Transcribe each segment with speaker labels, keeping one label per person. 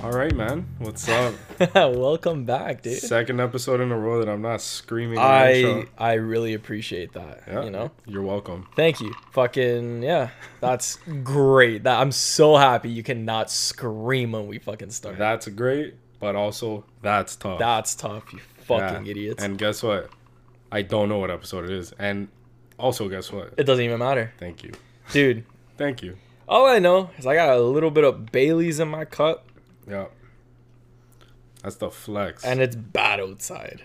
Speaker 1: All right, man. What's up?
Speaker 2: Welcome back, dude.
Speaker 1: Second episode in a row that I'm not screaming.
Speaker 2: I
Speaker 1: an intro.
Speaker 2: I really appreciate that. You know,
Speaker 1: You're welcome.
Speaker 2: thank you. Fucking yeah, that's great. That I'm so happy you cannot scream when we fucking start.
Speaker 1: That's great, but also that's tough.
Speaker 2: that's tough, you
Speaker 1: Yeah.
Speaker 2: fucking idiots.
Speaker 1: And guess what? I don't know what episode it is. And also, guess what?
Speaker 2: it doesn't even matter,
Speaker 1: Thank you.
Speaker 2: dude.
Speaker 1: Thank you.
Speaker 2: All I know is I got a little bit of Bailey's in my cup,
Speaker 1: Yeah. That's the flex.
Speaker 2: and it's bad outside.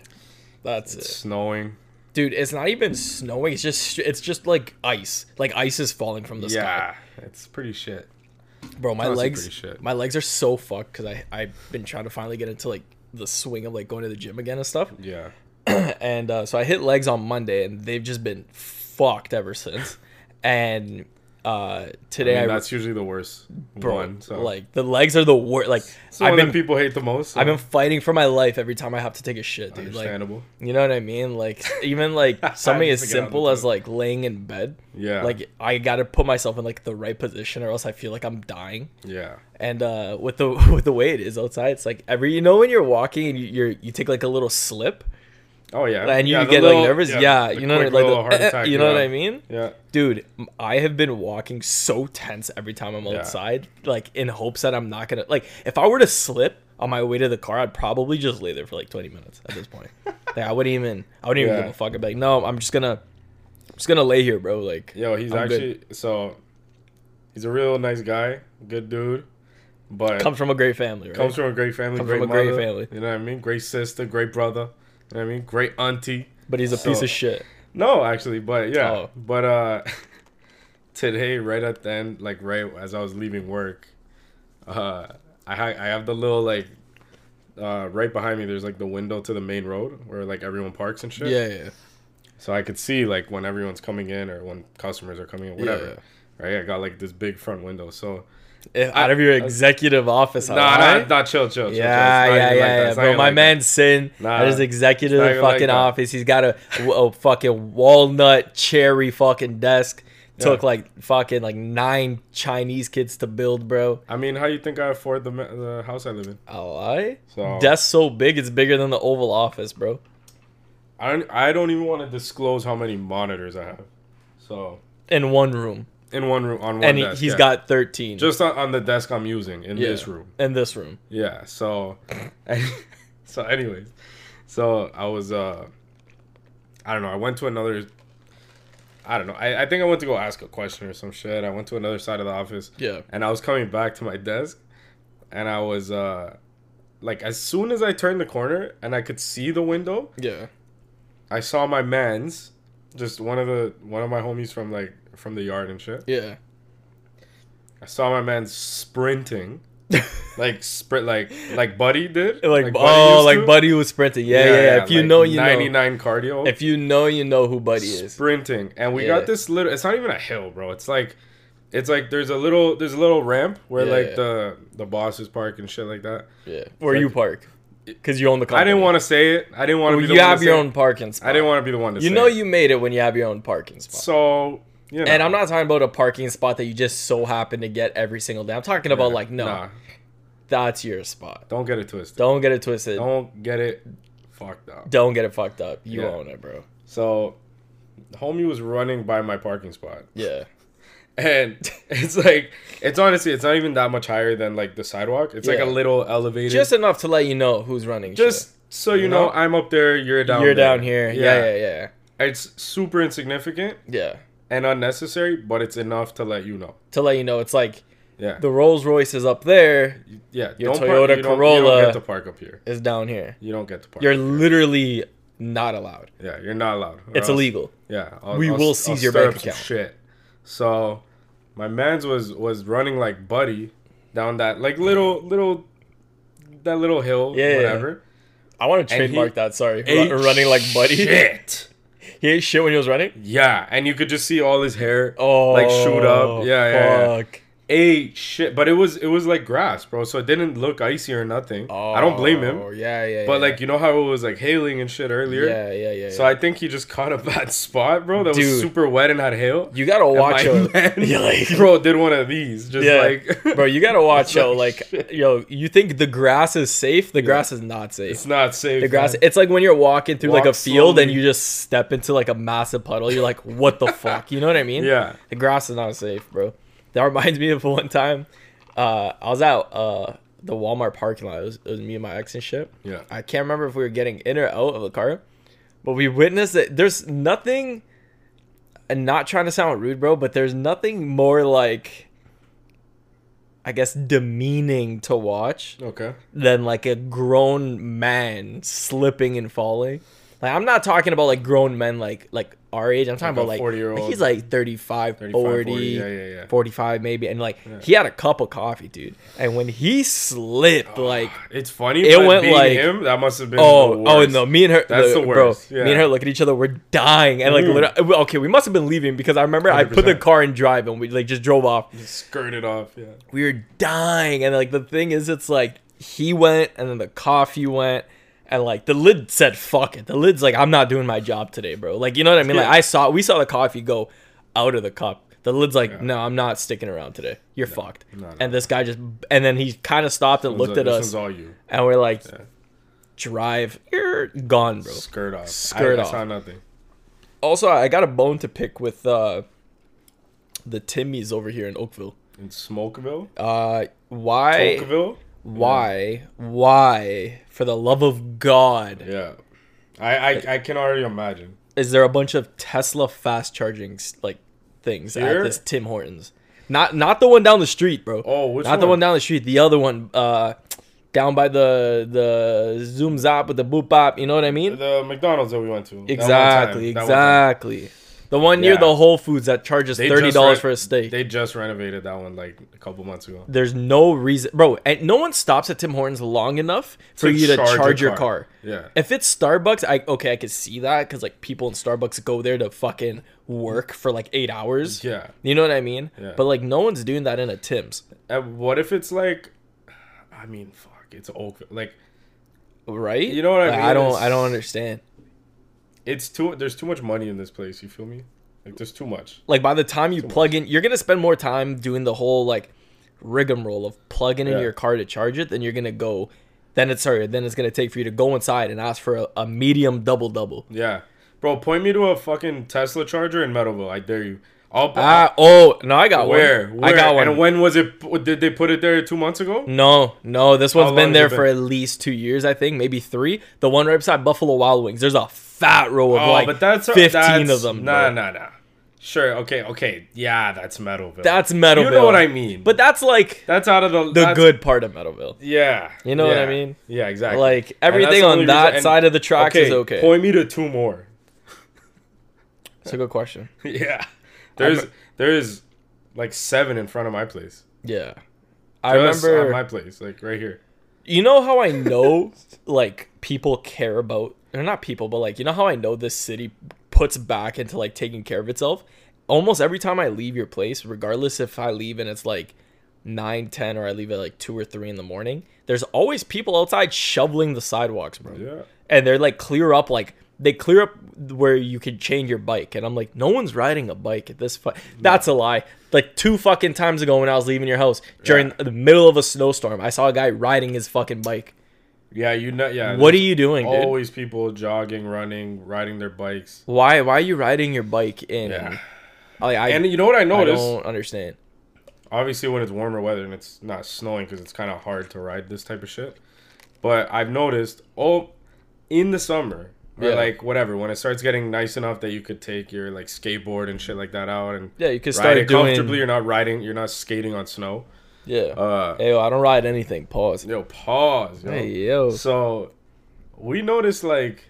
Speaker 2: That's
Speaker 1: it's
Speaker 2: it,
Speaker 1: snowing.
Speaker 2: dude. It's not even snowing. It's just it's just like ice. Like ice is falling from the sky.
Speaker 1: Yeah. It's pretty shit.
Speaker 2: Bro, my
Speaker 1: Honestly,
Speaker 2: legs,
Speaker 1: pretty shit.
Speaker 2: my legs are so fucked because I I've been trying to finally get into like the swing of like going to the gym again and stuff.
Speaker 1: Yeah.
Speaker 2: and uh, so I hit legs on Monday, and they've just been fucked ever since. and uh, today
Speaker 1: I
Speaker 2: I,
Speaker 1: mean, that's usually the worst
Speaker 2: bro,
Speaker 1: one. So
Speaker 2: like the legs are the worst. Like
Speaker 1: it's the
Speaker 2: I've
Speaker 1: one
Speaker 2: been
Speaker 1: that people hate the most. so
Speaker 2: I've been fighting for my life every time I have to take a shit, dude. Like
Speaker 1: understandable.
Speaker 2: you know what I mean? Like even like something as
Speaker 1: Just to get out of
Speaker 2: simple
Speaker 1: the
Speaker 2: as like laying in bed.
Speaker 1: yeah.
Speaker 2: Like I gotta put myself in like the right position, or else I feel like I'm dying.
Speaker 1: yeah.
Speaker 2: and uh, with the with the way it is outside, it's like every you know when you're walking and you, you're you take like a little slip
Speaker 1: Oh yeah,
Speaker 2: and you
Speaker 1: Yeah, the
Speaker 2: get
Speaker 1: little-
Speaker 2: like nervous. Yeah,
Speaker 1: the
Speaker 2: you know
Speaker 1: quick
Speaker 2: what I- like the-
Speaker 1: little heart attack,
Speaker 2: you know what
Speaker 1: yeah.
Speaker 2: I mean,
Speaker 1: Yeah,
Speaker 2: dude. m- I have been walking so tense every time I'm outside, like in hopes that I'm not gonna like if I were to slip on my way to the car, I'd probably just lay there for like 20 minutes at this point. like I wouldn't even I wouldn't even
Speaker 1: Yeah.
Speaker 2: give a fuck. I'd be like, no, I'm just gonna I'm just gonna lay here, bro. Like
Speaker 1: yo, he's
Speaker 2: I'm good.
Speaker 1: actually so he's a real nice guy, good dude, but
Speaker 2: comes from a great family, right?
Speaker 1: comes from a great family,
Speaker 2: comes
Speaker 1: great
Speaker 2: from a great
Speaker 1: mother,
Speaker 2: family.
Speaker 1: You know what I mean? Great sister, great brother. You know what I mean? Great auntie.
Speaker 2: but he's a piece
Speaker 1: So-
Speaker 2: of shit.
Speaker 1: No, actually, but yeah,
Speaker 2: Oh.
Speaker 1: but uh, today right at the end, like right as I was leaving work, uh, I ha- I have the little like. Uh, right behind me, there's like the window to the main road where like everyone parks and shit.
Speaker 2: Yeah, yeah,
Speaker 1: So I could see like when everyone's coming in or when customers are coming in, whatever. Right? I got like this big front window. So
Speaker 2: yeah. Out of your executive office,
Speaker 1: uh, nah,
Speaker 2: alright?
Speaker 1: nah, nah, chill, chill, chill.
Speaker 2: Oh, Yeah,
Speaker 1: chill. It's not
Speaker 2: yeah,
Speaker 1: even like
Speaker 2: yeah,
Speaker 1: that.
Speaker 2: yeah.
Speaker 1: It's not
Speaker 2: Bro,
Speaker 1: even
Speaker 2: my
Speaker 1: like
Speaker 2: man Sin
Speaker 1: Nah,
Speaker 2: at his executive
Speaker 1: it's not even
Speaker 2: fucking
Speaker 1: like that.
Speaker 2: office. He's got a, w- a fucking walnut cherry fucking desk. Took
Speaker 1: Yeah.
Speaker 2: like fucking like nine Chinese kids to build, bro.
Speaker 1: that. I mean, how you think I afford the ma- the house I live in?
Speaker 2: I lie.
Speaker 1: So
Speaker 2: Desk so big, it's bigger than the Oval Office, bro.
Speaker 1: I don't, I don't even want to disclose how many monitors I have. So
Speaker 2: In one room,
Speaker 1: in one room on one
Speaker 2: and he,
Speaker 1: desk.
Speaker 2: he's
Speaker 1: yeah.
Speaker 2: got thirteen.
Speaker 1: just on, on the desk I'm using in this room.
Speaker 2: In this room.
Speaker 1: Yeah. So, so anyways, so I was uh, I don't know. I went to another. I don't know. I, I think I went to go ask a question or some shit. I went to another side of the office,
Speaker 2: Yeah.
Speaker 1: and I was coming back to my desk, and I was uh, like as soon as I turned the corner and I could see the window,
Speaker 2: Yeah.
Speaker 1: I saw my man's, just one of the one of my homies from like from the yard and shit.
Speaker 2: Yeah.
Speaker 1: I saw my man sprinting, like sprint like like Buddy did,
Speaker 2: Like,
Speaker 1: Buddy
Speaker 2: oh,
Speaker 1: used
Speaker 2: like
Speaker 1: to.
Speaker 2: Buddy was sprinting. Yeah, yeah. yeah, If you
Speaker 1: like
Speaker 2: know, you know.
Speaker 1: 99 cardio.
Speaker 2: If you know, you know who Buddy is.
Speaker 1: sprinting, and we
Speaker 2: Yeah.
Speaker 1: got this little. It's not even a hill, bro. It's like, it's like there's a little there's a little ramp where
Speaker 2: Yeah,
Speaker 1: like
Speaker 2: yeah.
Speaker 1: the the bosses park and shit like that.
Speaker 2: Yeah. Where
Speaker 1: like-
Speaker 2: you park? Because you own the company.
Speaker 1: I didn't want to say it. I didn't want to be
Speaker 2: Well,
Speaker 1: the
Speaker 2: you
Speaker 1: one
Speaker 2: have
Speaker 1: to
Speaker 2: your
Speaker 1: say
Speaker 2: own parking
Speaker 1: It.
Speaker 2: spot.
Speaker 1: I didn't want to be the one to.
Speaker 2: You
Speaker 1: say
Speaker 2: know
Speaker 1: it.
Speaker 2: you made it when you have your own parking spot.
Speaker 1: So you know,
Speaker 2: and I'm not talking about a parking spot that you just so happen to get every single day. I'm talking about like no,
Speaker 1: Nah,
Speaker 2: that's your spot.
Speaker 1: don't get it twisted.
Speaker 2: Don't get it twisted. Don't,
Speaker 1: Don't get it fucked up.
Speaker 2: get it fucked up. You
Speaker 1: Yeah.
Speaker 2: own it, bro.
Speaker 1: So, homie was running by my parking spot.
Speaker 2: Yeah.
Speaker 1: and it's like it's honestly it's not even that much higher than like the sidewalk it's like
Speaker 2: Yeah.
Speaker 1: a little elevated
Speaker 2: Just
Speaker 1: just
Speaker 2: enough to let you know who's running.
Speaker 1: just so you know
Speaker 2: No.
Speaker 1: i'm up there you're
Speaker 2: shit.
Speaker 1: down
Speaker 2: you're
Speaker 1: there.
Speaker 2: down here. Yeah. yeah, yeah,
Speaker 1: it's super insignificant
Speaker 2: yeah,
Speaker 1: and unnecessary but it's enough to let you know
Speaker 2: To let you know, it's like
Speaker 1: yeah
Speaker 2: the Rolls Royce is up there,
Speaker 1: yeah
Speaker 2: your
Speaker 1: park-
Speaker 2: Toyota
Speaker 1: you don't, you
Speaker 2: Corolla-
Speaker 1: don't get to park up here
Speaker 2: is down here.
Speaker 1: you don't get to park
Speaker 2: You're literally not allowed.
Speaker 1: yeah you're not allowed or else-
Speaker 2: It's illegal.
Speaker 1: yeah I'll-
Speaker 2: We
Speaker 1: I'll-
Speaker 2: will
Speaker 1: I'll
Speaker 2: seize your
Speaker 1: stir
Speaker 2: bank
Speaker 1: up some
Speaker 2: account.
Speaker 1: shit so my man's was was running like buddy down that like little little that little hill
Speaker 2: Yeah, yeah, yeah.
Speaker 1: whatever
Speaker 2: I want to
Speaker 1: And he
Speaker 2: trademark that. Sorry,
Speaker 1: ate
Speaker 2: Ru- running like Buddy.
Speaker 1: Shit.
Speaker 2: He ate shit when he was running.
Speaker 1: Yeah, and you could just see all his hair
Speaker 2: Oh,
Speaker 1: like shoot up. Yeah, yeah, yeah.
Speaker 2: fuck.
Speaker 1: Hey shit! But it was it was like grass, bro. So it didn't look icy or nothing. I don't blame him.
Speaker 2: Oh, Yeah, yeah.
Speaker 1: But
Speaker 2: yeah.
Speaker 1: like you know how it was like hailing and shit earlier.
Speaker 2: yeah, yeah, yeah.
Speaker 1: So
Speaker 2: yeah.
Speaker 1: I think he just caught a bad spot, bro. That
Speaker 2: Dude.
Speaker 1: was super wet and had hail.
Speaker 2: you gotta
Speaker 1: And
Speaker 2: watch
Speaker 1: my
Speaker 2: out.
Speaker 1: man,
Speaker 2: You're like-
Speaker 1: bro, did one of these just
Speaker 2: Yeah.
Speaker 1: like,
Speaker 2: Bro, you gotta watch out.
Speaker 1: like,
Speaker 2: Like, yo, you think the grass is safe? The grass is not safe.
Speaker 1: it's not safe.
Speaker 2: the grass.
Speaker 1: man.
Speaker 2: It's like when you're walking through like a
Speaker 1: Walk
Speaker 2: field and
Speaker 1: slowly.
Speaker 2: you just step into like a massive puddle. You're like, what the fuck? You know what I mean?
Speaker 1: Yeah.
Speaker 2: The grass is not safe, bro. That reminds me of one time. Uh, I was out uh the Walmart parking lot. It was, it was me and my ex and shit.
Speaker 1: Yeah.
Speaker 2: I can't remember if we were getting in or out of the car, but we witnessed that there's nothing. And not trying to sound rude, bro, but there's nothing more like. I guess demeaning to watch
Speaker 1: Okay.
Speaker 2: than like a grown man slipping and falling. Like I'm not talking about like grown men like like our age. I'm talking
Speaker 1: Like a
Speaker 2: about like,
Speaker 1: 40-year-old.
Speaker 2: like, he's like 35,
Speaker 1: 35,
Speaker 2: 40,
Speaker 1: 40, yeah, yeah, yeah.
Speaker 2: 45 maybe and like he had a cup of coffee, dude. And when he slipped like
Speaker 1: It's funny.
Speaker 2: It
Speaker 1: but
Speaker 2: went
Speaker 1: being
Speaker 2: like-
Speaker 1: him. That must have been.
Speaker 2: Oh,
Speaker 1: Ah, the
Speaker 2: oh
Speaker 1: worst.
Speaker 2: no! Me and her,
Speaker 1: That's
Speaker 2: the-
Speaker 1: the worst,
Speaker 2: bro. Me and
Speaker 1: yeah.
Speaker 2: her look at each other. We're dying, and like,
Speaker 1: Mm.
Speaker 2: literally, okay, we must have been leaving because I remember I put the
Speaker 1: 100%.
Speaker 2: car in drive, and we like just drove off.
Speaker 1: Skirted off. Yeah.
Speaker 2: we were dying and like the thing is it's like he went and then the coffee went and like the lid said fuck it the lid's like i'm not doing my job today bro like you know what i mean like
Speaker 1: Yeah.
Speaker 2: i saw we saw the coffee go out of the cup the lid's like no i'm not sticking around today you're fucked
Speaker 1: No, no,
Speaker 2: and this guy just and then he kind of stopped and
Speaker 1: This
Speaker 2: looked at
Speaker 1: one's-
Speaker 2: us
Speaker 1: This one's all you.
Speaker 2: and we're like drive you're gone bro
Speaker 1: Skirt off.
Speaker 2: Skirt
Speaker 1: I,
Speaker 2: off.
Speaker 1: I saw nothing.
Speaker 2: also i got a bone to pick with uh the timmies over here in oakville
Speaker 1: In Smokeville.
Speaker 2: uh why
Speaker 1: Smokeville.
Speaker 2: why why for the love of god
Speaker 1: Yeah. I, I I can already imagine.
Speaker 2: is there a bunch of tesla fast charging s- like things at
Speaker 1: Here?
Speaker 2: this tim hortons not not the one down the street bro
Speaker 1: Oh, which
Speaker 2: not the one
Speaker 1: one?
Speaker 2: down the street the other one uh down by the the zoom zap with the boop bop you know what i mean
Speaker 1: The McDonald's that we went to. That one time,
Speaker 2: exactly
Speaker 1: that one time.
Speaker 2: exactly the one near
Speaker 1: Yeah.
Speaker 2: the whole foods that charges
Speaker 1: They
Speaker 2: $30
Speaker 1: just re-
Speaker 2: for a steak
Speaker 1: They just renovated that one like a couple months ago.
Speaker 2: there's no reason bro and no one stops at tim hortons long enough for you to charge, your car.
Speaker 1: Yeah.
Speaker 2: If it's Starbucks, I okay, I could see that because like people in Starbucks go there to fucking work for like eight hours.
Speaker 1: Yeah.
Speaker 2: You know what I mean?
Speaker 1: Yeah.
Speaker 2: But like no one's doing that in a Tim's,
Speaker 1: And what if it's like, I mean, fuck, it's Oakville. Like,
Speaker 2: right?
Speaker 1: You know what I
Speaker 2: Like,
Speaker 1: mean?
Speaker 2: I don't.
Speaker 1: It's-
Speaker 2: I don't understand.
Speaker 1: it's too. There's too much money in this place. You feel me? Like, there's too much.
Speaker 2: Like by the time you plug in, you're gonna spend more time doing the whole like rigmarole of plugging in
Speaker 1: Yeah.
Speaker 2: your car to charge it than you're gonna go. Then it's sorry. Then it's gonna take for you to go inside and ask for a, a medium double double.
Speaker 1: Yeah, bro. Point me to a fucking Tesla charger in Meadowville. I dare you. I'll.
Speaker 2: Ah, oh no, I got
Speaker 1: where?
Speaker 2: one.
Speaker 1: Where?
Speaker 2: I got one.
Speaker 1: And when was it? Did they put it there two months ago?
Speaker 2: No, no, this
Speaker 1: How
Speaker 2: one's
Speaker 1: long
Speaker 2: been
Speaker 1: has
Speaker 2: there
Speaker 1: it
Speaker 2: for at least two years, I think, maybe three. The one right beside Buffalo Wild Wings, there's a fat row of
Speaker 1: Oh,
Speaker 2: like
Speaker 1: but that's
Speaker 2: fifteen
Speaker 1: that's-
Speaker 2: of them.
Speaker 1: Nah,
Speaker 2: bro.
Speaker 1: nah, nah. Sure. Okay. Okay. Yeah, that's Meadowville.
Speaker 2: that's Meadowville.
Speaker 1: You know what I mean?
Speaker 2: But that's like
Speaker 1: that's out of the
Speaker 2: the
Speaker 1: that's-
Speaker 2: good part of Meadowville.
Speaker 1: Yeah.
Speaker 2: You know what I
Speaker 1: yeah,
Speaker 2: mean?
Speaker 1: Yeah. Exactly.
Speaker 2: Like
Speaker 1: And that's
Speaker 2: everything
Speaker 1: the
Speaker 2: on
Speaker 1: only
Speaker 2: that
Speaker 1: reason- and-
Speaker 2: side of the tracks is okay.
Speaker 1: Point me to two more.
Speaker 2: It's a good question.
Speaker 1: Yeah. There's
Speaker 2: I'm-
Speaker 1: there's like seven in front of my place.
Speaker 2: Yeah, I
Speaker 1: Just
Speaker 2: remember.
Speaker 1: at my place, like right here.
Speaker 2: you know how I know like people care about or not people, but like you know how I know this city puts back into like taking care of itself? Almost every time I leave your place, regardless if I leave and it's like 9, 10 or I leave at like 2 or 3 in the morning, there's always people outside shoveling the sidewalks, bro.
Speaker 1: Yeah.
Speaker 2: And they're like clear up like they clear up where you can chain your bike and I'm like no one's riding a bike at this fu-. that's a lie. Like two fucking times ago when I was leaving your house during the middle of a snowstorm, I saw a guy riding his fucking bike.
Speaker 1: Yeah, you know. Yeah.
Speaker 2: What are
Speaker 1: there's
Speaker 2: you doing, dude?
Speaker 1: Always people jogging, running, riding their bikes.
Speaker 2: Why why are you riding your bike in?
Speaker 1: Yeah.
Speaker 2: Like, I,
Speaker 1: And you know what I
Speaker 2: I
Speaker 1: noticed?
Speaker 2: don't understand.
Speaker 1: Obviously, when it's warmer weather and it's not snowing, because it's kind of hard to ride this type of shit. But I've noticed, oh, in the summer or
Speaker 2: Yeah.
Speaker 1: like whatever, when it starts getting nice enough that you could take your like skateboard and shit like that out and
Speaker 2: Yeah, you could
Speaker 1: ride
Speaker 2: start
Speaker 1: it comfortably.
Speaker 2: doing.
Speaker 1: You're not riding. You're not skating on snow.
Speaker 2: Yeah.
Speaker 1: Uh,
Speaker 2: hey, yo, I don't ride anything. Pause.
Speaker 1: yo, pause. Yo.
Speaker 2: Hey yo.
Speaker 1: So we noticed like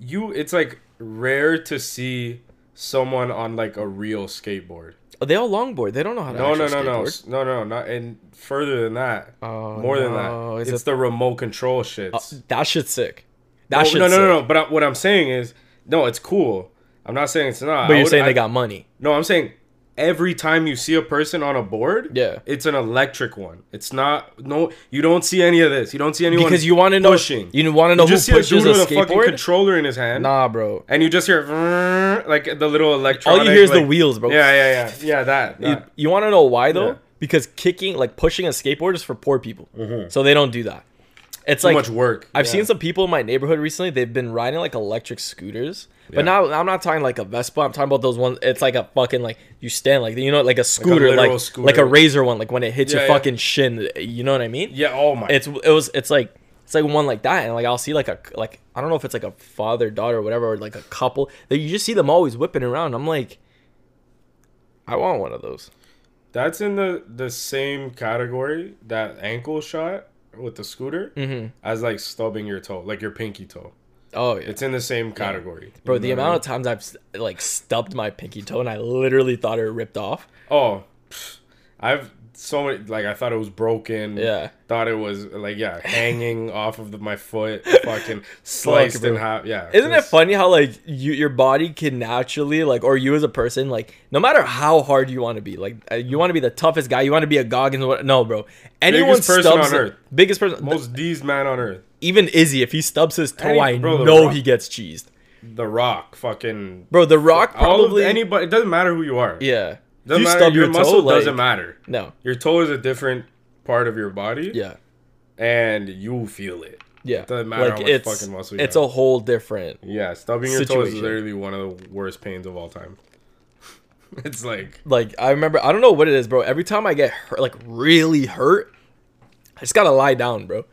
Speaker 1: you it's like rare to see someone on like a real skateboard.
Speaker 2: Are they all longboard. They don't know how to.
Speaker 1: No, no, no,
Speaker 2: actually
Speaker 1: no.
Speaker 2: skateboard.
Speaker 1: S- No, no, not and further than that.
Speaker 2: Oh,
Speaker 1: more than
Speaker 2: no.
Speaker 1: that.
Speaker 2: Is
Speaker 1: it's
Speaker 2: it-
Speaker 1: the remote control shits. Oh,
Speaker 2: That shit's sick. That shit's
Speaker 1: no, no, no, no,
Speaker 2: sick.
Speaker 1: But I, what I'm saying is no, it's cool. I'm not saying it's not.
Speaker 2: But
Speaker 1: I
Speaker 2: you're
Speaker 1: would-
Speaker 2: saying
Speaker 1: I-
Speaker 2: they got money.
Speaker 1: No, I'm saying every time you see a person on a board,
Speaker 2: Yeah.
Speaker 1: it's an electric one. It's not no. You don't see any of this. You don't see anyone
Speaker 2: Because you want to know
Speaker 1: pushing.
Speaker 2: you want to know
Speaker 1: You just
Speaker 2: who
Speaker 1: see a dude
Speaker 2: pushes a,
Speaker 1: with a fucking
Speaker 2: skateboard.
Speaker 1: controller in his hand,
Speaker 2: nah, bro.
Speaker 1: and you just hear "Vrrr," like the little
Speaker 2: All
Speaker 1: electronic.
Speaker 2: you hear is the
Speaker 1: like-
Speaker 2: wheels, bro.
Speaker 1: Yeah, yeah, yeah, yeah. That.
Speaker 2: You,
Speaker 1: that.
Speaker 2: you want to know why though?
Speaker 1: Yeah.
Speaker 2: Because kicking, like pushing a skateboard, is for poor people, so they don't do that. It's
Speaker 1: Mm-hmm. Too
Speaker 2: like
Speaker 1: much work.
Speaker 2: I've
Speaker 1: Yeah.
Speaker 2: seen some people in my neighborhood recently. They've been riding like electric scooters, but
Speaker 1: Yeah.
Speaker 2: now I'm not talking like a Vespa. I'm talking about those ones. It's like a fucking like you stand like you know like a scooter like
Speaker 1: literal
Speaker 2: like,
Speaker 1: scooter.
Speaker 2: a razor one like when it hits
Speaker 1: Yeah,
Speaker 2: your
Speaker 1: yeah.
Speaker 2: fucking shin. You know what I mean?
Speaker 1: Yeah. Oh my.
Speaker 2: It's it was it's like it's like one like that and like I'll see like a like I don't know if it's like a father daughter or whatever or like a couple that you just see them always whipping around. I'm like, I want one of those.
Speaker 1: That's in the the same category that ankle shot with the scooter
Speaker 2: Mm.
Speaker 1: as like stubbing your toe, like your pinky toe.
Speaker 2: Oh yeah.
Speaker 1: It's in the same category.
Speaker 2: Bro,
Speaker 1: You
Speaker 2: the
Speaker 1: know what I
Speaker 2: amount of times I've s- like stubbed my pinky toe and I literally thought it ripped off.
Speaker 1: mean? oh, pff, I've so many like I thought it was broken.
Speaker 2: Yeah.
Speaker 1: thought it was like yeah, hanging off of the, my foot, fucking
Speaker 2: Fuck,
Speaker 1: sliced
Speaker 2: bro.
Speaker 1: in half. Yeah,
Speaker 2: Isn't it
Speaker 1: it's-
Speaker 2: funny how like you your body can naturally like or you as a person like no matter how hard you want to be like uh, you want to be the toughest guy you want to be a Goggins what no bro anyone
Speaker 1: person
Speaker 2: stubs
Speaker 1: on
Speaker 2: it-
Speaker 1: earth.
Speaker 2: biggest person
Speaker 1: Most these man on earth,
Speaker 2: even Izzy if he stubs his toe
Speaker 1: Any-
Speaker 2: I
Speaker 1: bro, The
Speaker 2: know
Speaker 1: Rock.
Speaker 2: he gets cheesed
Speaker 1: The Rock, fucking
Speaker 2: bro The Rock
Speaker 1: all of
Speaker 2: probably
Speaker 1: anybody. It doesn't matter who you are.
Speaker 2: yeah
Speaker 1: doesn't
Speaker 2: you
Speaker 1: matter,
Speaker 2: stub
Speaker 1: your,
Speaker 2: your toe,
Speaker 1: muscle
Speaker 2: like-
Speaker 1: doesn't matter.
Speaker 2: no
Speaker 1: Your toe is a different part of your body.
Speaker 2: yeah
Speaker 1: and you feel it.
Speaker 2: yeah
Speaker 1: Doesn't matter how much
Speaker 2: it's
Speaker 1: fucking muscle you
Speaker 2: it's
Speaker 1: have.
Speaker 2: a whole different
Speaker 1: Yeah, stubbing your toes is
Speaker 2: Situation.
Speaker 1: literally one of the worst pains of all time. It's like
Speaker 2: like I remember I don't know what it is, bro. Every time I get hurt, like really hurt, I just gotta lie down, bro.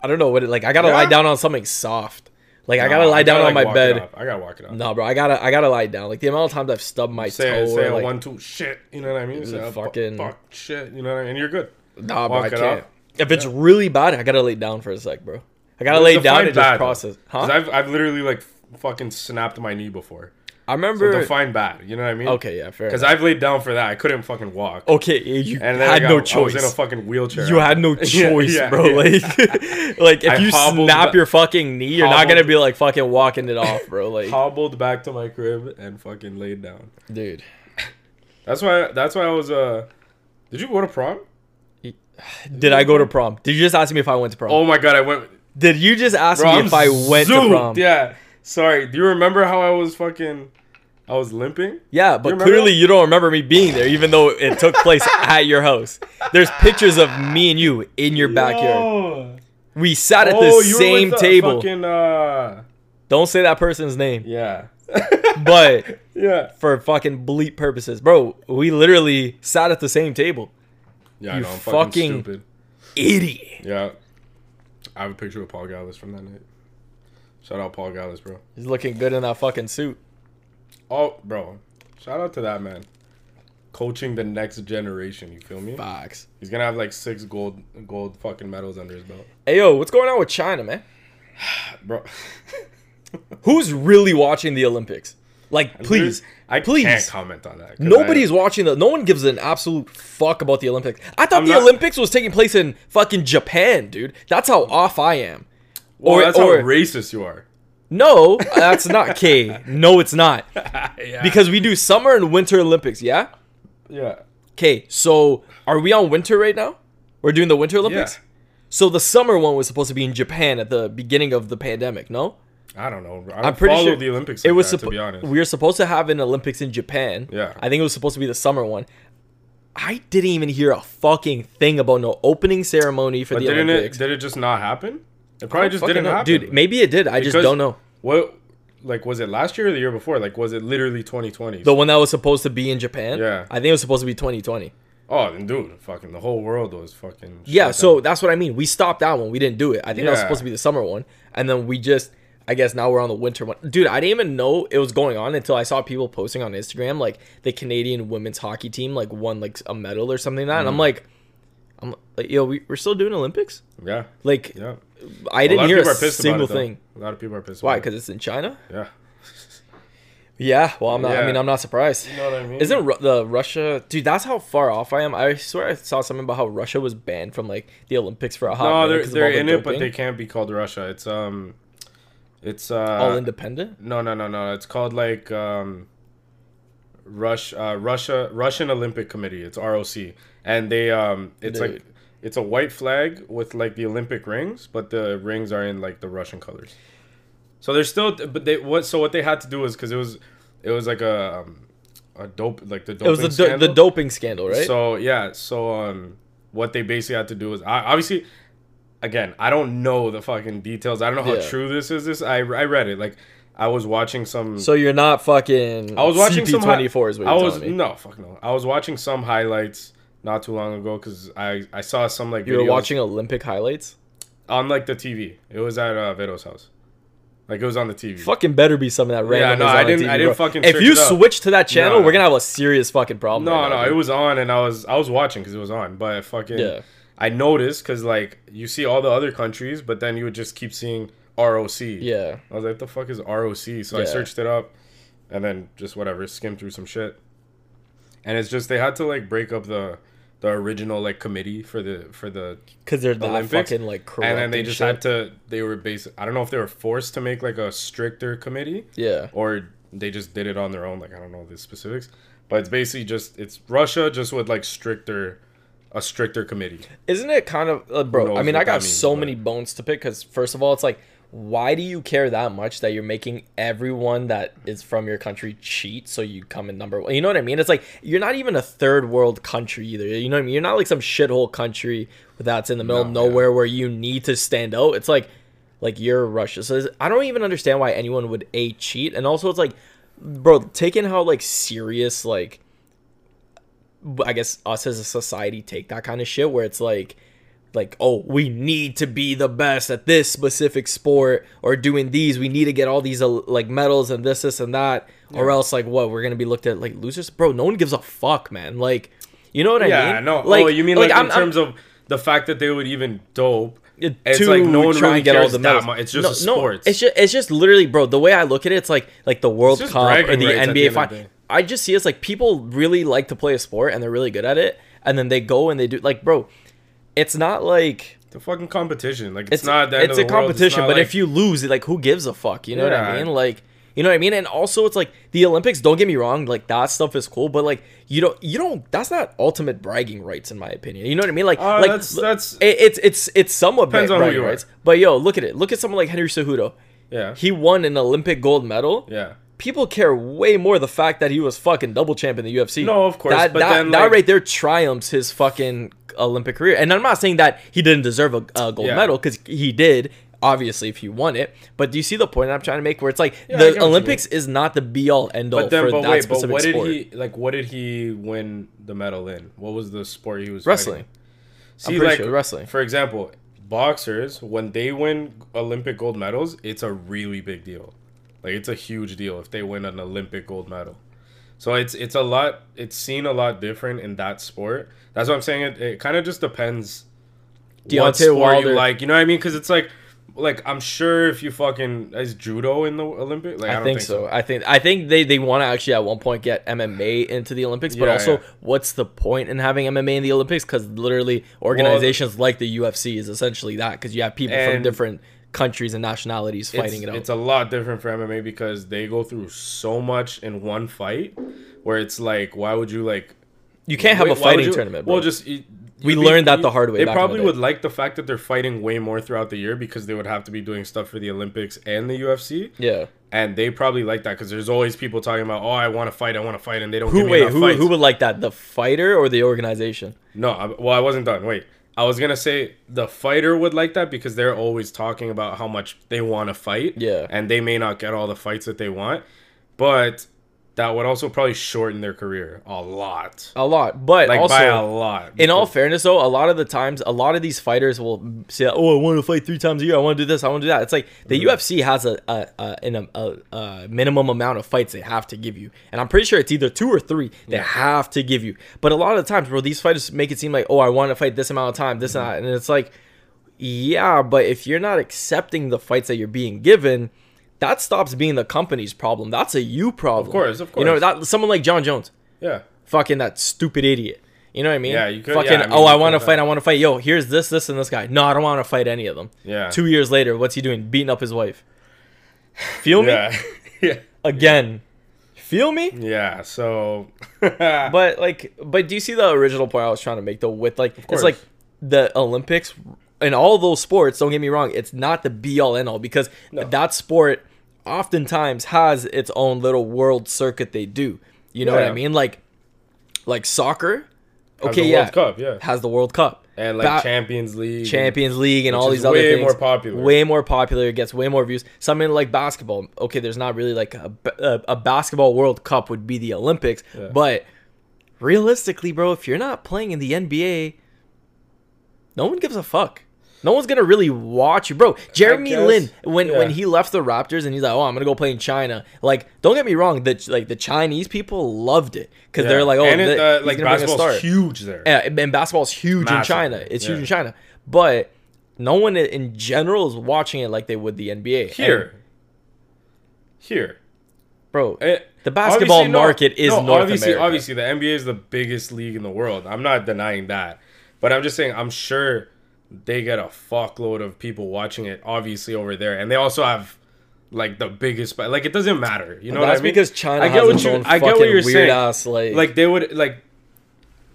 Speaker 2: I don't know what it like. I gotta
Speaker 1: Yeah?
Speaker 2: lie down on something soft. Like I
Speaker 1: nah,
Speaker 2: gotta lie
Speaker 1: I
Speaker 2: down
Speaker 1: gotta,
Speaker 2: on
Speaker 1: like,
Speaker 2: my
Speaker 1: walk it
Speaker 2: bed.
Speaker 1: off. I gotta walk it off.
Speaker 2: No, bro. I gotta I gotta lie down. Like the amount of times I've stubbed my
Speaker 1: Say,
Speaker 2: toe,
Speaker 1: say
Speaker 2: or,
Speaker 1: a
Speaker 2: like
Speaker 1: one two shit. You know what I mean? Say a fucking
Speaker 2: fucking-
Speaker 1: fuck shit. You know what I mean? And you're good.
Speaker 2: nah, bro.
Speaker 1: walk
Speaker 2: I
Speaker 1: it
Speaker 2: can't.
Speaker 1: off.
Speaker 2: If it's really bad, I gotta lay down for a sec, bro. I gotta lay
Speaker 1: Define
Speaker 2: down
Speaker 1: bad,
Speaker 2: and just
Speaker 1: though.
Speaker 2: process.
Speaker 1: 'Cause
Speaker 2: Huh?
Speaker 1: I've I've literally like f- fucking snapped my knee before.
Speaker 2: I
Speaker 1: So
Speaker 2: remember.
Speaker 1: define bad. You know what I mean?
Speaker 2: okay, yeah, fair.
Speaker 1: Because
Speaker 2: enough.
Speaker 1: I've laid down for that. I couldn't fucking walk.
Speaker 2: okay, you
Speaker 1: and then I,
Speaker 2: had
Speaker 1: got,
Speaker 2: no
Speaker 1: I was in a
Speaker 2: choice.
Speaker 1: fucking wheelchair.
Speaker 2: You had no
Speaker 1: Yeah,
Speaker 2: choice,
Speaker 1: yeah,
Speaker 2: bro.
Speaker 1: yeah.
Speaker 2: Like, like if
Speaker 1: I
Speaker 2: you
Speaker 1: hobbled
Speaker 2: snap
Speaker 1: ba-
Speaker 2: your fucking knee, you're not gonna
Speaker 1: hobbled-
Speaker 2: be like fucking walking it off, bro. Like,
Speaker 1: hobbled back to my crib and fucking laid down.
Speaker 2: dude,
Speaker 1: That's why. That's why I was. Uh, did you go to prom?
Speaker 2: did I go to prom? Did you just ask me if I went to prom?
Speaker 1: Oh my god, I went.
Speaker 2: Did you just ask
Speaker 1: Bro,
Speaker 2: me
Speaker 1: I'm
Speaker 2: if I went to
Speaker 1: zoomed.
Speaker 2: prom? Yeah,
Speaker 1: Yeah. Sorry. Do you remember how I was fucking? I was limping.
Speaker 2: but
Speaker 1: remember
Speaker 2: clearly
Speaker 1: that?
Speaker 2: you don't remember me being there, even though it took place at your house. There's pictures of me and you in your backyard.
Speaker 1: Oh.
Speaker 2: We sat at
Speaker 1: Oh,
Speaker 2: the
Speaker 1: you were
Speaker 2: same
Speaker 1: with the
Speaker 2: table.
Speaker 1: Fucking, uh,
Speaker 2: Don't say that person's name,
Speaker 1: yeah.
Speaker 2: but
Speaker 1: yeah.
Speaker 2: for fucking bleep purposes, bro, we literally sat at the same table.
Speaker 1: Yeah. I
Speaker 2: You
Speaker 1: know, I'm fucking,
Speaker 2: fucking-
Speaker 1: stupid.
Speaker 2: Idiot.
Speaker 1: Yeah. I have a picture of Paul Gallus from that night. Shout out Paul Gallus, bro.
Speaker 2: He's looking good in that fucking suit.
Speaker 1: Oh, bro. Shout out to that man. Coaching the next generation. You feel me?
Speaker 2: Box.
Speaker 1: He's gonna have like six gold, gold fucking medals under his belt,
Speaker 2: Hey yo, what's going on with China, man?
Speaker 1: bro.
Speaker 2: Who's really watching the Olympics? Like, please,
Speaker 1: I
Speaker 2: please.
Speaker 1: can't comment on that. 'cause I-
Speaker 2: Nobody's watching the. No one gives an absolute fuck about the Olympics. I thought
Speaker 1: I'm
Speaker 2: the
Speaker 1: not-
Speaker 2: Olympics was taking place in fucking Japan, dude. That's how off I am.
Speaker 1: Well,
Speaker 2: or-
Speaker 1: Oh, that's
Speaker 2: or-
Speaker 1: how racist you are.
Speaker 2: No, that's not K. No, it's not
Speaker 1: yeah.
Speaker 2: because we do summer and winter Olympics. Yeah.
Speaker 1: yeah,
Speaker 2: Okay, so are we on winter right now? We're doing the winter Olympics. So the summer one was supposed to be in Japan at the beginning of the pandemic. No.
Speaker 1: I don't know. I don't
Speaker 2: I'm pretty
Speaker 1: follow
Speaker 2: sure
Speaker 1: the Olympics.
Speaker 2: It was
Speaker 1: that,
Speaker 2: supposed
Speaker 1: to be honest.
Speaker 2: We were supposed to have an Olympics in Japan.
Speaker 1: Yeah.
Speaker 2: I think it was supposed to be the summer one. I didn't even hear a fucking thing about no opening ceremony for
Speaker 1: but
Speaker 2: the
Speaker 1: didn't
Speaker 2: Olympics.
Speaker 1: it? Did it just not happen? It probably just
Speaker 2: Fucking
Speaker 1: didn't
Speaker 2: no-
Speaker 1: happen,
Speaker 2: Dude, maybe it did. I just
Speaker 1: Because
Speaker 2: don't know.
Speaker 1: What? Like, was it last year or the year before? Like, was it literally 2020?
Speaker 2: The one that was supposed to be in Japan.
Speaker 1: Yeah.
Speaker 2: I think it was supposed to be 2020.
Speaker 1: oh, then dude, fucking the whole world was fucking. shut
Speaker 2: Yeah,
Speaker 1: down.
Speaker 2: so that's what I mean. We stopped that one. We didn't do it. I think that was
Speaker 1: Yeah.
Speaker 2: supposed to be the summer one. And then we just I guess now we're on the winter one. Dude, I didn't even know it was going on until I saw people posting on Instagram like the Canadian women's hockey team like won like a medal or something like that. And
Speaker 1: Mm-hmm.
Speaker 2: I'm like I'm like, yo, we, we're still doing Olympics?
Speaker 1: yeah,
Speaker 2: Like
Speaker 1: yeah. A
Speaker 2: I
Speaker 1: lot
Speaker 2: didn't
Speaker 1: of
Speaker 2: hear a
Speaker 1: people are pissed
Speaker 2: single
Speaker 1: about it, though.
Speaker 2: thing.
Speaker 1: A lot of people are pissed.
Speaker 2: Why?
Speaker 1: about it.
Speaker 2: Because it's in China?
Speaker 1: yeah,
Speaker 2: Yeah, well I'm not I
Speaker 1: Yeah.
Speaker 2: mean I'm not surprised.
Speaker 1: you know what I mean.
Speaker 2: Isn't Ru- the Russia dude? That's how far off I am. I swear I saw something about how Russia was banned from like the Olympics for a hot
Speaker 1: No,
Speaker 2: minute
Speaker 1: they're
Speaker 2: 'cause of
Speaker 1: they're
Speaker 2: all the
Speaker 1: in it, but
Speaker 2: doping.
Speaker 1: they can't be called Russia. It's um, it's uh,
Speaker 2: all independent.
Speaker 1: No, no, no, no. It's called like um, Rush uh, Russia Russian Olympic Committee. It's ROC, and they um it's
Speaker 2: Dude.
Speaker 1: like it's a white flag with like the Olympic rings, but the rings are in like the Russian colors. So they're still, but they what? So what they had to do is because it was it was like a um, a dope like the
Speaker 2: It was the
Speaker 1: doping
Speaker 2: do- the
Speaker 1: scandal.
Speaker 2: doping scandal, right?
Speaker 1: So yeah, so um, what they basically had to do is I obviously, again, I don't know the fucking details. I don't know how
Speaker 2: Yeah.
Speaker 1: true this is. This I I read it like I was watching some.
Speaker 2: So you're not fucking.
Speaker 1: I was watching some hi-
Speaker 2: CP24 is what you're
Speaker 1: I was
Speaker 2: telling me.
Speaker 1: no fuck no. I was watching some highlights not too long ago because I I saw some like
Speaker 2: you were
Speaker 1: videos
Speaker 2: watching Olympic highlights.
Speaker 1: on like the TV. It was at uh, Vito's house, like it was on the TV.
Speaker 2: Fucking better be something that random.
Speaker 1: no,
Speaker 2: is
Speaker 1: I
Speaker 2: on the
Speaker 1: didn't-
Speaker 2: TV,
Speaker 1: I didn't
Speaker 2: bro.
Speaker 1: fucking
Speaker 2: If
Speaker 1: search
Speaker 2: you
Speaker 1: it up.
Speaker 2: switch to that channel,
Speaker 1: No.
Speaker 2: we're gonna have a serious fucking problem.
Speaker 1: No,
Speaker 2: right
Speaker 1: no,
Speaker 2: now,
Speaker 1: it
Speaker 2: dude.
Speaker 1: was on, and I was I was watching because it was on. But fucking,
Speaker 2: Yeah.
Speaker 1: I noticed because like you see all the other countries, but then you would just keep seeing ROC.
Speaker 2: Yeah.
Speaker 1: I was like, the fuck is ROC? So I
Speaker 2: Yeah.
Speaker 1: searched it up, and then just whatever, skimmed through some shit. And it's just they had to like break up the the original like committee for the for the
Speaker 2: because they're not
Speaker 1: Olympics,
Speaker 2: fucking like corrupt.
Speaker 1: and then they just
Speaker 2: shit.
Speaker 1: had to they were basic. I don't know if they were forced to make like a stricter committee
Speaker 2: Yeah.
Speaker 1: or they just did it on their own. Like I don't know the specifics, but it's basically just it's Russia just with like stricter, a stricter committee.
Speaker 2: Isn't it kind of uh, bro?
Speaker 1: knows
Speaker 2: I mean, I
Speaker 1: what that
Speaker 2: got
Speaker 1: means,
Speaker 2: so
Speaker 1: but-
Speaker 2: many bones to pick because first of all, it's like, why do you care that much that you're making everyone that is from your country cheat so you come in number one? You know what I mean? It's like you're not even a third world country either. You know what I mean? You're not like some shithole country that's in the middle of
Speaker 1: No, yeah.
Speaker 2: nowhere where you need to stand out. It's like, like you're Russia. So it's- I don't even understand why anyone would a cheat. And also, it's like, bro, taking how like serious like I guess us as a society take that kind of shit where it's like like oh we need to be the best at this specific sport or doing these we need to get all these uh, like medals and this this and that or else like what we're gonna be looked at like losers bro no one gives a fuck man like you know what I
Speaker 1: yeah,
Speaker 2: mean
Speaker 1: no. oh, you mean like, in terms of the fact that they would even dope?
Speaker 2: it-
Speaker 1: It's
Speaker 2: to
Speaker 1: like no one
Speaker 2: try
Speaker 1: really
Speaker 2: and get all
Speaker 1: cares
Speaker 2: the
Speaker 1: that
Speaker 2: medals.
Speaker 1: much. It's just
Speaker 2: no,
Speaker 1: a
Speaker 2: no,
Speaker 1: sports.
Speaker 2: it's just it's just literally, bro. The way I look at it, it's like like the World
Speaker 1: just
Speaker 2: Cup or
Speaker 1: bragging
Speaker 2: the
Speaker 1: rights at the end
Speaker 2: NBA
Speaker 1: of the
Speaker 2: final.
Speaker 1: day.
Speaker 2: I just see it's like people really like to play a sport and they're really good at it, and then they go and they do like, bro. It's not like
Speaker 1: the fucking competition. Like it's,
Speaker 2: it's
Speaker 1: not. The end
Speaker 2: it's
Speaker 1: of
Speaker 2: a
Speaker 1: the world.
Speaker 2: competition,
Speaker 1: not
Speaker 2: but
Speaker 1: like-
Speaker 2: if you lose, it like who gives a fuck? You know what I
Speaker 1: Yeah.
Speaker 2: mean? Like you know what I mean? And also, it's like the Olympics. Don't get me wrong, like that stuff is cool, but like you don't you don't. That's not ultimate bragging rights, in my opinion. You know what I mean? Like
Speaker 1: Uh,
Speaker 2: like
Speaker 1: that's-
Speaker 2: l-
Speaker 1: that's-
Speaker 2: it, it's it's it's somewhat
Speaker 1: Depends
Speaker 2: bra-
Speaker 1: on who
Speaker 2: bragging
Speaker 1: you are.
Speaker 2: rights. But yo, look at it. Look at someone like Henry Cejudo.
Speaker 1: yeah,
Speaker 2: He won an Olympic gold medal.
Speaker 1: yeah.
Speaker 2: People care way more the fact that he was fucking double champ in the UFC.
Speaker 1: No, of course,
Speaker 2: That,
Speaker 1: but
Speaker 2: that,
Speaker 1: then,
Speaker 2: that
Speaker 1: like-
Speaker 2: right there triumphs his fucking Olympic career. And I'm not saying that he didn't deserve a, a gold
Speaker 1: Yeah.
Speaker 2: medal because he did, obviously, if he won it. But do you see the point I'm trying to make where it's like
Speaker 1: I get what
Speaker 2: the
Speaker 1: you mean.
Speaker 2: Olympics is not the be all end all
Speaker 1: But then,
Speaker 2: for
Speaker 1: but
Speaker 2: that
Speaker 1: wait, but
Speaker 2: specific
Speaker 1: what did
Speaker 2: sport?
Speaker 1: he like? What did he win the medal in? What was the sport he was fighting?
Speaker 2: Wrestling.
Speaker 1: See,
Speaker 2: pretty
Speaker 1: like
Speaker 2: sure wrestling.
Speaker 1: For example, boxers when they win Olympic gold medals, it's a really big deal. Like it's a huge deal if they win an Olympic gold medal. So it's it's a lot. It's seen a lot different in that sport. That's what I'm saying. It, it kind of just depends.
Speaker 2: Deontay
Speaker 1: what sport
Speaker 2: Wilder.
Speaker 1: you like? You know what I mean? Because it's like, like I'm sure if you fucking is judo in the Olympic, like I,
Speaker 2: I,
Speaker 1: don't
Speaker 2: think, so. I think I think they, they want to actually at one point get MMA into the Olympics, but
Speaker 1: Yeah,
Speaker 2: also
Speaker 1: yeah.
Speaker 2: what's the point in having MMA in the Olympics? Because literally organizations like the UFC is essentially that because you have people from
Speaker 1: And-
Speaker 2: different countries and nationalities
Speaker 1: it's,
Speaker 2: fighting it out.
Speaker 1: It's a lot different for MMA because they go through so much in one fight, where it's like, why would you like?
Speaker 2: you can't have
Speaker 1: wait,
Speaker 2: a
Speaker 1: why would
Speaker 2: fighting
Speaker 1: you-
Speaker 2: tournament. Bro.
Speaker 1: Well, just you-
Speaker 2: We
Speaker 1: you'd
Speaker 2: learned that the hard way
Speaker 1: They
Speaker 2: back in the
Speaker 1: probably
Speaker 2: day.
Speaker 1: would like the fact that they're fighting way more throughout the year because they would have to be doing stuff for the Olympics and the UFC,
Speaker 2: yeah.
Speaker 1: and they probably like that because there's always people talking about, oh, I want to fight, I want to fight, and they don't.
Speaker 2: Who
Speaker 1: give me
Speaker 2: wait?
Speaker 1: enough
Speaker 2: Who
Speaker 1: fights.
Speaker 2: who would like that? The fighter or the organization?
Speaker 1: No, I, well, I wasn't done. Wait. I was gonna say the fighter would like that because they're always talking about how much they want to fight.
Speaker 2: Yeah.
Speaker 1: And they may not get all the fights that they want, but that would also probably shorten their career a lot.
Speaker 2: A lot, but
Speaker 1: Like
Speaker 2: also
Speaker 1: by a lot.
Speaker 2: in all fairness though a lot of the times a lot of these fighters will say oh i want to fight three times a year i want to do this i want to do that it's like the
Speaker 1: Mm-hmm.
Speaker 2: ufc has a, a, a, an, um, a, a minimum amount of fights they have to give you and i'm pretty sure it's either two or three they have to give you but a lot of the times bro these fighters make it seem like oh i want to fight this amount of time
Speaker 1: Mm-hmm.
Speaker 2: this and that and it's like yeah but if you're not accepting the fights that you're being given that stops being the company's problem that's a you problem of
Speaker 1: course, of
Speaker 2: you know
Speaker 1: course.
Speaker 2: that someone like john jones
Speaker 1: yeah.
Speaker 2: fucking that stupid idiot. You know what I mean?
Speaker 1: Yeah, you could-
Speaker 2: Fucking,
Speaker 1: yeah, I mean,
Speaker 2: oh, I
Speaker 1: you
Speaker 2: want to
Speaker 1: could-
Speaker 2: fight. I want to fight. Yo, here's this, this, and this guy. No, I don't want to fight any of them.
Speaker 1: Yeah.
Speaker 2: Two years later, what's he doing? Beating up his wife. Feel me?
Speaker 1: Yeah. yeah.
Speaker 2: Again. feel me?
Speaker 1: Yeah, so
Speaker 2: But like, but do you see the original point I was trying to make though? With like, it's
Speaker 1: course.
Speaker 2: like the Olympics and all those sports. Don't get me wrong; it's not the be all end all because that sport oftentimes has its own little world circuit they do. You know what I
Speaker 1: Yeah.
Speaker 2: mean? Like, like soccer.
Speaker 1: Has
Speaker 2: Okay,
Speaker 1: the
Speaker 2: yeah,
Speaker 1: World Cup, yeah.
Speaker 2: has the World Cup
Speaker 1: and like
Speaker 2: Ba-
Speaker 1: Champions League,
Speaker 2: Champions League and all
Speaker 1: is
Speaker 2: these other
Speaker 1: way
Speaker 2: things.
Speaker 1: more popular.
Speaker 2: Way more popular. It gets way more views. Something like basketball. Okay, there's not really like a, ba- a, a basketball World Cup would be the Olympics, but realistically, bro, if you're not playing in the NBA, no one gives a fuck. No one's gonna really watch you, bro. Jeremy
Speaker 1: guess,
Speaker 2: Lin, when
Speaker 1: yeah.
Speaker 2: when he left the Raptors and he's like, "Oh, I'm gonna go play in China." Like, don't get me wrong, the like the Chinese people loved it because
Speaker 1: Yeah.
Speaker 2: they're like, "Oh,
Speaker 1: and
Speaker 2: the,
Speaker 1: it, uh, like
Speaker 2: star.
Speaker 1: basketball's huge there.
Speaker 2: Yeah, and and basketball's huge in
Speaker 1: Massive.
Speaker 2: China. It's huge
Speaker 1: Yeah.
Speaker 2: in China, but no one i- in general is watching it like they would the NBA. And,
Speaker 1: Here, here,
Speaker 2: bro.
Speaker 1: It-
Speaker 2: The basketball
Speaker 1: obviously, no-
Speaker 2: market is
Speaker 1: no,
Speaker 2: North
Speaker 1: obviously,
Speaker 2: America.
Speaker 1: Obviously, the NBA is the biggest league in the world. I'm not denying that, but I'm just saying I'm sure they get a fuckload of people watching it. Obviously, over there, and they also have like the biggest. Like it doesn't matter. You know what I
Speaker 2: That's
Speaker 1: mean?
Speaker 2: because China
Speaker 1: I
Speaker 2: has
Speaker 1: get what
Speaker 2: its
Speaker 1: you.
Speaker 2: own
Speaker 1: I get
Speaker 2: fucking
Speaker 1: what you're
Speaker 2: weird
Speaker 1: saying.
Speaker 2: ass like,
Speaker 1: like they would like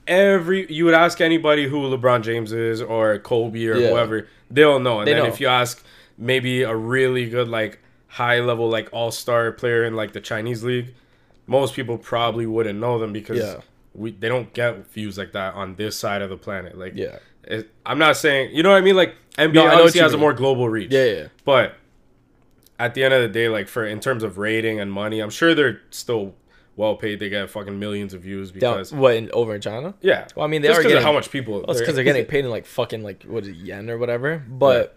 Speaker 1: every you would ask anybody who LeBron James is or Kobe or
Speaker 2: Yeah.
Speaker 1: whoever, they'll know. And
Speaker 2: They
Speaker 1: then
Speaker 2: know.
Speaker 1: if you ask maybe a really good like high level like all star player in like the Chinese league, most people probably wouldn't know them because
Speaker 2: Yeah.
Speaker 1: we they don't get views like that on this side of the planet. Like
Speaker 2: Yeah.
Speaker 1: it, I'm not saying you know what I mean. Like NBA
Speaker 2: I know what
Speaker 1: obviously
Speaker 2: you
Speaker 1: has a
Speaker 2: mean.
Speaker 1: more global reach.
Speaker 2: Yeah, yeah, yeah.
Speaker 1: But at the end of the day, like for in terms of rating and money, I'm sure they're still well paid. They get fucking millions of views
Speaker 2: down,
Speaker 1: because
Speaker 2: what in, over in China?
Speaker 1: yeah.
Speaker 2: Well, I mean, they
Speaker 1: Just
Speaker 2: are
Speaker 1: 'cause
Speaker 2: getting-
Speaker 1: of how much people.
Speaker 2: Well, it's because they're getting paid in like fucking like what is it yen or whatever. But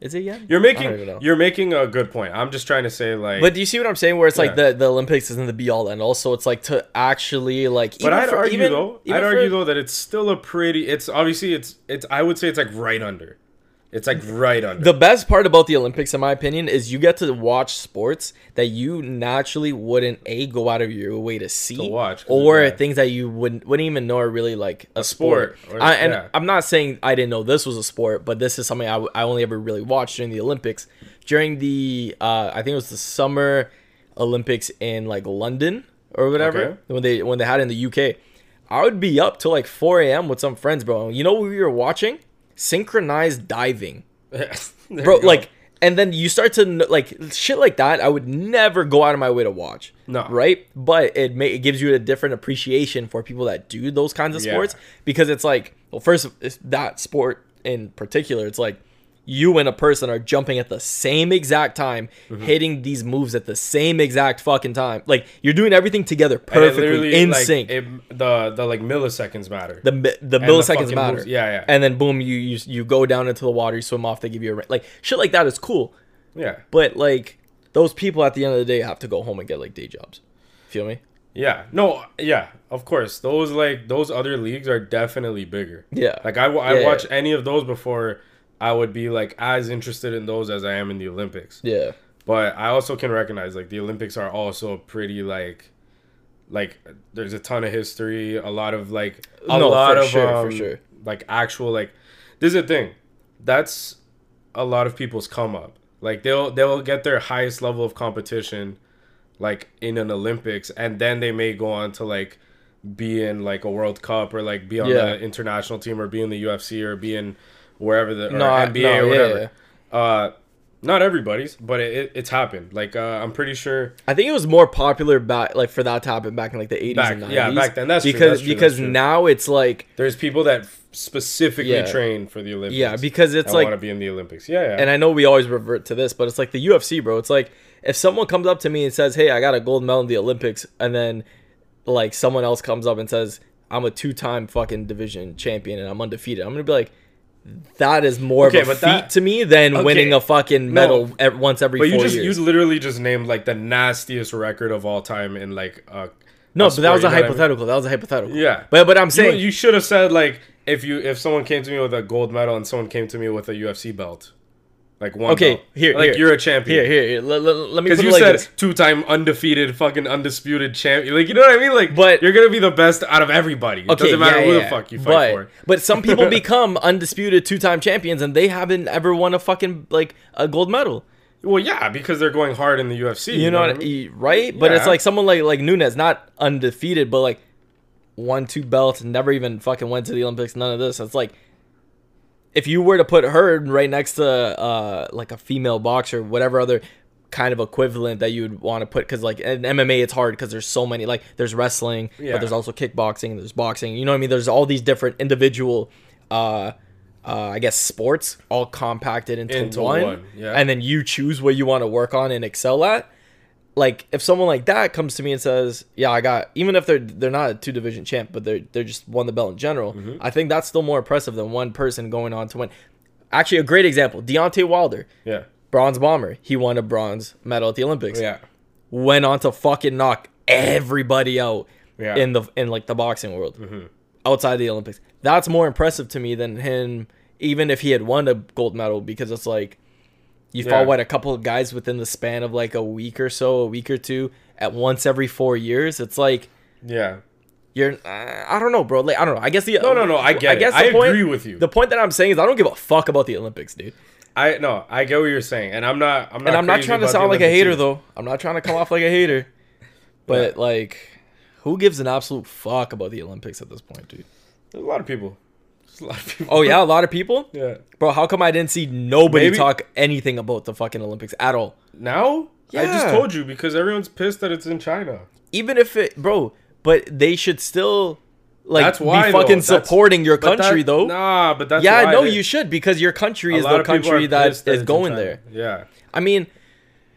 Speaker 2: is it yen?
Speaker 1: You're
Speaker 2: I don't even know.
Speaker 1: making you're making a good point. I'm just trying to say like,
Speaker 2: But do you see what I'm saying? Where it's like
Speaker 1: Yeah.
Speaker 2: the, the Olympics isn't the be all end all. So it's like to actually like.
Speaker 1: but
Speaker 2: even
Speaker 1: I'd
Speaker 2: for-
Speaker 1: argue
Speaker 2: even-
Speaker 1: though,
Speaker 2: even
Speaker 1: I'd
Speaker 2: for-
Speaker 1: argue though that it's still a pretty. It's obviously it's it's. I would say it's like right under. It's like right under.
Speaker 2: The best part about the Olympics, in my opinion, is you get to watch sports that you naturally wouldn't a go out of your way to see,
Speaker 1: watch, 'cause
Speaker 2: or
Speaker 1: it's- yeah.
Speaker 2: things that you wouldn't wouldn't even know are really like a, sport.
Speaker 1: sport, or-
Speaker 2: I, and
Speaker 1: yeah.
Speaker 2: I'm not saying I didn't know this was a sport, but this is something I, w- I only ever really watched during the Olympics. During the uh, I think it was the summer Olympics in like London or whatever
Speaker 1: Okay.
Speaker 2: when they when they had it in the UK. I would be up till like 4 a.m. with some friends, bro. You know what we were watching? Synchronized diving
Speaker 1: There
Speaker 2: bro
Speaker 1: you go.
Speaker 2: like and then you start to kn- like shit like that i would never go out of my way to watch
Speaker 1: No.
Speaker 2: right but it may it gives you a different appreciation for people that do those kinds of
Speaker 1: Yeah.
Speaker 2: sports because it's like well first it's that sport in particular it's like you and a person are jumping at the same exact time
Speaker 1: Mm-hmm.
Speaker 2: hitting these moves at the same exact fucking time like you're doing everything together
Speaker 1: And it
Speaker 2: perfectly
Speaker 1: literally,
Speaker 2: in
Speaker 1: like,
Speaker 2: sync
Speaker 1: it- the the like milliseconds matter.
Speaker 2: the mi-
Speaker 1: the
Speaker 2: the milliseconds
Speaker 1: fucking
Speaker 2: matter.
Speaker 1: moves. Yeah, yeah.
Speaker 2: And then boom, you, you you go down into the water, you swim off, they give you a ra- like shit like that is cool.
Speaker 1: yeah,
Speaker 2: But like those people at the end of the day have to go home and get like day jobs. Feel me?
Speaker 1: Yeah. No. Yeah. Of course. Those like those other leagues are definitely bigger.
Speaker 2: Yeah.
Speaker 1: Like I, w- I
Speaker 2: Yeah,
Speaker 1: watch any of those before I would be like as interested in those as I am in the Olympics.
Speaker 2: Yeah.
Speaker 1: But I also can recognize like the Olympics are also pretty like like there's a ton of history, a lot of like a
Speaker 2: No, for
Speaker 1: lot of
Speaker 2: sure, for
Speaker 1: um,
Speaker 2: sure.
Speaker 1: like actual like this is the thing. That's a lot of people's come up. Like they'll they'll get their highest level of competition like in an Olympics and then they may go on to like be in like a World Cup or like be on
Speaker 2: Yeah.
Speaker 1: the international team or be in the UFC or be in wherever the or
Speaker 2: No, I-
Speaker 1: NBA
Speaker 2: no,
Speaker 1: or
Speaker 2: yeah,
Speaker 1: whatever.
Speaker 2: yeah.
Speaker 1: Uh not everybody's, but it, it, it's happened. Like uh, I'm pretty sure.
Speaker 2: I think it was more popular back like for that to happen back in like the eighties
Speaker 1: Back-
Speaker 2: and nineties.
Speaker 1: yeah, back then. That's true,
Speaker 2: because
Speaker 1: that's true,
Speaker 2: because
Speaker 1: that's true.
Speaker 2: now it's like
Speaker 1: There's people that f- specifically
Speaker 2: Yeah.
Speaker 1: train for the Olympics.
Speaker 2: yeah because it's
Speaker 1: want to
Speaker 2: like
Speaker 1: be in the Olympics. Yeah, yeah.
Speaker 2: and I know we always revert to this, but it's like the UFC, bro. It's like if someone comes up to me and says, "Hey, I got a gold medal in the Olympics," and then like someone else comes up and says, "I'm a two-time fucking division champion and I'm undefeated," I'm gonna be like. That is more
Speaker 1: Okay,
Speaker 2: of a
Speaker 1: but
Speaker 2: feat
Speaker 1: that-
Speaker 2: to me than winning a fucking medal
Speaker 1: No.
Speaker 2: ev- once every
Speaker 1: but
Speaker 2: four
Speaker 1: you just
Speaker 2: years.
Speaker 1: you literally just named like the nastiest record of all time in like uh,
Speaker 2: no, but that
Speaker 1: sport, you know
Speaker 2: was a
Speaker 1: what I mean?
Speaker 2: hypothetical. That was a hypothetical.
Speaker 1: Yeah.
Speaker 2: but but I'm saying
Speaker 1: You, you should have said like if you if someone came to me with a gold medal and someone came to me with a UFC belt, like one.
Speaker 2: Okay,
Speaker 1: belt.
Speaker 2: here,
Speaker 1: like
Speaker 2: here.
Speaker 1: you're a champion.
Speaker 2: here here, here let, let, let me put
Speaker 1: Because
Speaker 2: it
Speaker 1: you
Speaker 2: like
Speaker 1: said
Speaker 2: this.
Speaker 1: two-time undefeated, fucking undisputed champion. Like you know what I mean? Like,
Speaker 2: But-
Speaker 1: you're gonna be the best out of everybody. It doesn't matter
Speaker 2: yeah,
Speaker 1: who
Speaker 2: yeah.
Speaker 1: the fuck you
Speaker 2: but,
Speaker 1: fight for.
Speaker 2: But some people become undisputed two-time champions and they haven't ever won a fucking like a gold medal.
Speaker 1: Well, yeah, because they're going hard in the UFC.
Speaker 2: You, know, what I mean? right? But it's
Speaker 1: Yeah.
Speaker 2: like someone like like Nunes, not undefeated, but like won two belts, never even fucking went to the Olympics. None of this. It's like if you were to put her right next to uh like a female boxer, whatever other kind of equivalent that you would want to put because like in MMA it's hard because there's so many like there's wrestling
Speaker 1: Yeah.
Speaker 2: but there's also kickboxing there's boxing you know what I mean there's all these different individual uh uh I guess sports all compacted into,
Speaker 1: Into
Speaker 2: one,
Speaker 1: one, yeah.
Speaker 2: and then you choose what you want to work on and excel at like if someone like that comes to me and says, "Yeah, I got," even if they're they're not a two division champ, but they're they're just won the belt in general,
Speaker 1: Mm-hmm.
Speaker 2: I think that's still more impressive than one person going on to win. Actually, a great example: Deontay Wilder,
Speaker 1: Yeah.
Speaker 2: bronze bomber. He won a bronze medal at the Olympics.
Speaker 1: Yeah.
Speaker 2: Went on to fucking knock everybody out
Speaker 1: Yeah. Mm-hmm.
Speaker 2: in the in like the boxing world outside the Olympics. That's more impressive to me than him, even if he had won a gold medal, because it's like you
Speaker 1: Yeah.
Speaker 2: fought what a couple of guys within the span of like a week or so, a week or two, at once every four years. It's like
Speaker 1: Yeah.
Speaker 2: you're, uh, I don't know, bro. Like I don't know. I guess the
Speaker 1: No, no, no. I get. I guess it. I agree with you.
Speaker 2: The point that I'm saying is I don't give a fuck about the Olympics, dude.
Speaker 1: I no. I get what you're saying, and I'm not. I'm not.
Speaker 2: And I'm not
Speaker 1: crazy
Speaker 2: trying to
Speaker 1: about the
Speaker 2: sound like a
Speaker 1: Olympics
Speaker 2: hater
Speaker 1: either.
Speaker 2: though. I'm not trying to come off like a hater. But like who gives an absolute fuck about the Olympics at this point, dude?
Speaker 1: There's a lot of people. There's a lot of people.
Speaker 2: Oh yeah, a lot of people?
Speaker 1: Yeah.
Speaker 2: Bro, how come I didn't see nobody
Speaker 1: Maybe-
Speaker 2: talk anything about the fucking Olympics at all?
Speaker 1: Now. I just
Speaker 2: Yeah.
Speaker 1: told you because everyone's pissed that it's in China.
Speaker 2: Even if it, bro, but they should still like
Speaker 1: That's why,
Speaker 2: be
Speaker 1: though.
Speaker 2: fucking
Speaker 1: That's-
Speaker 2: supporting your
Speaker 1: But
Speaker 2: country
Speaker 1: that-
Speaker 2: though.
Speaker 1: Nah, but that's
Speaker 2: yeah,
Speaker 1: why
Speaker 2: no,
Speaker 1: they-
Speaker 2: you should because your country
Speaker 1: a
Speaker 2: is
Speaker 1: lot
Speaker 2: the
Speaker 1: of people
Speaker 2: country
Speaker 1: are
Speaker 2: that
Speaker 1: pissed
Speaker 2: is
Speaker 1: it's in
Speaker 2: going
Speaker 1: China.
Speaker 2: there.
Speaker 1: Yeah.
Speaker 2: I mean,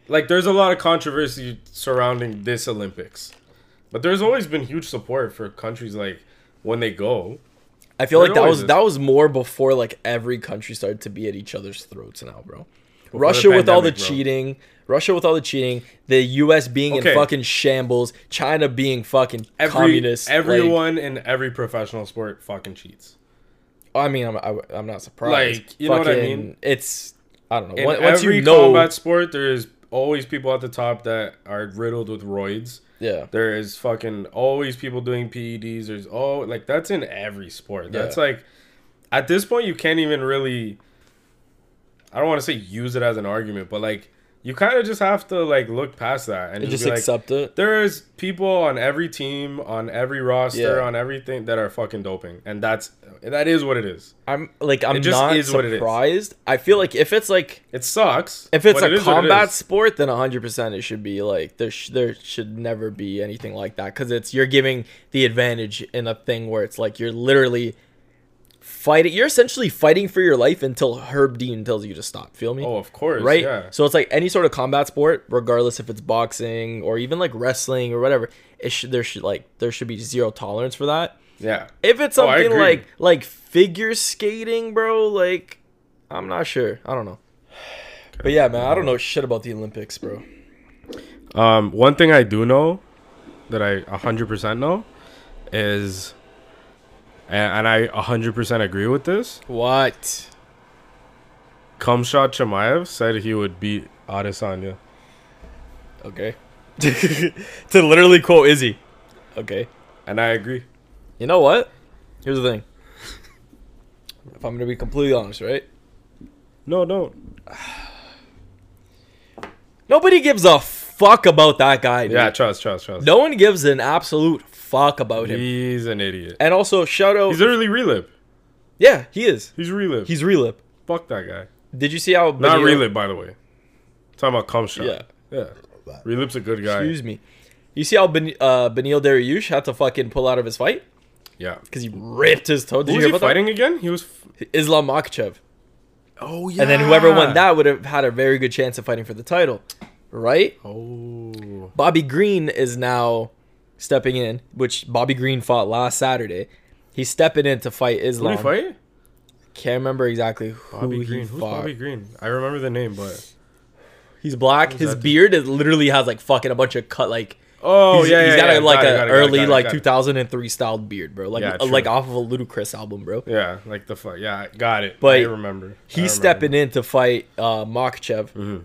Speaker 1: like there's a lot of controversy surrounding this Olympics, but there's always been huge support for countries like when they go.
Speaker 2: I feel
Speaker 1: There
Speaker 2: like that
Speaker 1: always
Speaker 2: was
Speaker 1: is.
Speaker 2: that was more before like every country started to be at each other's throats now, bro.
Speaker 1: the
Speaker 2: Russia with all the
Speaker 1: pandemic, bro.
Speaker 2: cheating, Russia with all the cheating, the U.S. being
Speaker 1: Okay.
Speaker 2: in fucking shambles, China being fucking
Speaker 1: Every
Speaker 2: communist. like-
Speaker 1: everyone in every professional sport fucking cheats.
Speaker 2: I mean, I'm I, I'm not surprised.
Speaker 1: Like, you know what I
Speaker 2: Fucking-
Speaker 1: mean?
Speaker 2: It's I don't know.
Speaker 1: In
Speaker 2: Once, once
Speaker 1: every
Speaker 2: you know,
Speaker 1: combat sport, there is always people at the top that are riddled with roids.
Speaker 2: yeah,
Speaker 1: There is fucking always people doing PEDs. There's all like that's in every sport. That's like at this point you can't even really I don't want to say use it as an argument, but like you kind of just have to like look past that and
Speaker 2: you
Speaker 1: just,
Speaker 2: just
Speaker 1: be like
Speaker 2: accept it.
Speaker 1: there's people on every team, on every roster,
Speaker 2: Yeah.
Speaker 1: on everything that are fucking doping, and that's that is what it is.
Speaker 2: I'm like I'm
Speaker 1: just
Speaker 2: not
Speaker 1: is what it is.
Speaker 2: surprised. I feel like if it's like
Speaker 1: It sucks.
Speaker 2: If it's
Speaker 1: but it
Speaker 2: a
Speaker 1: is what it
Speaker 2: combat
Speaker 1: is.
Speaker 2: sport, then 100% it should be like there sh- there should never be anything like that cuz it's you're giving the advantage in a thing where it's like you're literally fighting you're essentially fighting for your life until Herb Dean tells you to stop. Feel me?
Speaker 1: oh, of course,
Speaker 2: right?
Speaker 1: Yeah.
Speaker 2: So it's like any sort of combat sport, regardless if it's boxing or even like wrestling or whatever, it should there should like there should be zero tolerance for that.
Speaker 1: yeah.
Speaker 2: If it's
Speaker 1: Oh, I
Speaker 2: something
Speaker 1: agree.
Speaker 2: like like figure skating, bro, like I'm not sure. I don't know. But yeah, man, I don't know shit about the Olympics, bro.
Speaker 1: Um, one thing I do know that I 100% know is, and, and I 100% agree with this,
Speaker 2: What?
Speaker 1: Kumshot Chimaev said he would beat Adesanya.
Speaker 2: Okay. to literally quote Izzy. Okay.
Speaker 1: And I agree.
Speaker 2: You know what? Here's the thing. If I'm gonna be completely honest, right?
Speaker 1: No, don't.
Speaker 2: Nobody gives a fuck about that guy. Dude.
Speaker 1: Yeah, trust, trust, trust.
Speaker 2: No one gives an absolute fuck about him.
Speaker 1: He's an idiot.
Speaker 2: And also, shout out.
Speaker 1: He's literally relib.
Speaker 2: yeah, he is.
Speaker 1: He's relib.
Speaker 2: He's relip.
Speaker 1: Fuck that guy.
Speaker 2: Did you see how?
Speaker 1: Not
Speaker 2: video-
Speaker 1: relib, by the way. talking about Kumshot.
Speaker 2: Yeah.
Speaker 1: Yeah. Relib's a good guy.
Speaker 2: Excuse me. You see how ben- uh, Benil Dariush had to fucking pull out of his fight
Speaker 1: Yeah.
Speaker 2: because he ripped his toe. Did
Speaker 1: Who
Speaker 2: you
Speaker 1: was
Speaker 2: hear
Speaker 1: he
Speaker 2: about
Speaker 1: fighting again? He was. F-
Speaker 2: that? Islam Makhachev.
Speaker 1: oh, yeah.
Speaker 2: And then whoever won that would have had a very good chance of fighting for the title, right?
Speaker 1: Oh.
Speaker 2: Bobby Green is now stepping in, which Bobby Green fought last Saturday. He's stepping in to fight
Speaker 1: Who
Speaker 2: Islam.
Speaker 1: did he fight?
Speaker 2: Can't remember exactly who
Speaker 1: Bobby
Speaker 2: he
Speaker 1: Green.
Speaker 2: fought.
Speaker 1: Who's Bobby Green? I remember the name, but
Speaker 2: He's black. His
Speaker 1: that dude?
Speaker 2: beard is literally has like fucking a bunch of cut like.
Speaker 1: oh
Speaker 2: he's,
Speaker 1: yeah,
Speaker 2: he's
Speaker 1: yeah,
Speaker 2: got
Speaker 1: yeah.
Speaker 2: a, like
Speaker 1: Got it,
Speaker 2: an
Speaker 1: got it, got it,
Speaker 2: early
Speaker 1: got it,
Speaker 2: like
Speaker 1: got it.
Speaker 2: 2003 styled beard, bro. Like
Speaker 1: Yeah,
Speaker 2: uh, like
Speaker 1: true.
Speaker 2: off of a Ludacris album, bro.
Speaker 1: Yeah, like the fuck. Yeah, got it.
Speaker 2: But
Speaker 1: I remember. Mm-hmm.
Speaker 2: He's stepping in to fight uh, Makachev,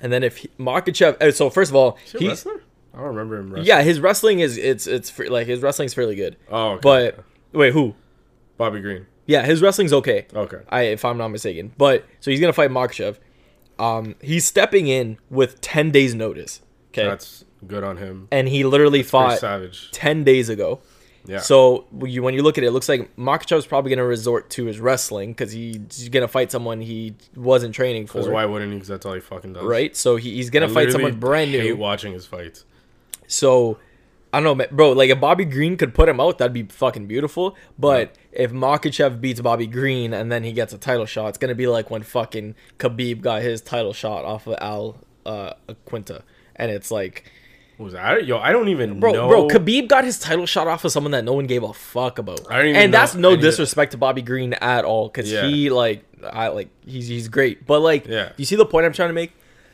Speaker 2: and then if he, Makachev, uh, so first of all,
Speaker 1: He,
Speaker 2: he's
Speaker 1: wrestler? I don't remember him. Wrestling.
Speaker 2: yeah, his wrestling is it's it's fr- like his wrestling's fairly good.
Speaker 1: Oh, okay.
Speaker 2: But wait, who?
Speaker 1: Bobby Green.
Speaker 2: Yeah, his wrestling's okay.
Speaker 1: Okay.
Speaker 2: I if I'm not mistaken. But so he's gonna fight Makachev. Um, he's stepping in with 10 days notice. Okay.
Speaker 1: That's good on him.
Speaker 2: and he literally
Speaker 1: Pretty
Speaker 2: fought
Speaker 1: savage.
Speaker 2: 10 days ago.
Speaker 1: Yeah.
Speaker 2: So when you, when you look at it, it looks like Makachev is probably going to resort to his wrestling because he's going to fight someone he wasn't training
Speaker 1: Because
Speaker 2: for.
Speaker 1: why wouldn't he? Because that's all he fucking does.
Speaker 2: Right? So he, he's going
Speaker 1: I
Speaker 2: to fight
Speaker 1: literally
Speaker 2: someone brand
Speaker 1: Hate
Speaker 2: new.
Speaker 1: watching his fights.
Speaker 2: So I don't know, man- bro. Like if Bobby Green could put him out, that'd be fucking beautiful. But if Makachev beats Bobby Green and then he gets a title shot, it's gonna be like when fucking Khabib got his title shot off of Al uh, Quinta, and it's like,
Speaker 1: What was that? I, don't- yo, I don't even
Speaker 2: bro,
Speaker 1: know.
Speaker 2: bro, Khabib got his title shot off of someone that no one gave a fuck about.
Speaker 1: I don't even
Speaker 2: and
Speaker 1: know
Speaker 2: that's no
Speaker 1: any of-
Speaker 2: disrespect to Bobby Green at all, because
Speaker 1: Yeah.
Speaker 2: he like, I like, he's he's great. But like,
Speaker 1: Yeah.
Speaker 2: you see the point I'm trying to make.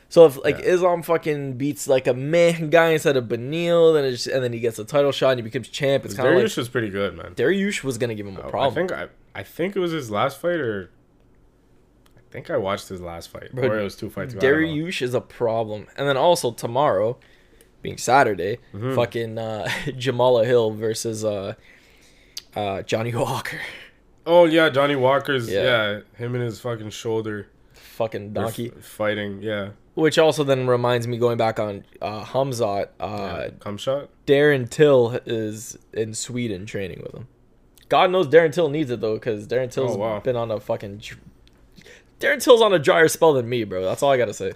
Speaker 2: So if like
Speaker 1: Yeah.
Speaker 2: Islam fucking beats like a man guy instead of Benil, then it's, and then he gets a title shot and he becomes champ, it's kind of like
Speaker 1: Darius was pretty good, man.
Speaker 2: Dariush was gonna give him a
Speaker 1: I
Speaker 2: problem.
Speaker 1: think I, I think it was his last fight, or I think I watched his last fight,
Speaker 2: Bro,
Speaker 1: or it was two fights. ago, I don't know.
Speaker 2: Dariush is a problem, and then also tomorrow, being Saturday,
Speaker 1: Mm-hmm.
Speaker 2: fucking uh, Jamala Hill versus uh, uh, Johnny Walker,
Speaker 1: Oh yeah, Johnny Walker's
Speaker 2: Yeah.
Speaker 1: yeah. him and his fucking shoulder
Speaker 2: fucking
Speaker 1: They're
Speaker 2: donkey.
Speaker 1: f- fighting. Yeah,
Speaker 2: Which also then reminds me, going back on uh, Hamzat,
Speaker 1: uh,
Speaker 2: uh,
Speaker 1: cum shot.
Speaker 2: Darren Till is in Sweden training with him. God knows Darren Till needs it though, because Darren Till's
Speaker 1: Oh, wow.
Speaker 2: been on a fucking. dr- Darren Till's on a drier spell than me, bro. That's all I gotta say.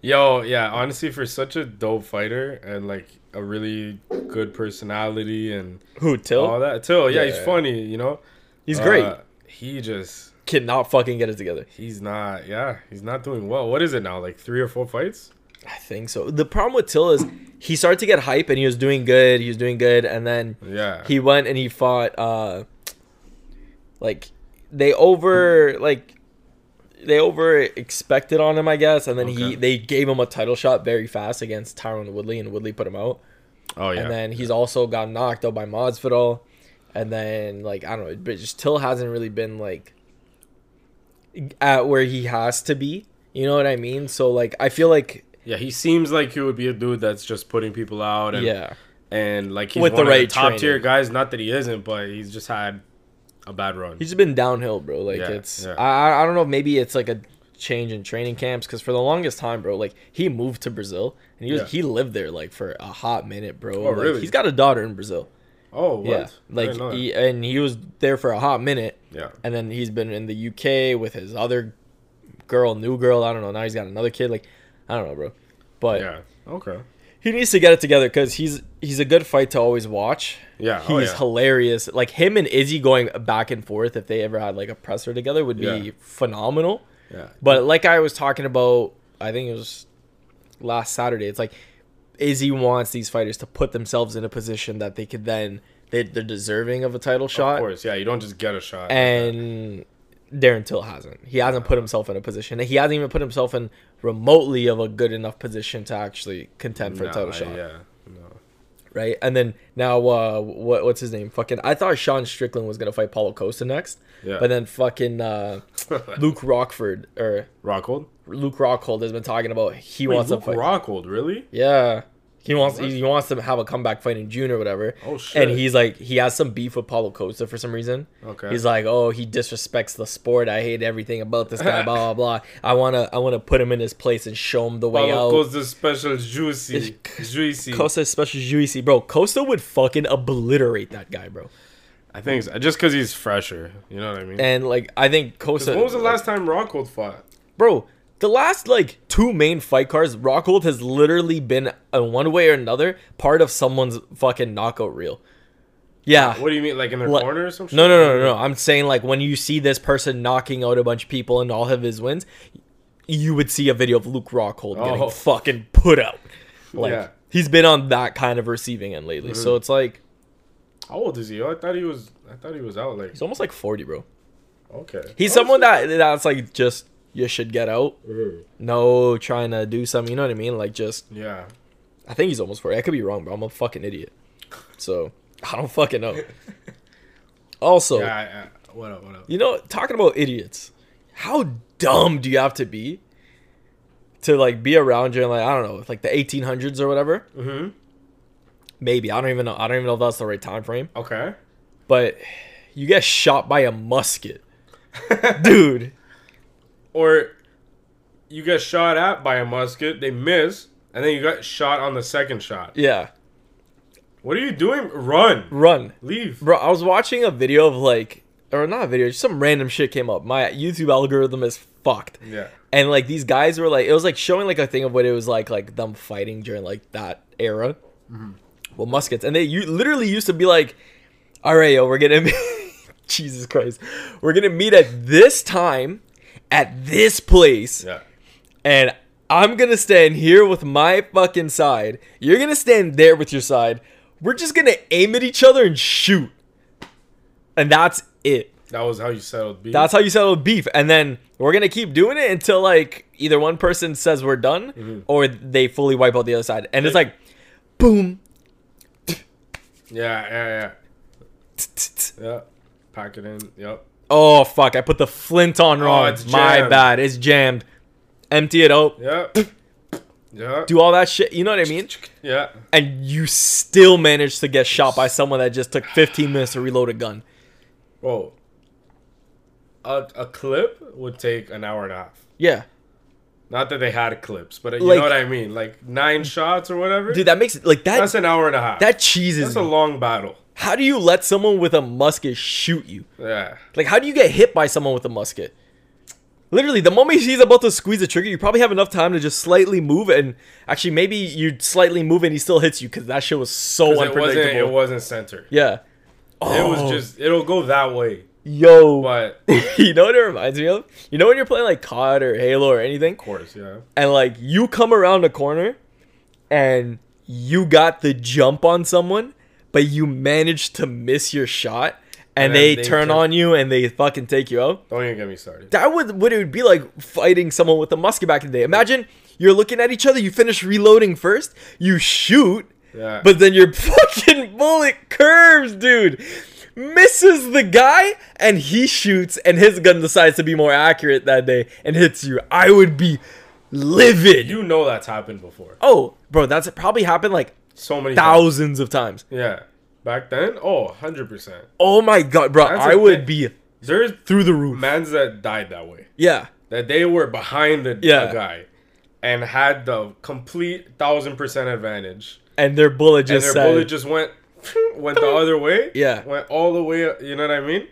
Speaker 1: Yo, yeah. Honestly, for such a dope fighter and like a really good personality and
Speaker 2: Who
Speaker 1: all
Speaker 2: Till?
Speaker 1: Oh, that too. Yeah,
Speaker 2: Oh. Yeah.
Speaker 1: he's funny. You know,
Speaker 2: He's
Speaker 1: Uh,
Speaker 2: great.
Speaker 1: He just
Speaker 2: Cannot fucking get it together.
Speaker 1: he's not. Yeah, he's not doing well. What is it now? Like three or four fights?
Speaker 2: I think so. The problem with Till is he started to get hype and he was doing good. He was doing good, and then
Speaker 1: Yeah.
Speaker 2: he went and he fought uh like they over like they over expected on him i guess and then he
Speaker 1: Okay.
Speaker 2: they gave him a title shot very fast against tyron woodley and woodley put him out
Speaker 1: oh yeah.
Speaker 2: and then he's also got knocked out by Masvidal. and then like i don't know but just till hasn't really been like at where he has to be you know what i mean so like i feel like
Speaker 1: yeah, he seems like he would be a dude that's just putting people out and
Speaker 2: yeah
Speaker 1: and like he's
Speaker 2: With the
Speaker 1: one
Speaker 2: right
Speaker 1: of the top tier
Speaker 2: training.
Speaker 1: guys. Not that he isn't, but he's just had a bad run.
Speaker 2: He's just been downhill, bro. Like
Speaker 1: Yeah,
Speaker 2: it's
Speaker 1: yeah.
Speaker 2: I I I don't know. Maybe it's like a change in training camps because for the longest time, bro, like he moved to Brazil and he was
Speaker 1: Yeah.
Speaker 2: he lived there like for a hot minute, bro.
Speaker 1: Oh,
Speaker 2: Like,
Speaker 1: really?
Speaker 2: He's got a daughter in Brazil.
Speaker 1: oh what?
Speaker 2: Yeah,
Speaker 1: I
Speaker 2: like
Speaker 1: didn't know that.
Speaker 2: he, and he was there for a hot minute,
Speaker 1: yeah.
Speaker 2: and then he's been in the UK with his other girl, new girl. I don't know. Now he's got another kid. Like I don't know, bro. But
Speaker 1: Yeah. Okay.
Speaker 2: he needs to get it together because he's he's a good fight to always watch.
Speaker 1: Yeah.
Speaker 2: He's
Speaker 1: oh, yeah.
Speaker 2: hilarious. Like him and Izzy going back and forth if they ever had like a presser together would be
Speaker 1: Yeah.
Speaker 2: phenomenal.
Speaker 1: yeah.
Speaker 2: But like I was talking about, I think it was last Saturday. It's like Izzy wants these fighters to put themselves in a position that they could then they, they're deserving of a title
Speaker 1: Of
Speaker 2: shot,
Speaker 1: course. Yeah. You don't just get a shot.
Speaker 2: and Darren Till hasn't. He hasn't put himself in a position. He hasn't even put himself in remotely of a good enough position to actually contend for a
Speaker 1: Nah,
Speaker 2: title shot
Speaker 1: Yeah. No.
Speaker 2: right? And then now, uh, what what's his name? Fucking, I thought Sean Strickland was gonna fight Paulo Costa next,
Speaker 1: Yeah.
Speaker 2: but then fucking uh, Luke Rockford or
Speaker 1: Rockhold.
Speaker 2: Luke Rockhold has been talking about he
Speaker 1: Wait,
Speaker 2: wants
Speaker 1: Luke
Speaker 2: to fight.
Speaker 1: Rockhold. Really?
Speaker 2: yeah. He wants he, he wants to have a comeback fight in June or whatever.
Speaker 1: Oh, shit.
Speaker 2: And he's like he has some beef with Paulo Costa for some reason.
Speaker 1: Okay.
Speaker 2: He's like, oh, he disrespects the sport. I hate everything about this guy. blah blah blah. I wanna I wanna put him in his place and show him the way out.
Speaker 1: Paulo Costa special juicy, juicy.
Speaker 2: Costa special juicy, bro. Costa would fucking obliterate that guy, bro.
Speaker 1: I think so. just because he's fresher, you know what I mean.
Speaker 2: And like I think Costa,
Speaker 1: when was the last time Rockhold fought?
Speaker 2: bro? The last like two main fight cards, Rockhold has literally been in one way or another part of someone's fucking knockout reel. Yeah.
Speaker 1: What do you mean, like in their
Speaker 2: Like-
Speaker 1: corner or something?
Speaker 2: No, no, no, no, no. I'm saying like when you see this person knocking out a bunch of people and all of his wins, you would see a video of Luke Rockhold
Speaker 1: Oh.
Speaker 2: getting fucking put out. Like
Speaker 1: Yeah. Mm-hmm.
Speaker 2: he's been on that kind of receiving end lately. So it's like
Speaker 1: How old is he? Oh, I thought he was. I thought he was out. Like
Speaker 2: he's almost like 40, bro.
Speaker 1: okay.
Speaker 2: He's
Speaker 1: Oh,
Speaker 2: someone
Speaker 1: shit.
Speaker 2: that that's like just you should get out.
Speaker 1: Mm.
Speaker 2: No, trying to do something. You know what I mean? Like just
Speaker 1: Yeah.
Speaker 2: I think he's almost 40. I could be wrong, bro. I'm a fucking idiot. So I don't fucking know. Also,
Speaker 1: Yeah. I, I, what up? What up?
Speaker 2: you know, talking about idiots, how dumb do you have to be to like be around during like I don't know, like the 1800s or whatever?
Speaker 1: Mm-hmm.
Speaker 2: Maybe I don't even know. I don't even know if that's the right time frame.
Speaker 1: Okay.
Speaker 2: But you get shot by a musket, dude.
Speaker 1: or you get shot at by a musket, they miss, and then you got shot on the second shot.
Speaker 2: Yeah.
Speaker 1: What are you doing? Run,
Speaker 2: Run.
Speaker 1: leave.
Speaker 2: Bro, I was watching a video of like, or not a video, just some random shit came up. My YouTube algorithm is fucked.
Speaker 1: Yeah,
Speaker 2: And like these guys were like, it was like showing like a thing of what it was like, like them fighting during like that era. Well, muskets. And they you literally used to be like, all right, yo, we're going to, Jesus Christ, we're going to meet at this time, at this place.
Speaker 1: yeah.
Speaker 2: and I'm gonna stand here with my fucking side. You're gonna stand there with your side. We're just gonna aim at each other and shoot. And that's it.
Speaker 1: That was how you settled beef.
Speaker 2: That's how you settle beef. And then we're gonna keep doing it until like either one person says we're done
Speaker 1: Mm-hmm.
Speaker 2: or they fully wipe out the other side. And it's like boom.
Speaker 1: yeah, yeah,
Speaker 2: t- t- t-
Speaker 1: yeah, yeah. Pack it in. Yep.
Speaker 2: Oh fuck, I put the flint on wrong.
Speaker 1: Oh, it's
Speaker 2: my
Speaker 1: jammed.
Speaker 2: bad. It's jammed. Empty it out.
Speaker 1: Yep. Yeah.
Speaker 2: Do all that shit. You know what I mean?
Speaker 1: Yeah.
Speaker 2: and you still managed to get shot by someone that just took 15 minutes to reload a gun.
Speaker 1: Bro, a, a clip would take an hour and a half.
Speaker 2: Yeah.
Speaker 1: Not that they had clips, but you
Speaker 2: Like-
Speaker 1: know what I mean. Like nine shots or whatever.
Speaker 2: Dude, that makes it like that
Speaker 1: that's an hour and a half.
Speaker 2: that cheeses
Speaker 1: that's a
Speaker 2: me.
Speaker 1: long battle.
Speaker 2: How do you let someone with a musket shoot you?
Speaker 1: Yeah.
Speaker 2: Like how do you get hit by someone with a musket? Literally, the moment he's about to squeeze the trigger, you probably have enough time to just slightly move and actually maybe you slightly move and he still hits you cuz that shit was so
Speaker 1: 'Cause It wasn't.
Speaker 2: unpredictable.
Speaker 1: It wasn't centered.
Speaker 2: yeah.
Speaker 1: It
Speaker 2: Oh.
Speaker 1: was just. It'll go that way.
Speaker 2: yo.
Speaker 1: But of
Speaker 2: you know what it reminds me of? You know when you're playing like COD or Halo or anything
Speaker 1: course, yeah.
Speaker 2: and like you come around the corner and you got the jump on someone but you managed to miss your shot and,
Speaker 1: And then
Speaker 2: they,
Speaker 1: they
Speaker 2: turn
Speaker 1: took-
Speaker 2: on you and they fucking take you out
Speaker 1: Don't even get me started.
Speaker 2: that would what it would be like fighting someone with a musket back in the day imagine you're looking at each other you finish reloading first you shoot
Speaker 1: Yeah.
Speaker 2: but then your fucking bullet curves dude misses the guy and he shoots and his gun decides to be more accurate that day and hits you i would be livid
Speaker 1: you know that's happened before.
Speaker 2: Oh, bro, that's probably happened like
Speaker 1: So many times.
Speaker 2: thousands of times.
Speaker 1: Yeah. Back then, oh, 100%.
Speaker 2: Oh my god, bro,
Speaker 1: That's
Speaker 2: I
Speaker 1: a
Speaker 2: would
Speaker 1: thing.
Speaker 2: be
Speaker 1: There's
Speaker 2: through the roof.
Speaker 1: mans that died that way.
Speaker 2: Yeah,
Speaker 1: That they were behind the, the
Speaker 2: Yeah.
Speaker 1: guy and had the complete 1000% advantage.
Speaker 2: and their bullet
Speaker 1: And
Speaker 2: just
Speaker 1: their
Speaker 2: said,
Speaker 1: bullet just went went the other way.
Speaker 2: Yeah.
Speaker 1: Went all the way, you know what I mean?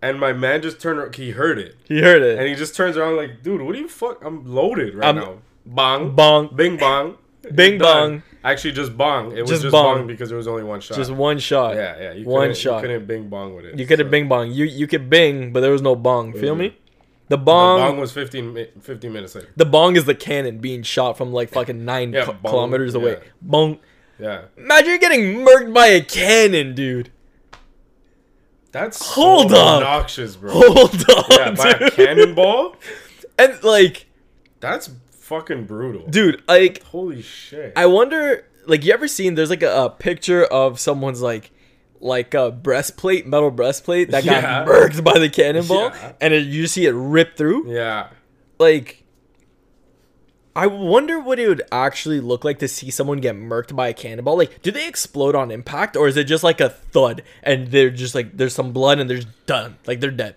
Speaker 1: And my man just turned ar- he heard it.
Speaker 2: he heard it.
Speaker 1: And he just turns around like, "Dude, what do you fuck? I'm loaded right
Speaker 2: I'm-
Speaker 1: now." Bong.
Speaker 2: Bong.
Speaker 1: Bing bong.
Speaker 2: Bing
Speaker 1: Done.
Speaker 2: bong.
Speaker 1: Actually just bong. It was
Speaker 2: Just
Speaker 1: just, bong.
Speaker 2: bong.
Speaker 1: because there was only one shot.
Speaker 2: Just one shot.
Speaker 1: yeah, yeah. You
Speaker 2: one
Speaker 1: couldn't-
Speaker 2: shot.
Speaker 1: You couldn't bing bong with it.
Speaker 2: You could have
Speaker 1: So-
Speaker 2: bing bong. You you could bing, but there was no bong. Feel me? The
Speaker 1: The
Speaker 2: bong,
Speaker 1: bong was 15, mi- 15 minutes later.
Speaker 2: is the cannon being shot from like fucking nine
Speaker 1: Yeah,
Speaker 2: ki-
Speaker 1: bong,
Speaker 2: kilometers away.
Speaker 1: yeah.
Speaker 2: Bong.
Speaker 1: Yeah.
Speaker 2: Imagine you're getting murked by a cannon, dude.
Speaker 1: That's so
Speaker 2: Hold up.
Speaker 1: obnoxious, bro.
Speaker 2: Hold on,
Speaker 1: yeah, by a
Speaker 2: dude.
Speaker 1: cannonball?
Speaker 2: And like,
Speaker 1: That's fucking brutal.
Speaker 2: dude, like
Speaker 1: Holy shit.
Speaker 2: I wonder, like, you ever seen? There's like a, a picture of someone's like, like a breastplate, metal breastplate that got
Speaker 1: Yeah.
Speaker 2: murked by the cannonball,
Speaker 1: Yeah.
Speaker 2: and it, you just see it rip through.
Speaker 1: yeah.
Speaker 2: Like, I wonder what it would actually look like to see someone get murked by a cannonball. Like, do they explode on impact, or is it just like a thud and they're just like there's some blood and they're just done, like they're dead,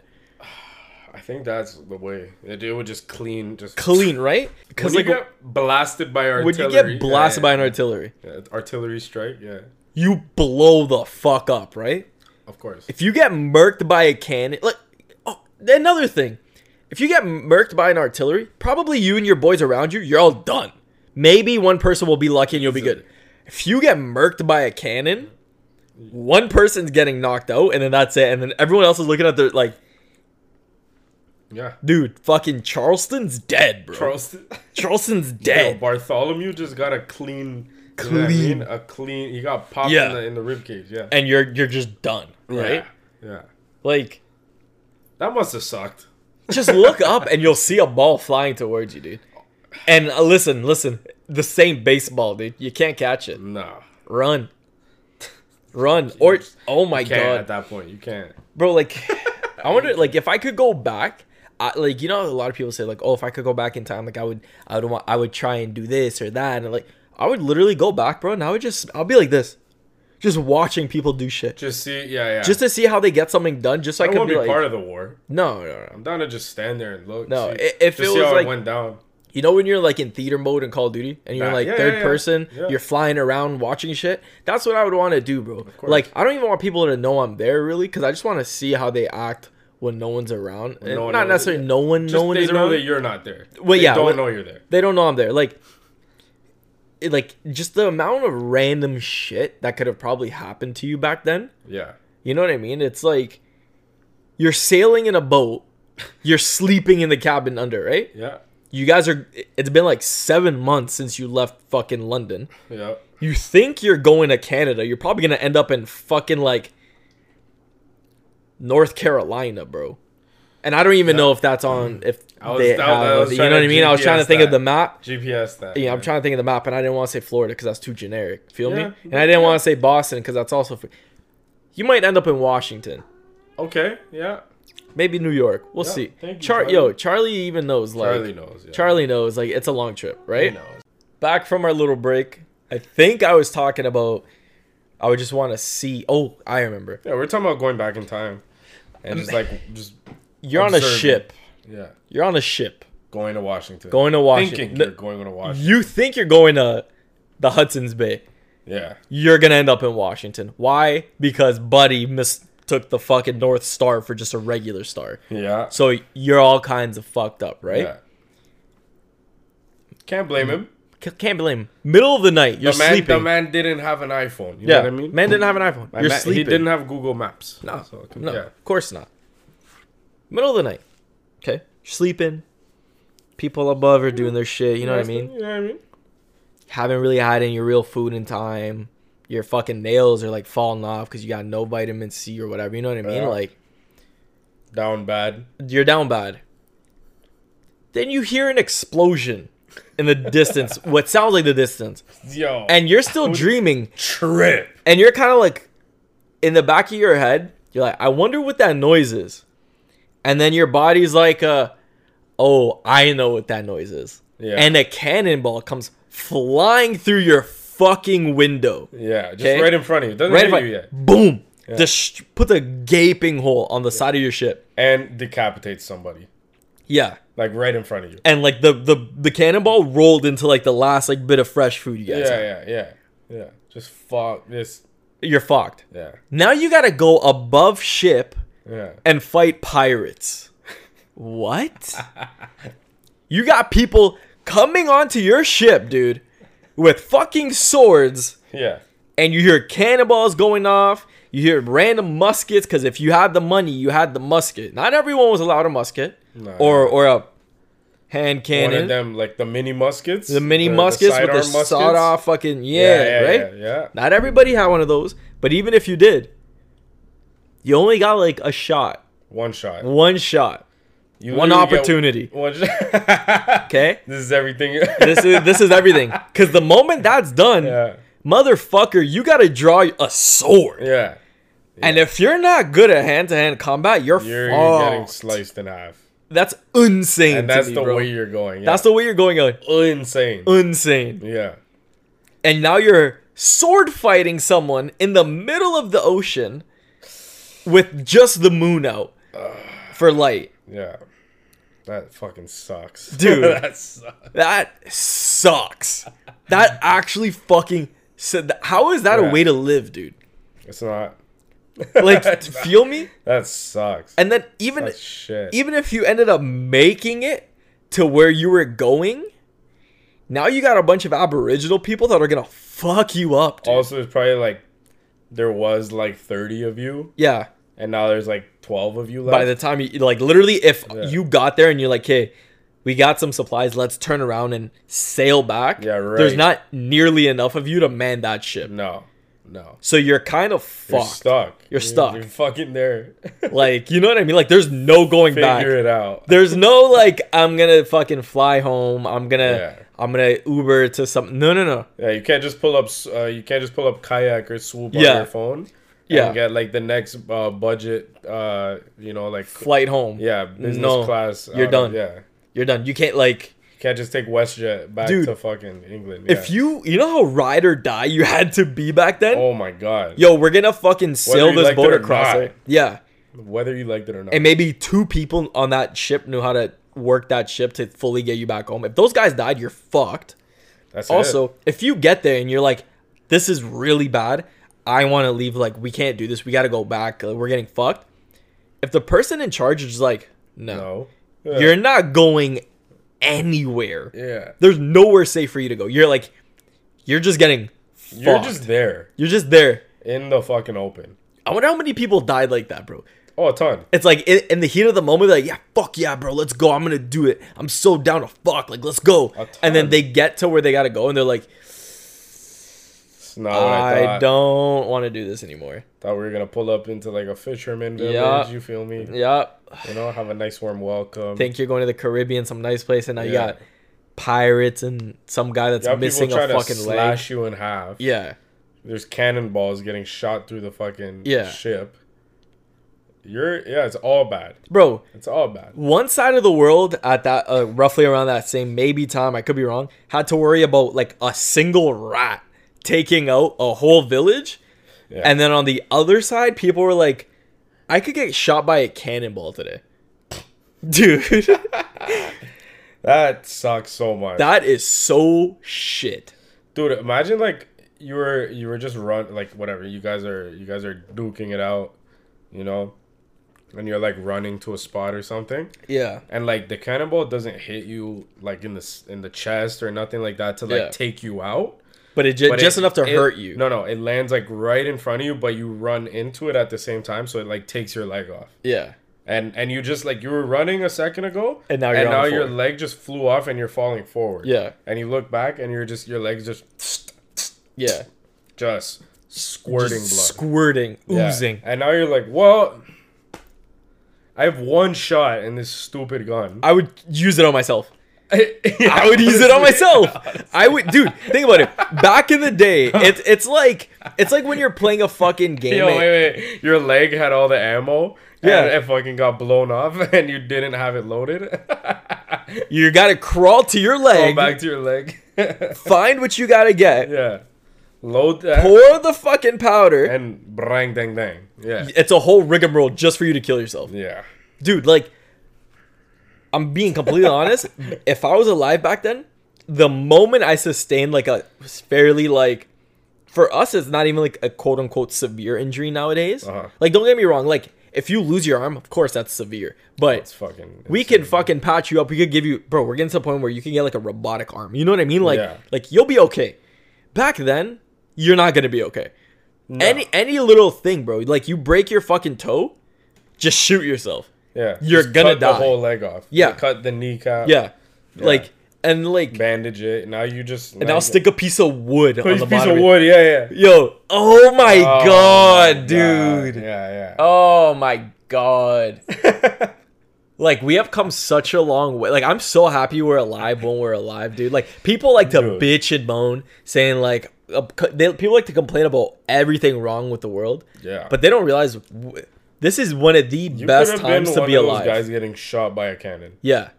Speaker 1: I think that's the way. It, it would just clean, just
Speaker 2: clean, right? Because
Speaker 1: When you
Speaker 2: like
Speaker 1: get blasted by artillery,
Speaker 2: when you get blasted by an artillery,
Speaker 1: by artillery strike, yeah,
Speaker 2: you blow the fuck up, right?
Speaker 1: of course.
Speaker 2: if you get murked by a cannon, like oh, another thing, if you get murked by an artillery, probably you and your boys around you, you're all done. Maybe one person will be lucky and you'll be good. If you get murked by a cannon, one person's getting knocked out, and then that's it. And then everyone else is looking at their like,
Speaker 1: Yeah,
Speaker 2: dude, fucking Charleston's dead, bro.
Speaker 1: Charleston.
Speaker 2: Charleston's
Speaker 1: Yo,
Speaker 2: dead.
Speaker 1: Bartholomew just got a clean, you know what I
Speaker 2: Clean.
Speaker 1: mean? a clean. He got popped
Speaker 2: Yeah.
Speaker 1: in the in the rib cage. Yeah,
Speaker 2: and you're you're just done, right?
Speaker 1: Yeah. yeah.
Speaker 2: Like,
Speaker 1: That must have sucked.
Speaker 2: just look up and you'll see a ball flying towards you, dude. And uh, listen, listen, the same baseball, dude. You can't catch it.
Speaker 1: No,
Speaker 2: Run, run, or oh my
Speaker 1: can't at
Speaker 2: god,
Speaker 1: that point. You can't.
Speaker 2: bro! Like, I wonder, like, if I could go back, I, like, you know, a lot of people say, like, oh, if I could go back in time, like, I would, I would want, I would try and do this or that, and like, I would literally go back, bro, and I would just, I'll be like this. Just watching people do shit.
Speaker 1: Just see, yeah, yeah.
Speaker 2: Just to see how they get something done, just so
Speaker 1: I
Speaker 2: I,
Speaker 1: don't
Speaker 2: can
Speaker 1: want
Speaker 2: be
Speaker 1: to be
Speaker 2: like,
Speaker 1: part of the war.
Speaker 2: no, no, no.
Speaker 1: I'm down to just stand there and look.
Speaker 2: No,
Speaker 1: see,
Speaker 2: i- if
Speaker 1: just
Speaker 2: it
Speaker 1: see
Speaker 2: was
Speaker 1: how
Speaker 2: like-
Speaker 1: it went down.
Speaker 2: You know when you're like in theater mode in Call of Duty and you're
Speaker 1: Nah,
Speaker 2: like
Speaker 1: yeah,
Speaker 2: third
Speaker 1: yeah, yeah.
Speaker 2: person,
Speaker 1: Yeah.
Speaker 2: you're flying around watching shit. That's what I would want to do, bro.
Speaker 1: course.
Speaker 2: Like I don't even want people to know I'm there really, because I just want to see how they act when no one's around. And
Speaker 1: no one
Speaker 2: not
Speaker 1: is-
Speaker 2: necessarily no one,
Speaker 1: Just
Speaker 2: no one
Speaker 1: they
Speaker 2: is
Speaker 1: know
Speaker 2: around.
Speaker 1: that you're not there.
Speaker 2: Well,
Speaker 1: they
Speaker 2: yeah,
Speaker 1: don't
Speaker 2: well-
Speaker 1: know you're there.
Speaker 2: they don't know I'm there. Like, it, like just the amount of random shit that could have probably happened to you back then.
Speaker 1: Yeah,
Speaker 2: You know what I mean? It's like you're sailing in a boat, you're sleeping in the cabin under, right?
Speaker 1: yeah,
Speaker 2: You guys are. It's been like seven months since you left fucking London.
Speaker 1: yeah.
Speaker 2: You think you're going to Canada? You're probably gonna end up in fucking like North Carolina, bro. And I don't even know if that's on if
Speaker 1: Mm-hmm. I was-
Speaker 2: they
Speaker 1: I was- I
Speaker 2: have-
Speaker 1: was
Speaker 2: you know
Speaker 1: trying
Speaker 2: what
Speaker 1: to
Speaker 2: I mean. I was trying to
Speaker 1: GPS
Speaker 2: think of
Speaker 1: that.
Speaker 2: the map.
Speaker 1: GPS that.
Speaker 2: Yeah, I'm
Speaker 1: man.
Speaker 2: trying to think of the map, and I didn't want to say Florida because that's too generic. Feel
Speaker 1: Yeah,
Speaker 2: me? And I didn't
Speaker 1: yeah.
Speaker 2: want to say Boston because that's also. Free. You might end up in Washington,
Speaker 1: Okay, yeah.
Speaker 2: maybe New York. We'll
Speaker 1: Yeah,
Speaker 2: see.
Speaker 1: thank you,
Speaker 2: Char-
Speaker 1: Charlie.
Speaker 2: yo, Charlie even knows. Like
Speaker 1: Charlie
Speaker 2: Charlie,
Speaker 1: knows. Yeah.
Speaker 2: knows. Like it's a long trip,
Speaker 1: He
Speaker 2: right?
Speaker 1: knows.
Speaker 2: Back from our little break, I think I was talking about. I would just want to see. Oh, I remember.
Speaker 1: Yeah, we're talking about going back in time and just like just
Speaker 2: You're on a
Speaker 1: Observing.
Speaker 2: ship.
Speaker 1: yeah,
Speaker 2: You're on a ship
Speaker 1: going to Washington.
Speaker 2: going to Washington.
Speaker 1: Thinking
Speaker 2: No-
Speaker 1: you're going to Washington.
Speaker 2: you think you're going to the Hudson's Bay.
Speaker 1: Yeah,
Speaker 2: you're gonna end up in Washington. Why? Because Buddy mistook the fucking North Star for just a regular star.
Speaker 1: yeah.
Speaker 2: So you're all kinds of fucked up, right?
Speaker 1: Yeah. Can't blame him.
Speaker 2: C- can't blame. him. Middle of the night, you're
Speaker 1: The man,
Speaker 2: sleeping.
Speaker 1: the man didn't have an iPhone. You
Speaker 2: yeah,
Speaker 1: know what I mean?
Speaker 2: man didn't have an iPhone.
Speaker 1: My
Speaker 2: you're
Speaker 1: man-
Speaker 2: sleeping.
Speaker 1: He didn't have Google Maps.
Speaker 2: No,
Speaker 1: So,
Speaker 2: no,
Speaker 1: Yeah.
Speaker 2: of course not. Middle of the night. Okay, sleeping. People above are doing their shit. You know what I mean?
Speaker 1: You know what I mean?
Speaker 2: Haven't really had any real food in time. Your fucking nails are like falling off because you got no vitamin C or whatever. You know what I mean?
Speaker 1: Yeah.
Speaker 2: Like
Speaker 1: Down bad.
Speaker 2: you're down bad. Then you hear an explosion in the distance, what sounds like the distance,
Speaker 1: Yo.
Speaker 2: and you're still dreaming,
Speaker 1: trip.
Speaker 2: and you're kind of like in the back of your head, you're like, I wonder what that noise is. And then your body's like, uh, oh, I know what that noise is.
Speaker 1: Yeah.
Speaker 2: And a cannonball comes flying through your fucking window.
Speaker 1: Yeah, just
Speaker 2: Okay.
Speaker 1: right in front of you. Doesn't
Speaker 2: Right
Speaker 1: right
Speaker 2: in
Speaker 1: you yet.
Speaker 2: front. Boom. Dest- put a gaping hole on the side of your ship.
Speaker 1: And decapitates somebody.
Speaker 2: Yeah.
Speaker 1: Like right in front of you.
Speaker 2: and like the the the cannonball rolled into like the last like bit of fresh food you
Speaker 1: Yeah,
Speaker 2: guys. had.
Speaker 1: yeah, yeah. Yeah. Just fuck this.
Speaker 2: You're fucked.
Speaker 1: Yeah.
Speaker 2: Now you gotta go above ship
Speaker 1: Yeah.
Speaker 2: and fight pirates. What? you got people coming onto your ship, dude, with fucking swords,
Speaker 1: Yeah.
Speaker 2: and you hear cannonballs going off. You hear random muskets because if you had the money, you had the musket. Not everyone was allowed a musket
Speaker 1: No.
Speaker 2: or or a hand
Speaker 1: One
Speaker 2: cannon.
Speaker 1: of them, like the mini muskets.
Speaker 2: the mini muskets with
Speaker 1: sidearm
Speaker 2: the
Speaker 1: muskets.
Speaker 2: sawed off fucking yeah,
Speaker 1: Yeah, yeah,
Speaker 2: right.
Speaker 1: Yeah. yeah.
Speaker 2: Not everybody had one of those, but even if you did, you only got like a shot,
Speaker 1: One shot.
Speaker 2: one shot,
Speaker 1: You
Speaker 2: one
Speaker 1: literally get
Speaker 2: opportunity.
Speaker 1: One shot.
Speaker 2: Okay,
Speaker 1: This is everything.
Speaker 2: this is this is everything. Because the moment that's done,
Speaker 1: Yeah.
Speaker 2: motherfucker, you got to draw a sword,
Speaker 1: Yeah.
Speaker 2: and if you're not good at hand to hand combat, you're,
Speaker 1: You're, you're
Speaker 2: fucked.
Speaker 1: getting sliced in half.
Speaker 2: That's insane.
Speaker 1: And that's
Speaker 2: to me,
Speaker 1: the
Speaker 2: bro.
Speaker 1: way you're going. Yeah.
Speaker 2: That's the way you're going on.
Speaker 1: insane.
Speaker 2: Insane.
Speaker 1: Yeah.
Speaker 2: and now you're sword fighting someone in the middle of the ocean with just the moon out for light.
Speaker 1: Yeah. That fucking sucks.
Speaker 2: Dude.
Speaker 1: that sucks.
Speaker 2: That sucks. That actually fucking said how is that a
Speaker 1: Yeah.
Speaker 2: way to live, dude?
Speaker 1: It's not.
Speaker 2: Like feel me?
Speaker 1: That sucks.
Speaker 2: And then even
Speaker 1: That's shit.
Speaker 2: even if you ended up making it to where you were going, now you got a bunch of aboriginal people that are going to fuck you up, dude.
Speaker 1: also, it's probably like there was like 30 of you,
Speaker 2: yeah.
Speaker 1: and now there's like 12 of you left.
Speaker 2: by the time you like literally if
Speaker 1: Yeah.
Speaker 2: you got there and you're like hey we got some supplies let's turn around and sail back
Speaker 1: Yeah, right.
Speaker 2: there's not nearly enough of you to man that ship
Speaker 1: no, no.
Speaker 2: so you're kind of
Speaker 1: You're
Speaker 2: fucked
Speaker 1: stuck.
Speaker 2: You're stuck.
Speaker 1: You're fucking there.
Speaker 2: like you know what i mean like there's no going back
Speaker 1: Figure it out.
Speaker 2: there's no like i'm gonna fucking fly home i'm gonna
Speaker 1: Yeah.
Speaker 2: i'm gonna uber to some no no no
Speaker 1: Yeah, you can't just pull up. s- Uh, you can't just pull up kayak or swoop
Speaker 2: Yeah.
Speaker 1: on your phone. and
Speaker 2: Yeah.
Speaker 1: get like the next uh, budget. Uh, you know, like
Speaker 2: flight home
Speaker 1: yeah, business
Speaker 2: No,
Speaker 1: class.
Speaker 2: you're
Speaker 1: uh,
Speaker 2: done.
Speaker 1: Yeah,
Speaker 2: you're done you can't like
Speaker 1: Can't just take WestJet back
Speaker 2: Dude,
Speaker 1: to fucking England.
Speaker 2: If
Speaker 1: yeah.
Speaker 2: you you know how ride or die you had to be back then?
Speaker 1: oh my god,
Speaker 2: Yo, we're gonna fucking sail
Speaker 1: you
Speaker 2: this
Speaker 1: liked
Speaker 2: boat
Speaker 1: it or
Speaker 2: across
Speaker 1: not.
Speaker 2: it. Yeah.
Speaker 1: whether you liked it or not,
Speaker 2: And maybe two people on that ship knew how to work that ship to fully get you back home. If those guys died, you're fucked.
Speaker 1: that's
Speaker 2: Also,
Speaker 1: it.
Speaker 2: if you get there and you're like, this is really bad, I want to leave. Like, we can't do this. We got to go back. Like, we're getting fucked. If the person in charge is like, no,
Speaker 1: no, yeah.
Speaker 2: you're not going anywhere.
Speaker 1: yeah,
Speaker 2: There's nowhere safe for you to go. You're like, you're just getting fucked.
Speaker 1: you're just there
Speaker 2: you're just there.
Speaker 1: in the fucking open.
Speaker 2: I wonder how many people died like that, bro.
Speaker 1: Oh, a ton.
Speaker 2: It's like in, in the heat of the moment, they're like, yeah, fuck yeah, bro, let's go. I'm gonna do it. I'm so down to fuck. Like, let's go.
Speaker 1: A
Speaker 2: And then
Speaker 1: ton.
Speaker 2: they get to where they gotta go, and they're like,
Speaker 1: It's not what I,
Speaker 2: I,
Speaker 1: thought.
Speaker 2: don't want to do this anymore.
Speaker 1: Thought we were gonna pull up into like a fisherman village.
Speaker 2: Yeah.
Speaker 1: You feel me?
Speaker 2: Yep.
Speaker 1: You know, have a nice warm welcome.
Speaker 2: Think you're going to the Caribbean, some nice place, and now you
Speaker 1: Yeah.
Speaker 2: got pirates and some guy that's
Speaker 1: Yeah, people
Speaker 2: missing
Speaker 1: try
Speaker 2: a
Speaker 1: to
Speaker 2: fucking leg.
Speaker 1: slash you in half.
Speaker 2: Yeah.
Speaker 1: There's cannonballs getting shot through the fucking
Speaker 2: Yeah.
Speaker 1: ship. You're yeah, it's all bad.
Speaker 2: Bro,
Speaker 1: It's all bad.
Speaker 2: one side of the world at that uh, roughly around that same maybe time i could be wrong had to worry about like a single rat taking out a whole village
Speaker 1: Yeah.
Speaker 2: and then on the other side people were like i could get shot by a cannonball today dude
Speaker 1: That sucks so much.
Speaker 2: that is so shit
Speaker 1: Dude, imagine like you were you were just run like whatever, you guys are you guys are duking it out, you know? And you're like running to a spot or something.
Speaker 2: yeah
Speaker 1: And like the cannonball doesn't hit you like in the s- in the chest or nothing like that to like
Speaker 2: Yeah.
Speaker 1: take you out.
Speaker 2: but it ju-
Speaker 1: But
Speaker 2: just
Speaker 1: it-
Speaker 2: enough to
Speaker 1: it-
Speaker 2: hurt you
Speaker 1: No, no, it lands like right in front of you, but you run into it at the same time, so it like takes your leg off.
Speaker 2: yeah
Speaker 1: And and you just like you were running a second ago,
Speaker 2: And now you're
Speaker 1: and
Speaker 2: on the
Speaker 1: now your
Speaker 2: floor.
Speaker 1: leg just flew off, and you're falling forward.
Speaker 2: Yeah.
Speaker 1: And you look back, and you're just your legs just
Speaker 2: yeah
Speaker 1: just squirting blood,
Speaker 2: squirting
Speaker 1: Yeah.
Speaker 2: oozing
Speaker 1: And now you're like, well, I have one shot in this stupid gun.
Speaker 2: i would use it on myself I would use it on myself. I would, dude. Think about it. Back in the day, it's it's like it's like when you're playing a fucking game.
Speaker 1: Yo,
Speaker 2: and-
Speaker 1: wait, wait. Your leg had all the ammo.
Speaker 2: Yeah.
Speaker 1: Yeah. And it fucking got blown off and you didn't have it loaded.
Speaker 2: You gotta crawl to your
Speaker 1: Go
Speaker 2: leg,
Speaker 1: back to your leg.
Speaker 2: find what you gotta get,
Speaker 1: yeah. Load that.
Speaker 2: pour the fucking powder.
Speaker 1: and brang dang dang. Yeah.
Speaker 2: It's a whole rigmarole just for you to kill yourself,
Speaker 1: Yeah.
Speaker 2: dude. Like, I'm being completely honest. If I was alive back then, the moment I sustained like a fairly like. For us, it's not even like a quote unquote severe injury nowadays.
Speaker 1: Uh-huh.
Speaker 2: Like, don't get me wrong. Like, if you lose your arm, of course that's severe. But
Speaker 1: It's fucking.
Speaker 2: we
Speaker 1: insane.
Speaker 2: could fucking patch you up. We could give you, bro. We're getting to the point where you can get like a robotic arm. You know what I mean? Like,
Speaker 1: Yeah.
Speaker 2: like you'll be okay. Back then, you're not gonna be okay. Any any little thing, bro. Like you break your fucking toe, just shoot yourself.
Speaker 1: Yeah.
Speaker 2: you're gonna
Speaker 1: cut
Speaker 2: die.
Speaker 1: the whole leg off.
Speaker 2: Yeah.
Speaker 1: You cut the kneecap.
Speaker 2: Yeah, like and like
Speaker 1: Bandage it. Now you just.
Speaker 2: and I'll stick a piece of wood on
Speaker 1: a
Speaker 2: the
Speaker 1: piece
Speaker 2: bottom.
Speaker 1: of
Speaker 2: of it.
Speaker 1: wood. Yeah, yeah.
Speaker 2: Yo, oh my
Speaker 1: Oh
Speaker 2: god,
Speaker 1: my
Speaker 2: dude.
Speaker 1: God. Yeah, yeah.
Speaker 2: Oh my god. like we have come such a long way. Like I'm so happy we're alive when we're alive, dude. Like people like to
Speaker 1: Dude.
Speaker 2: bitch and moan saying like uh, c- they, people like to complain about everything wrong with the world.
Speaker 1: Yeah.
Speaker 2: But they don't realize w- this is one of the
Speaker 1: You
Speaker 2: best
Speaker 1: could've been
Speaker 2: times to
Speaker 1: one
Speaker 2: be
Speaker 1: of those
Speaker 2: alive.
Speaker 1: guys getting shot by a cannon.
Speaker 2: Yeah.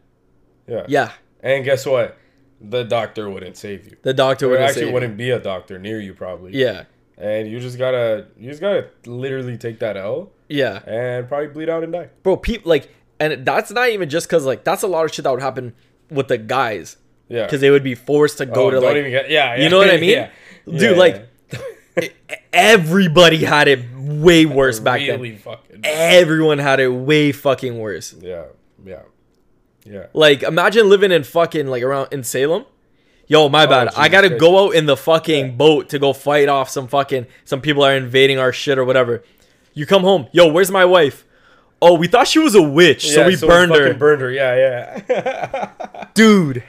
Speaker 1: Yeah.
Speaker 2: Yeah.
Speaker 1: And guess what? The doctor wouldn't save you.
Speaker 2: The doctor
Speaker 1: There
Speaker 2: would
Speaker 1: actually
Speaker 2: say
Speaker 1: wouldn't be a doctor near you probably.
Speaker 2: Yeah.
Speaker 1: And you just gotta you just gotta literally take that L
Speaker 2: Yeah.
Speaker 1: and probably bleed out and die.
Speaker 2: Bro, people like and that's not even just cuz like that's a lot of shit that would happen with the guys
Speaker 1: Yeah.
Speaker 2: cuz they would be forced to go
Speaker 1: Oh,
Speaker 2: to
Speaker 1: don't
Speaker 2: like
Speaker 1: even get yeah,
Speaker 2: You
Speaker 1: yeah,
Speaker 2: know what I mean?
Speaker 1: yeah.
Speaker 2: Dude,
Speaker 1: Yeah,
Speaker 2: like
Speaker 1: yeah.
Speaker 2: e-, everybody had it way worse back
Speaker 1: really
Speaker 2: then. Eh.
Speaker 1: fucking
Speaker 2: Everyone had it way fucking worse.
Speaker 1: Yeah, yeah. Yeah.
Speaker 2: Like imagine living in fucking like around in Salem. Yo, my bad. I
Speaker 1: Oh, Jesus
Speaker 2: gotta
Speaker 1: Christ.
Speaker 2: go out in the fucking boat to go fight off some fucking some people are invading our shit or whatever. You come home. Yo, where's my wife? Oh, we thought she was a witch, so
Speaker 1: Yeah,
Speaker 2: we burned her.
Speaker 1: fucking Burned her. Yeah, yeah.
Speaker 2: Dude,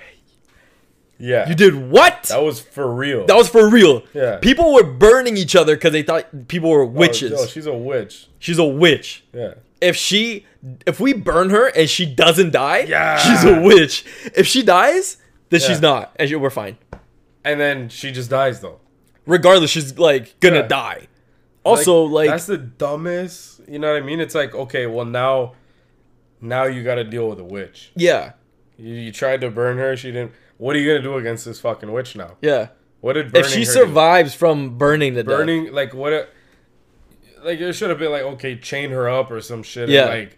Speaker 1: yeah.
Speaker 2: you did what?
Speaker 1: That was for real.
Speaker 2: That was for real.
Speaker 1: Yeah.
Speaker 2: People were burning each other because they thought people were
Speaker 1: Oh,
Speaker 2: witches.
Speaker 1: yo, she's a witch.
Speaker 2: She's a witch.
Speaker 1: Yeah.
Speaker 2: if she if we burn her and she doesn't die,
Speaker 1: Yeah.
Speaker 2: she's a witch. If she dies, then
Speaker 1: Yeah.
Speaker 2: she's not, and she, we're fine.
Speaker 1: And then she just dies though.
Speaker 2: Regardless, she's like gonna
Speaker 1: Yeah.
Speaker 2: die. Also, like,
Speaker 1: that's the dumbest. You know what I mean? It's like okay, well now, now you got to deal with a witch.
Speaker 2: yeah,
Speaker 1: You, you tried to burn her. She didn't. What are you gonna do against this fucking witch now?
Speaker 2: Yeah.
Speaker 1: What did burning
Speaker 2: If she
Speaker 1: her do?
Speaker 2: survives from burning to death.
Speaker 1: burning like what? A, like it should have been like okay, chain her up or some shit.
Speaker 2: Yeah.
Speaker 1: And, like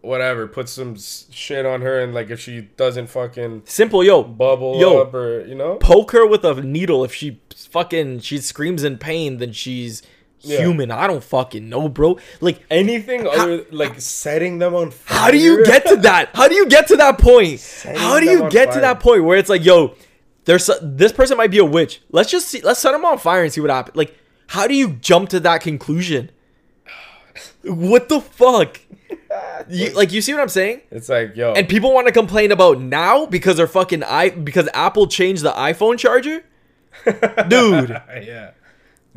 Speaker 1: whatever, put some s- shit on her and like if she doesn't fucking
Speaker 2: Simple, yo.
Speaker 1: bubble
Speaker 2: Yo.
Speaker 1: up or you know.
Speaker 2: Poke her with a needle. If she fucking she screams in pain, then she's
Speaker 1: Yeah.
Speaker 2: human. I don't fucking know, bro. Like
Speaker 1: Anything other like setting them on fire.
Speaker 2: How do you get to that? How do you get to that point? How do
Speaker 1: them
Speaker 2: you
Speaker 1: on
Speaker 2: get to
Speaker 1: fire.
Speaker 2: that point where it's like, yo, there's so- this person might be a witch. Let's just see. Let's set them on fire and see what happens. Like, how do you jump to that conclusion? What the fuck? You, like, you see what I'm saying?
Speaker 1: It's like yo.
Speaker 2: And people want to complain about now because they're fucking i because Apple changed the iPhone charger. Dude,
Speaker 1: yeah.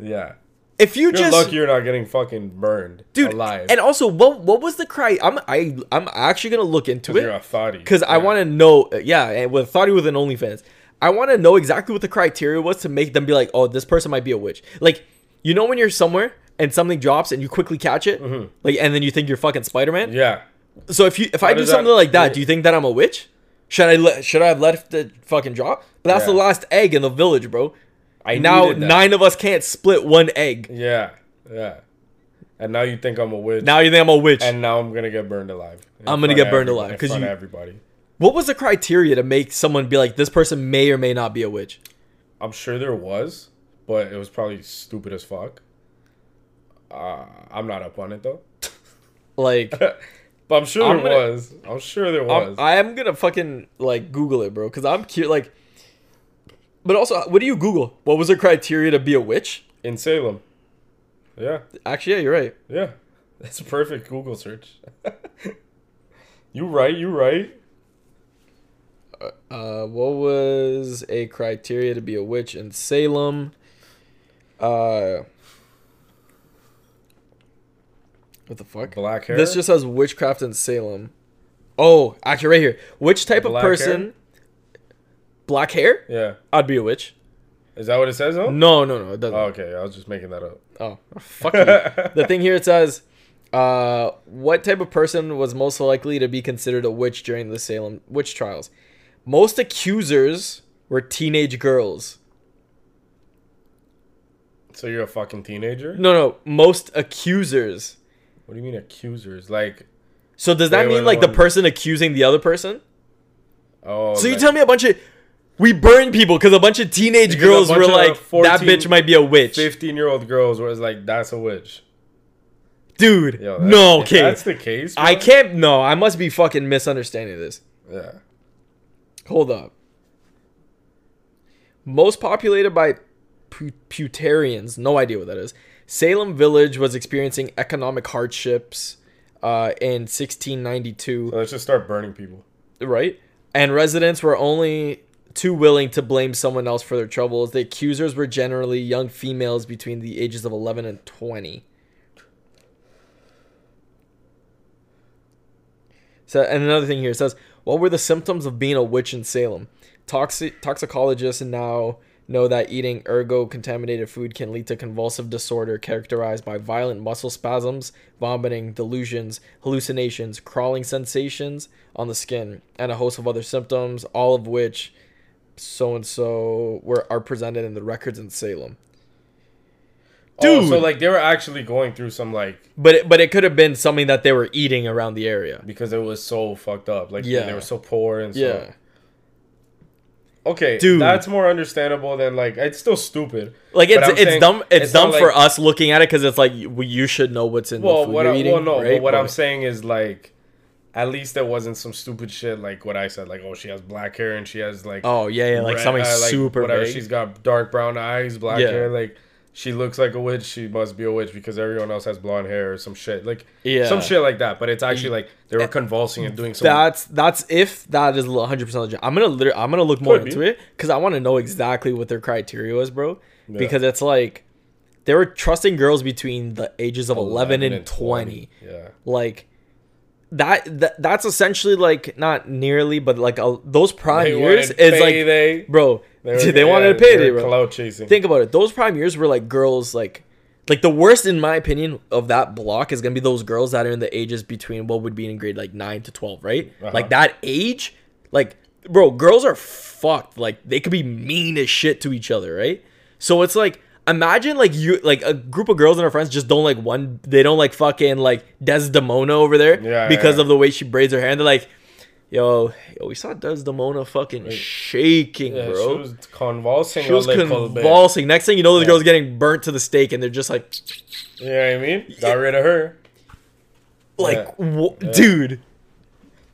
Speaker 1: Yeah.
Speaker 2: if you
Speaker 1: Good
Speaker 2: just
Speaker 1: luck you're not getting fucking burned.
Speaker 2: dude,
Speaker 1: alive.
Speaker 2: and also what what was the cry? I'm I I'm actually gonna look into it.
Speaker 1: you're a thotty.
Speaker 2: because I want to know. uh, Yeah, and with thought he was an OnlyFans, I want to know exactly what the criteria was to make them be like, oh, this person might be a witch. Like, you know, when you're somewhere and something drops and you quickly catch it, like, and then you think you're fucking Spider Man.
Speaker 1: Mm-hmm. Yeah.
Speaker 2: So if you if I do
Speaker 1: does that-
Speaker 2: something like that, do you think that I'm a witch? Should I let should I have let the fucking drop? But that's the
Speaker 1: Yeah.
Speaker 2: last egg in the village, bro.
Speaker 1: I
Speaker 2: Now
Speaker 1: needed that.
Speaker 2: nine of us can't split one egg.
Speaker 1: Yeah. Yeah. And now you think I'm a witch.
Speaker 2: Now you think I'm a witch.
Speaker 1: and now I'm gonna get burned alive. In
Speaker 2: I'm gonna
Speaker 1: front
Speaker 2: get
Speaker 1: of
Speaker 2: burned
Speaker 1: everybody-
Speaker 2: alive,
Speaker 1: in
Speaker 2: 'cause
Speaker 1: front
Speaker 2: you-
Speaker 1: of everybody.
Speaker 2: what was the criteria to make someone be like, this person may or may not be a witch?
Speaker 1: I'm sure there was, but it was probably stupid as fuck. Uh, I'm not up on it though.
Speaker 2: Like
Speaker 1: But I'm sure
Speaker 2: I'm
Speaker 1: there
Speaker 2: gonna-
Speaker 1: was. I'm sure there
Speaker 2: I'm-
Speaker 1: was.
Speaker 2: I am gonna fucking like Google it, bro, because I'm cute. Like, but also, what do you Google? What was the criteria to be a witch?
Speaker 1: in Salem. Yeah.
Speaker 2: Actually, yeah, you're right.
Speaker 1: Yeah. That's a perfect Google search. you right, you right.
Speaker 2: Uh, what was a criteria to be a witch in Salem? Uh, what the fuck?
Speaker 1: Black hair.
Speaker 2: This just says witchcraft in Salem. Oh, actually, right here. Which type
Speaker 1: Black
Speaker 2: of
Speaker 1: hair?
Speaker 2: person? Black hair?
Speaker 1: Yeah.
Speaker 2: I'd be a witch.
Speaker 1: Is that what it says though?
Speaker 2: No, no, no, it doesn't.
Speaker 1: Oh, okay, I was just making that up.
Speaker 2: Oh, fuck you. the thing here it says, uh, what type of person was most likely to be considered a witch during the Salem witch trials? Most accusers were teenage girls.
Speaker 1: So you're a fucking teenager?
Speaker 2: No, no, most accusers.
Speaker 1: What do you mean accusers? Like,
Speaker 2: So does that
Speaker 1: They were
Speaker 2: mean
Speaker 1: the
Speaker 2: like the
Speaker 1: one-
Speaker 2: person accusing the other person?
Speaker 1: oh.
Speaker 2: So you
Speaker 1: like-
Speaker 2: tell me a bunch of we burn people because a bunch of teenage
Speaker 1: Because a
Speaker 2: girls
Speaker 1: bunch
Speaker 2: were
Speaker 1: of
Speaker 2: like
Speaker 1: 14
Speaker 2: that bitch might be a witch,
Speaker 1: 15 year old girls was like, that's a witch.
Speaker 2: dude.
Speaker 1: Yo, that's-
Speaker 2: no,
Speaker 1: if
Speaker 2: okay,
Speaker 1: That's the case.
Speaker 2: I
Speaker 1: bro-
Speaker 2: can't. No, I must be fucking misunderstanding this.
Speaker 1: Yeah.
Speaker 2: Hold up. Most populated by Pu- Putarians, no idea what that is. Salem Village was experiencing economic hardships uh, in 1692,
Speaker 1: So let's just start burning people.
Speaker 2: right? And residents were only too willing to blame someone else for their troubles. The accusers were generally young females between the ages of 11 and 20. So, and another thing here it says, what were the symptoms of being a witch in Salem? Toxic toxicologists now know that eating ergo contaminated food can lead to convulsive disorder characterized by violent muscle spasms, vomiting, delusions, hallucinations, crawling sensations on the skin, and a host of other symptoms, all of which so and so were are presented in the records in Salem.
Speaker 1: Oh,
Speaker 2: Dude.
Speaker 1: so like they were actually going through some like
Speaker 2: But it, but it could have been something that they were eating around the area.
Speaker 1: because it was so fucked up. Like
Speaker 2: Yeah.
Speaker 1: they were so poor and so.
Speaker 2: Yeah.
Speaker 1: Okay,
Speaker 2: Dude.
Speaker 1: dude, that's more understandable than like it's still stupid.
Speaker 2: Like
Speaker 1: But
Speaker 2: it's
Speaker 1: I'm
Speaker 2: it's
Speaker 1: saying-
Speaker 2: dumb it's,
Speaker 1: not
Speaker 2: dumb for
Speaker 1: like-
Speaker 2: us looking at it because it's like you, well, you should know what's in the
Speaker 1: Well,
Speaker 2: food
Speaker 1: what
Speaker 2: you're
Speaker 1: I,
Speaker 2: eating.
Speaker 1: well, no,
Speaker 2: right?
Speaker 1: but what I'm
Speaker 2: But-
Speaker 1: saying is like, at least there wasn't some stupid shit like what I said, like oh she has black hair and she has like
Speaker 2: oh yeah, yeah like
Speaker 1: red-
Speaker 2: something
Speaker 1: uh, like,
Speaker 2: super
Speaker 1: whatever.
Speaker 2: vague.
Speaker 1: She's got dark brown eyes, black
Speaker 2: Yeah.
Speaker 1: hair, like. She looks like a witch. She must be a witch because everyone else has blonde hair or some shit, like
Speaker 2: Yeah. eh,
Speaker 1: some shit like that. But it's actually like they were convulsing and doing some.
Speaker 2: That's that's if that is 100 percent legit. I'm gonna liter- I'm gonna look more
Speaker 1: Could be.
Speaker 2: into it because I want to know exactly what their criteria was, bro. Because it's like they were trusting girls between the ages of 11, and 20.
Speaker 1: Yeah,
Speaker 2: Like that, that that's essentially like not nearly, but like a, those prime years
Speaker 1: wanted
Speaker 2: is like,
Speaker 1: payday.
Speaker 2: bro, they,
Speaker 1: were-
Speaker 2: wanted
Speaker 1: yeah,
Speaker 2: to pay
Speaker 1: they
Speaker 2: it,
Speaker 1: were
Speaker 2: bro.
Speaker 1: Clout chasing.
Speaker 2: think about it. Those prime years were like girls like like the worst in my opinion of that block is gonna
Speaker 1: Uh-huh.
Speaker 2: be those girls that are in the ages between what would be in grade like nine to twelve, right? Like that age, Like, bro, girls are fucked. Like, they could be mean as shit to each other, right? So it's like, imagine like you, like a group of girls and her friends just don't like one. They don't like fucking like Desdemona over there
Speaker 1: Yeah,
Speaker 2: because
Speaker 1: yeah.
Speaker 2: of the way she braids her hair. And they're like, yo, yo, we saw Desdemona fucking shaking,
Speaker 1: Yeah,
Speaker 2: bro.
Speaker 1: She was convulsing.
Speaker 2: She was
Speaker 1: a little bit.
Speaker 2: convulsing. Next thing you know, the
Speaker 1: Yeah.
Speaker 2: girl's getting burnt to the stake, and they're just like,
Speaker 1: You know what I mean? Got rid of her.
Speaker 2: like,
Speaker 1: Yeah.
Speaker 2: wha- dude,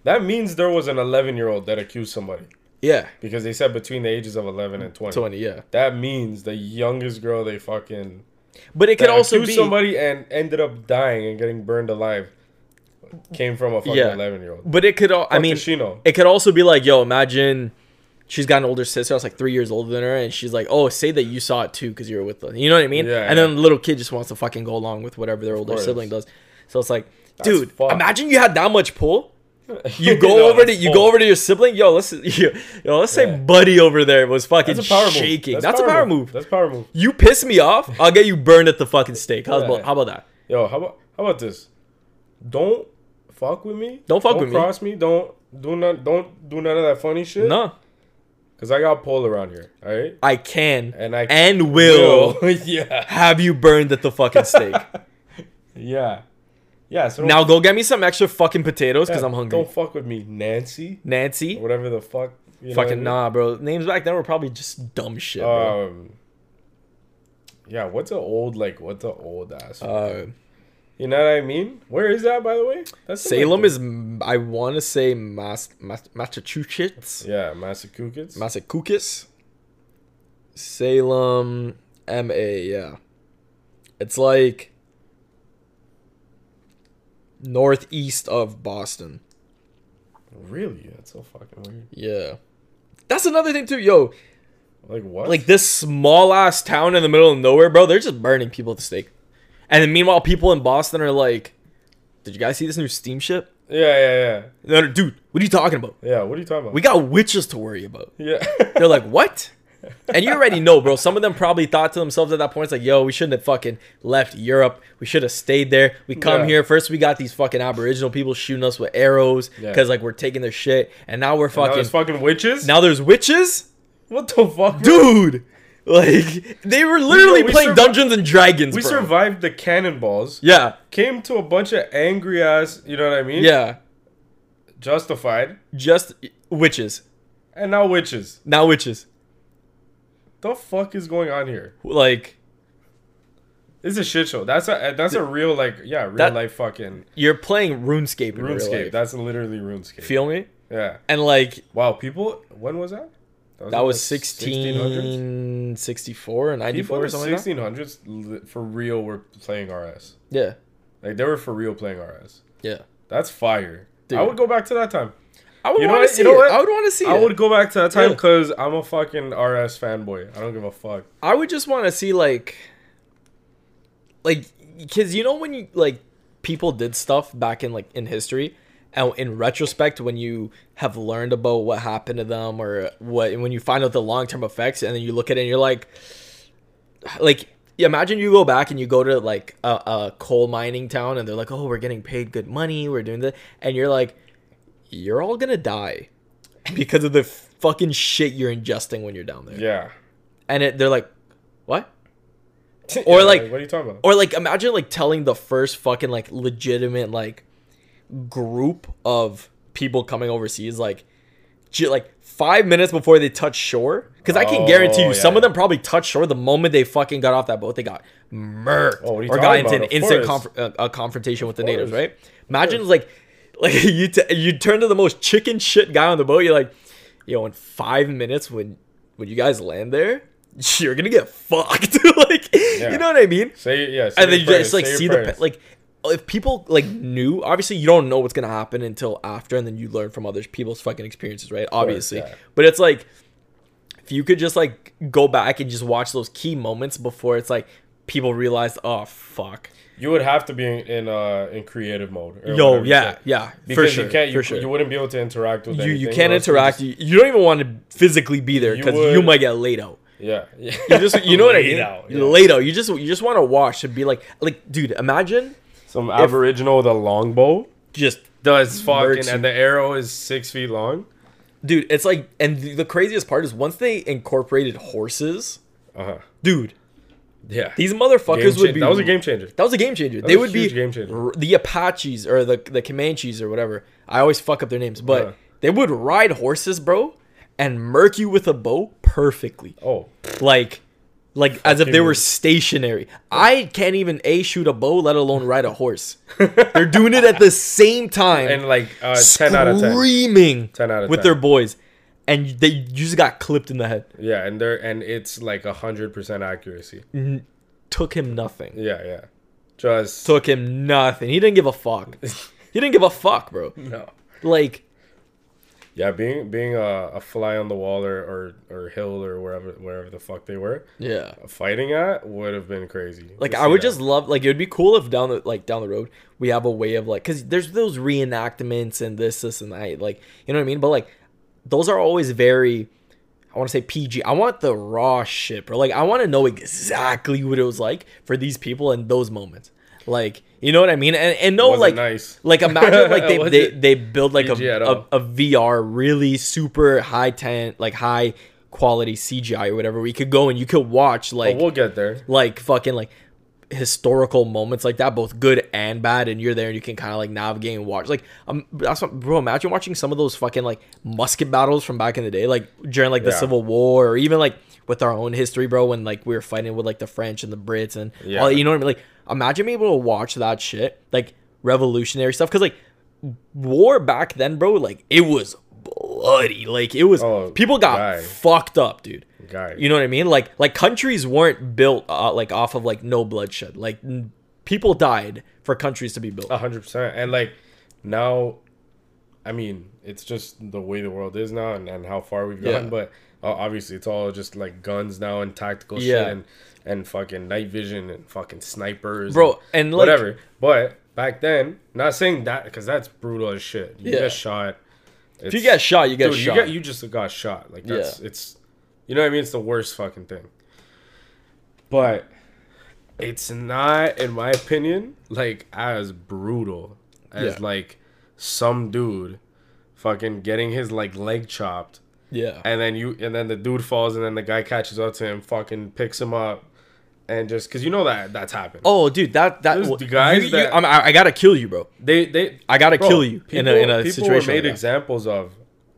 Speaker 1: That means there was an 11 year old that accused somebody
Speaker 2: yeah,
Speaker 1: because they said between the ages of 11 and 20.
Speaker 2: twenty, yeah.
Speaker 1: That means the youngest girl they fucking
Speaker 2: But it could
Speaker 1: that
Speaker 2: also
Speaker 1: accused
Speaker 2: be
Speaker 1: somebody and ended up dying and getting burned alive came from a fucking
Speaker 2: Yeah.
Speaker 1: 11 year old.
Speaker 2: But it could, al- I mean,
Speaker 1: she know?
Speaker 2: it could also be like, yo, imagine she's got an older sister that's like three years older than her, and she's like, oh, say that you saw it too because you were with them. You know what I mean?
Speaker 1: Yeah,
Speaker 2: and
Speaker 1: yeah.
Speaker 2: then the little kid just wants to fucking go along with whatever their older
Speaker 1: course.
Speaker 2: sibling does. So it's like, dude,
Speaker 1: fucked.
Speaker 2: imagine you had that much pull. You go
Speaker 1: know,
Speaker 2: over to
Speaker 1: that's
Speaker 2: you
Speaker 1: full.
Speaker 2: go over to your sibling, yo. Let's yo, yo, let's say
Speaker 1: Yeah.
Speaker 2: buddy over there was fucking
Speaker 1: That's a power
Speaker 2: shaking.
Speaker 1: move.
Speaker 2: That's, a power move.
Speaker 1: That's power move.
Speaker 2: You piss me off, I'll get you burned at the fucking stake. How's about,
Speaker 1: Yeah.
Speaker 2: how about that?
Speaker 1: Yo, how about how about this? Don't fuck with me.
Speaker 2: Don't fuck with me.
Speaker 1: cross me. Don't do not don't do none of that funny shit.
Speaker 2: No,
Speaker 1: Cause I got pole around here. All right.
Speaker 2: I can
Speaker 1: And I
Speaker 2: and will
Speaker 1: yeah.
Speaker 2: have you burned at the fucking stake.
Speaker 1: Yeah. Yeah. So don't-
Speaker 2: now go get me some extra fucking potatoes because
Speaker 1: yeah,
Speaker 2: I'm hungry.
Speaker 1: Don't fuck with me, Nancy.
Speaker 2: Nancy,
Speaker 1: Whatever the fuck. You know
Speaker 2: fucking
Speaker 1: what
Speaker 2: nah, bro. Names back then were probably just dumb shit,
Speaker 1: I
Speaker 2: bro.
Speaker 1: mean? Um. Yeah. What's an old like? What's an old ass?
Speaker 2: Uh,
Speaker 1: you know what I mean? Where is that, by the way? That's Atlantic.
Speaker 2: Salem is m- I want to say Mass, Mass Massachusetts,
Speaker 1: Yeah, Massachusetts.
Speaker 2: Massachusetts, Salem, M A. Yeah, it's like northeast of Boston.
Speaker 1: really? That's so fucking weird.
Speaker 2: Yeah. That's another thing too, yo.
Speaker 1: Like what?
Speaker 2: Like this small ass town in the middle of nowhere, bro. They're just burning people at the stake, and then meanwhile, people in Boston are like, "Did you guys see this new steamship?"
Speaker 1: Yeah, yeah, yeah.
Speaker 2: And they're, Dude, what are you talking about?
Speaker 1: Yeah, what are you talking about?
Speaker 2: We got witches to worry about.
Speaker 1: yeah.
Speaker 2: They're like, "What?" And you already know, bro. Some of them probably thought to themselves at that point, "It's like, yo, we shouldn't have fucking left Europe. We should have stayed there. We come
Speaker 1: Yeah.
Speaker 2: here first. We got these fucking Aboriginal people shooting us with arrows
Speaker 1: Yeah.
Speaker 2: because like we're taking their shit, and now we're
Speaker 1: now
Speaker 2: fucking.
Speaker 1: there's fucking witches.
Speaker 2: now there's witches."
Speaker 1: what the fuck,
Speaker 2: dude. Like they were literally
Speaker 1: we
Speaker 2: playing
Speaker 1: survi-
Speaker 2: Dungeons and Dragons.
Speaker 1: We
Speaker 2: bro.
Speaker 1: survived the cannonballs.
Speaker 2: Yeah,
Speaker 1: Came to a bunch of angry ass. You know what I mean?
Speaker 2: yeah.
Speaker 1: Justified.
Speaker 2: Just witches.
Speaker 1: And now witches.
Speaker 2: Now witches.
Speaker 1: The fuck is going on here?
Speaker 2: Like
Speaker 1: It's a shit show. That's a that's a real like yeah real
Speaker 2: That-
Speaker 1: life fucking
Speaker 2: you're playing RuneScape. In RuneScape. Real
Speaker 1: RuneScape.
Speaker 2: life.
Speaker 1: That's literally RuneScape.
Speaker 2: Feel me?
Speaker 1: yeah.
Speaker 2: And like
Speaker 1: Wow. People. When was that?
Speaker 2: that was
Speaker 1: in the 1600s?
Speaker 2: 1664 or 94
Speaker 1: People in
Speaker 2: or
Speaker 1: the
Speaker 2: something. Like that.
Speaker 1: 1600s li- for real were playing RS.
Speaker 2: Yeah,
Speaker 1: Like they were for real playing RS.
Speaker 2: yeah.
Speaker 1: That's fire.
Speaker 2: Dude.
Speaker 1: I would go back to that time.
Speaker 2: I would
Speaker 1: You know
Speaker 2: want
Speaker 1: what-
Speaker 2: to
Speaker 1: you
Speaker 2: see
Speaker 1: know
Speaker 2: it.
Speaker 1: what?
Speaker 2: I would want to see
Speaker 1: I
Speaker 2: it.
Speaker 1: would go back to that time
Speaker 2: Yeah.
Speaker 1: because I'm a fucking RS fanboy. I don't give a fuck.
Speaker 2: I would just want to see like, like, because you know when you like people did stuff back in like in history, and in retrospect, when you have learned about what happened to them or what when you find out the long term effects, and then you look at it and you're like, like. yeah, Imagine you go back and you go to like a, a coal mining town and they're like, "Oh, we're getting paid good money, we're doing this," and you're like, "You're all gonna die because of the fucking shit you're ingesting when you're down there."
Speaker 1: Yeah.
Speaker 2: and it, they're like, what? Or,
Speaker 1: Yeah,
Speaker 2: like-
Speaker 1: what are you talking about?
Speaker 2: Or like, imagine like telling the first fucking like legitimate like group of people coming overseas like, j- like five minutes before they touch shore. Because I can
Speaker 1: Oh,
Speaker 2: guarantee you,
Speaker 1: yeah,
Speaker 2: some of
Speaker 1: yeah.
Speaker 2: them probably touched shore the moment they fucking got off that boat. They got murked
Speaker 1: Oh, what are you
Speaker 2: or got
Speaker 1: talking
Speaker 2: into an
Speaker 1: about? Of
Speaker 2: instant
Speaker 1: course.
Speaker 2: conf- uh, a confrontation with the natives,
Speaker 1: course.
Speaker 2: right? Imagine like, like you t- you turn to the most chicken shit guy on the boat. You're like, yo, in five minutes when when you guys land there, you're gonna get fucked. like, you know what I mean?
Speaker 1: say yeah. Say
Speaker 2: and
Speaker 1: your
Speaker 2: then you
Speaker 1: prayers,
Speaker 2: just like
Speaker 1: say your
Speaker 2: see the
Speaker 1: prayers.
Speaker 2: pe- like if people like knew obviously you don't know what's gonna happen until after and then you learn from other people's fucking experiences right obviously
Speaker 1: yeah.
Speaker 2: but it's like if you could just like go back and just watch those key moments before it's like people realize oh fuck
Speaker 1: you would have to be in in, uh, in creative mode. or
Speaker 2: yo
Speaker 1: whatever you
Speaker 2: yeah
Speaker 1: say.
Speaker 2: yeah
Speaker 1: Because
Speaker 2: for sure
Speaker 1: you can't. You,
Speaker 2: for sure
Speaker 1: you
Speaker 2: you,
Speaker 1: wouldn't be able to interact with.
Speaker 2: you,
Speaker 1: anything,
Speaker 2: can't
Speaker 1: or else you
Speaker 2: interact
Speaker 1: just-
Speaker 2: you, you don't even want to physically be there
Speaker 1: You
Speaker 2: because you,
Speaker 1: would-
Speaker 2: might get laid out
Speaker 1: yeah.
Speaker 2: you just you know what i
Speaker 1: Laid
Speaker 2: mean
Speaker 1: out, yeah.
Speaker 2: laid out you just you just want to watch and be like like dude imagine
Speaker 1: Some aboriginal with a longbow.
Speaker 2: just
Speaker 1: Does fucking
Speaker 2: Mercs.
Speaker 1: and the arrow is six feet long.
Speaker 2: dude, it's like, and the the craziest part is once they incorporated horses,
Speaker 1: Uh huh.
Speaker 2: dude,
Speaker 1: Yeah.
Speaker 2: these motherfuckers
Speaker 1: Game
Speaker 2: would
Speaker 1: chan-
Speaker 2: be.
Speaker 1: that was a game changer.
Speaker 2: That was a game changer.
Speaker 1: was
Speaker 2: they
Speaker 1: a
Speaker 2: would be
Speaker 1: huge game changer.
Speaker 2: r- the Apaches or the the Comanches or whatever. I always fuck up their names, but
Speaker 1: Yeah.
Speaker 2: they would ride horses, bro, and murk you with a bow perfectly.
Speaker 1: Oh,
Speaker 2: Like like as if they
Speaker 1: Fucking-
Speaker 2: were stationary. I can't even a shoot a bow, let alone ride a horse. They're doing it at the same time
Speaker 1: and like uh, ten out of ten.
Speaker 2: screaming
Speaker 1: 10 out of
Speaker 2: with
Speaker 1: 10.
Speaker 2: their boys, and they you just got clipped in the head.
Speaker 1: Yeah, and they're and it's like hundred percent accuracy.
Speaker 2: Mm. Took him nothing.
Speaker 1: Yeah, yeah. Just
Speaker 2: Took him nothing. He didn't give a fuck. he didn't give a fuck, bro.
Speaker 1: no.
Speaker 2: Like
Speaker 1: Yeah, being being a, a fly on the wall or, or or hill or wherever wherever the fuck they were
Speaker 2: yeah.
Speaker 1: fighting at would have been crazy. to
Speaker 2: Like
Speaker 1: see
Speaker 2: I would
Speaker 1: that.
Speaker 2: just love like it would be cool if down the like down the road we have a way of like because there's those reenactments and this this and that like you know what I mean but like those are always very I want to say PG I want the raw shit bro like I want to know exactly what it was like for these people in those moments like you know what I mean and and no
Speaker 1: Wasn't
Speaker 2: like
Speaker 1: nice.
Speaker 2: like imagine like they
Speaker 1: Was
Speaker 2: they,
Speaker 1: it
Speaker 2: they build like a,
Speaker 1: PG at
Speaker 2: a
Speaker 1: all?
Speaker 2: a VR really super high ten like high quality CGI or whatever we could go and you could watch like
Speaker 1: But we'll get there.
Speaker 2: like fucking like historical moments like that, both good and bad, and you're there and you can kind of like navigate and watch. Like, um, that's what, bro. Imagine watching some of those fucking like musket battles from back in the day, like during like the
Speaker 1: Yeah.
Speaker 2: Civil War, or even like with our own history, bro. When like we were fighting with like the French and the Brits and
Speaker 1: Yeah.
Speaker 2: all, you know what I mean? Like, imagine being able to watch that shit, like revolutionary stuff, because like war back then, bro. Like it was bloody. Like it was
Speaker 1: Oh,
Speaker 2: people got
Speaker 1: guy.
Speaker 2: fucked up, dude.
Speaker 1: Guy.
Speaker 2: You know what I mean? Like like countries weren't built uh, like off of like no bloodshed. Like n- people died for countries to be built.
Speaker 1: A hundred percent. And like now, I mean, it's just the way the world is now, and, and how far we've
Speaker 2: Yeah.
Speaker 1: gone. But uh, obviously, it's all just like guns now and tactical
Speaker 2: Yeah.
Speaker 1: shit and and fucking night vision and fucking snipers,
Speaker 2: Bro, and, like-
Speaker 1: whatever. But back then, not saying that because that's brutal as shit. You
Speaker 2: Yeah.
Speaker 1: get shot.
Speaker 2: if you get shot, you get
Speaker 1: Dude,
Speaker 2: shot.
Speaker 1: You, get, you just got shot. Like that's it's, you know what I mean. It's the worst fucking thing. But it's not, in my opinion, like as brutal as
Speaker 2: Yeah.
Speaker 1: like some dude fucking getting his like leg chopped,
Speaker 2: yeah.
Speaker 1: and then you and then the dude falls, and then the guy catches up to him, fucking picks him up, and just because you know that that's happened.
Speaker 2: oh, dude, that that
Speaker 1: Those
Speaker 2: well,
Speaker 1: guys
Speaker 2: you- you-
Speaker 1: that-
Speaker 2: I'm- I, I gotta kill you, bro.
Speaker 1: They they
Speaker 2: I gotta kill you in a- in a situation
Speaker 1: Were
Speaker 2: like
Speaker 1: made
Speaker 2: that.
Speaker 1: examples of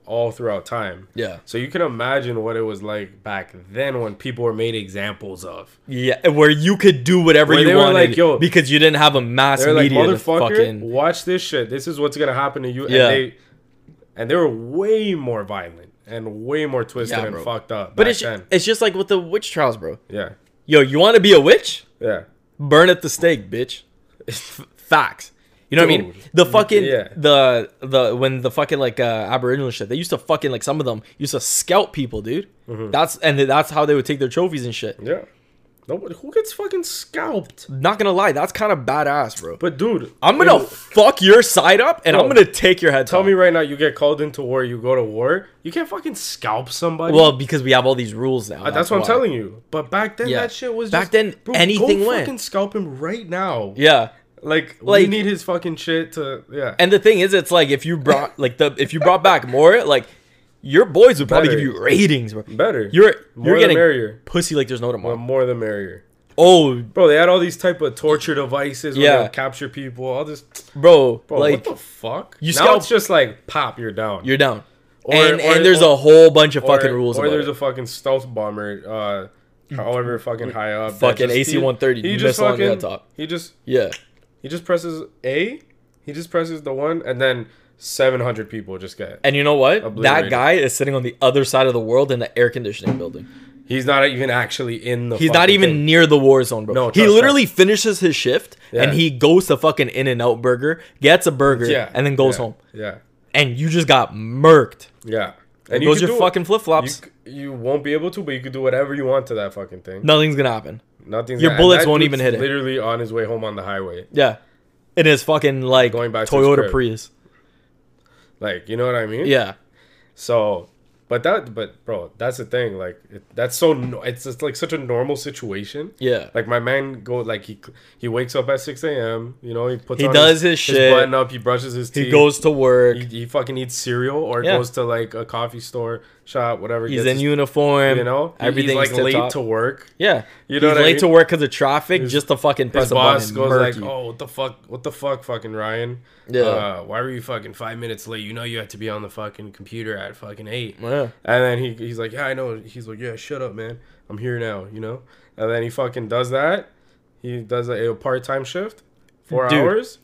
Speaker 1: all throughout time.
Speaker 2: Yeah.
Speaker 1: So you can imagine what it was like back then when people were made examples of.
Speaker 2: Yeah, where you could do whatever
Speaker 1: Where
Speaker 2: you
Speaker 1: they were
Speaker 2: wanted
Speaker 1: like, yo-
Speaker 2: because you didn't have a mass
Speaker 1: They're like,
Speaker 2: media to
Speaker 1: motherfucker,
Speaker 2: fucking.
Speaker 1: watch this shit. This is what's gonna happen to you.
Speaker 2: Yeah.
Speaker 1: And they and they were way more violent and way more twisted
Speaker 2: Yeah,
Speaker 1: and
Speaker 2: bro.
Speaker 1: fucked up.
Speaker 2: But
Speaker 1: back
Speaker 2: it's ju-
Speaker 1: then.
Speaker 2: it's just like with the witch trials, bro.
Speaker 1: yeah,
Speaker 2: Yo, you want to be a witch?
Speaker 1: yeah.
Speaker 2: burn at the stake, bitch. F- Facts. You know what I mean?
Speaker 1: Dude.
Speaker 2: The fucking
Speaker 1: Yeah.
Speaker 2: the the when the fucking like uh, Aboriginal shit, they used to fucking like some of them used to scalp people, dude.
Speaker 1: Mm-hmm.
Speaker 2: That's and that's how they would take their trophies and shit.
Speaker 1: Yeah. Nobody who gets fucking scalped.
Speaker 2: Not gonna lie, that's kind of badass, bro.
Speaker 1: But dude,
Speaker 2: I'm gonna
Speaker 1: it-
Speaker 2: fuck your side up and I'm
Speaker 1: Bro,
Speaker 2: gonna take your head.
Speaker 1: tell me right now. You get called into war. You go to war. You can't fucking scalp somebody.
Speaker 2: Well, because we have all these rules now.
Speaker 1: Uh, That's, what I'm
Speaker 2: why.
Speaker 1: telling you. But back then,
Speaker 2: Yeah.
Speaker 1: that shit was
Speaker 2: Back
Speaker 1: just,
Speaker 2: then, anything
Speaker 1: go
Speaker 2: went.
Speaker 1: Fucking scalp him right now.
Speaker 2: Yeah.
Speaker 1: Like, we
Speaker 2: Like-
Speaker 1: need his fucking shit to yeah.
Speaker 2: And the thing is, it's like if you brought like the if you brought back more, like your boys would probably
Speaker 1: Better.
Speaker 2: give you ratings, bro.
Speaker 1: better.
Speaker 2: You're
Speaker 1: More
Speaker 2: you're
Speaker 1: the
Speaker 2: getting
Speaker 1: merrier.
Speaker 2: pussy like there's no
Speaker 1: the
Speaker 2: tomorrow.
Speaker 1: more the merrier.
Speaker 2: Oh,
Speaker 1: Bro, they had all these type of torture devices. Yeah,
Speaker 2: Yeah.
Speaker 1: where they capture people. All this.
Speaker 2: bro,
Speaker 1: Bro,
Speaker 2: like
Speaker 1: what the fuck?
Speaker 2: you
Speaker 1: now
Speaker 2: scalp-
Speaker 1: it's just like pop, you're down.
Speaker 2: you're down.
Speaker 1: Or-
Speaker 2: and
Speaker 1: or-
Speaker 2: and there's
Speaker 1: or-
Speaker 2: a whole bunch of
Speaker 1: or,
Speaker 2: fucking rules.
Speaker 1: Or
Speaker 2: about
Speaker 1: there's
Speaker 2: it.
Speaker 1: a fucking stealth bomber. Uh, however fucking high up. that
Speaker 2: Fucking
Speaker 1: just- he-
Speaker 2: AC-130,
Speaker 1: He
Speaker 2: you
Speaker 1: just
Speaker 2: missile on the
Speaker 1: fucking.
Speaker 2: top.
Speaker 1: He just
Speaker 2: yeah,
Speaker 1: he just presses A. He just presses the one, and then 700 people just get.
Speaker 2: and you know what? That
Speaker 1: Obliterated.
Speaker 2: guy is sitting on the other side of the world in the air conditioning building.
Speaker 1: He's not even actually in the.
Speaker 2: He's not
Speaker 1: fucking
Speaker 2: even
Speaker 1: thing.
Speaker 2: near the war zone, bro.
Speaker 1: No,
Speaker 2: he
Speaker 1: trust
Speaker 2: literally finishes his shift and
Speaker 1: Yeah.
Speaker 2: he goes to fucking In and Out Burger, gets a burger,
Speaker 1: Yeah,
Speaker 2: and then goes
Speaker 1: yeah,
Speaker 2: home.
Speaker 1: Yeah,
Speaker 2: And you just got murked.
Speaker 1: yeah.
Speaker 2: And
Speaker 1: you
Speaker 2: those
Speaker 1: could
Speaker 2: your
Speaker 1: do-
Speaker 2: fucking flip
Speaker 1: You,
Speaker 2: flops.
Speaker 1: c- you won't be able to, but you could do whatever you want to that fucking thing.
Speaker 2: Nothing's gonna happen.
Speaker 1: Nothing's
Speaker 2: Your
Speaker 1: gonna- and
Speaker 2: bullets
Speaker 1: that
Speaker 2: won't
Speaker 1: dude's
Speaker 2: even hit it.
Speaker 1: Literally on his way home on the highway.
Speaker 2: Yeah, in his fucking like
Speaker 1: Going back to his
Speaker 2: Toyota
Speaker 1: crib.
Speaker 2: Prius.
Speaker 1: Like, you know what I mean?
Speaker 2: Yeah,
Speaker 1: So But that, but bro, that's the thing. Like it, that's so. no- It's just like such a normal situation.
Speaker 2: Yeah.
Speaker 1: Like my man go like he he wakes up at six a.m. You know he puts
Speaker 2: He
Speaker 1: on
Speaker 2: does his shit.
Speaker 1: button up. He brushes his teeth.
Speaker 2: he goes to work.
Speaker 1: He, he fucking eats cereal or
Speaker 2: Yeah.
Speaker 1: goes to like a coffee store shop, whatever.
Speaker 2: He's
Speaker 1: gets
Speaker 2: in
Speaker 1: his-
Speaker 2: uniform.
Speaker 1: You know He-
Speaker 2: everything's
Speaker 1: he's like late
Speaker 2: tip-top.
Speaker 1: to work.
Speaker 2: Yeah,
Speaker 1: You know
Speaker 2: he's
Speaker 1: what I
Speaker 2: late
Speaker 1: mean?
Speaker 2: to work because of traffic. just to fucking press
Speaker 1: His
Speaker 2: a
Speaker 1: boss
Speaker 2: button.
Speaker 1: goes
Speaker 2: murk
Speaker 1: like,
Speaker 2: you.
Speaker 1: "Oh, what the fuck? What the fuck, fucking Ryan?
Speaker 2: Yeah.
Speaker 1: Uh, why were you fucking five minutes late? You know you had to be on the fucking computer at fucking eight.
Speaker 2: Yeah.
Speaker 1: And then he, he's like, yeah, I know. He's like, yeah, shut up, man. I'm here now, you know? And then he fucking does that. He does a, a part time shift, four
Speaker 2: Dude.
Speaker 1: hours,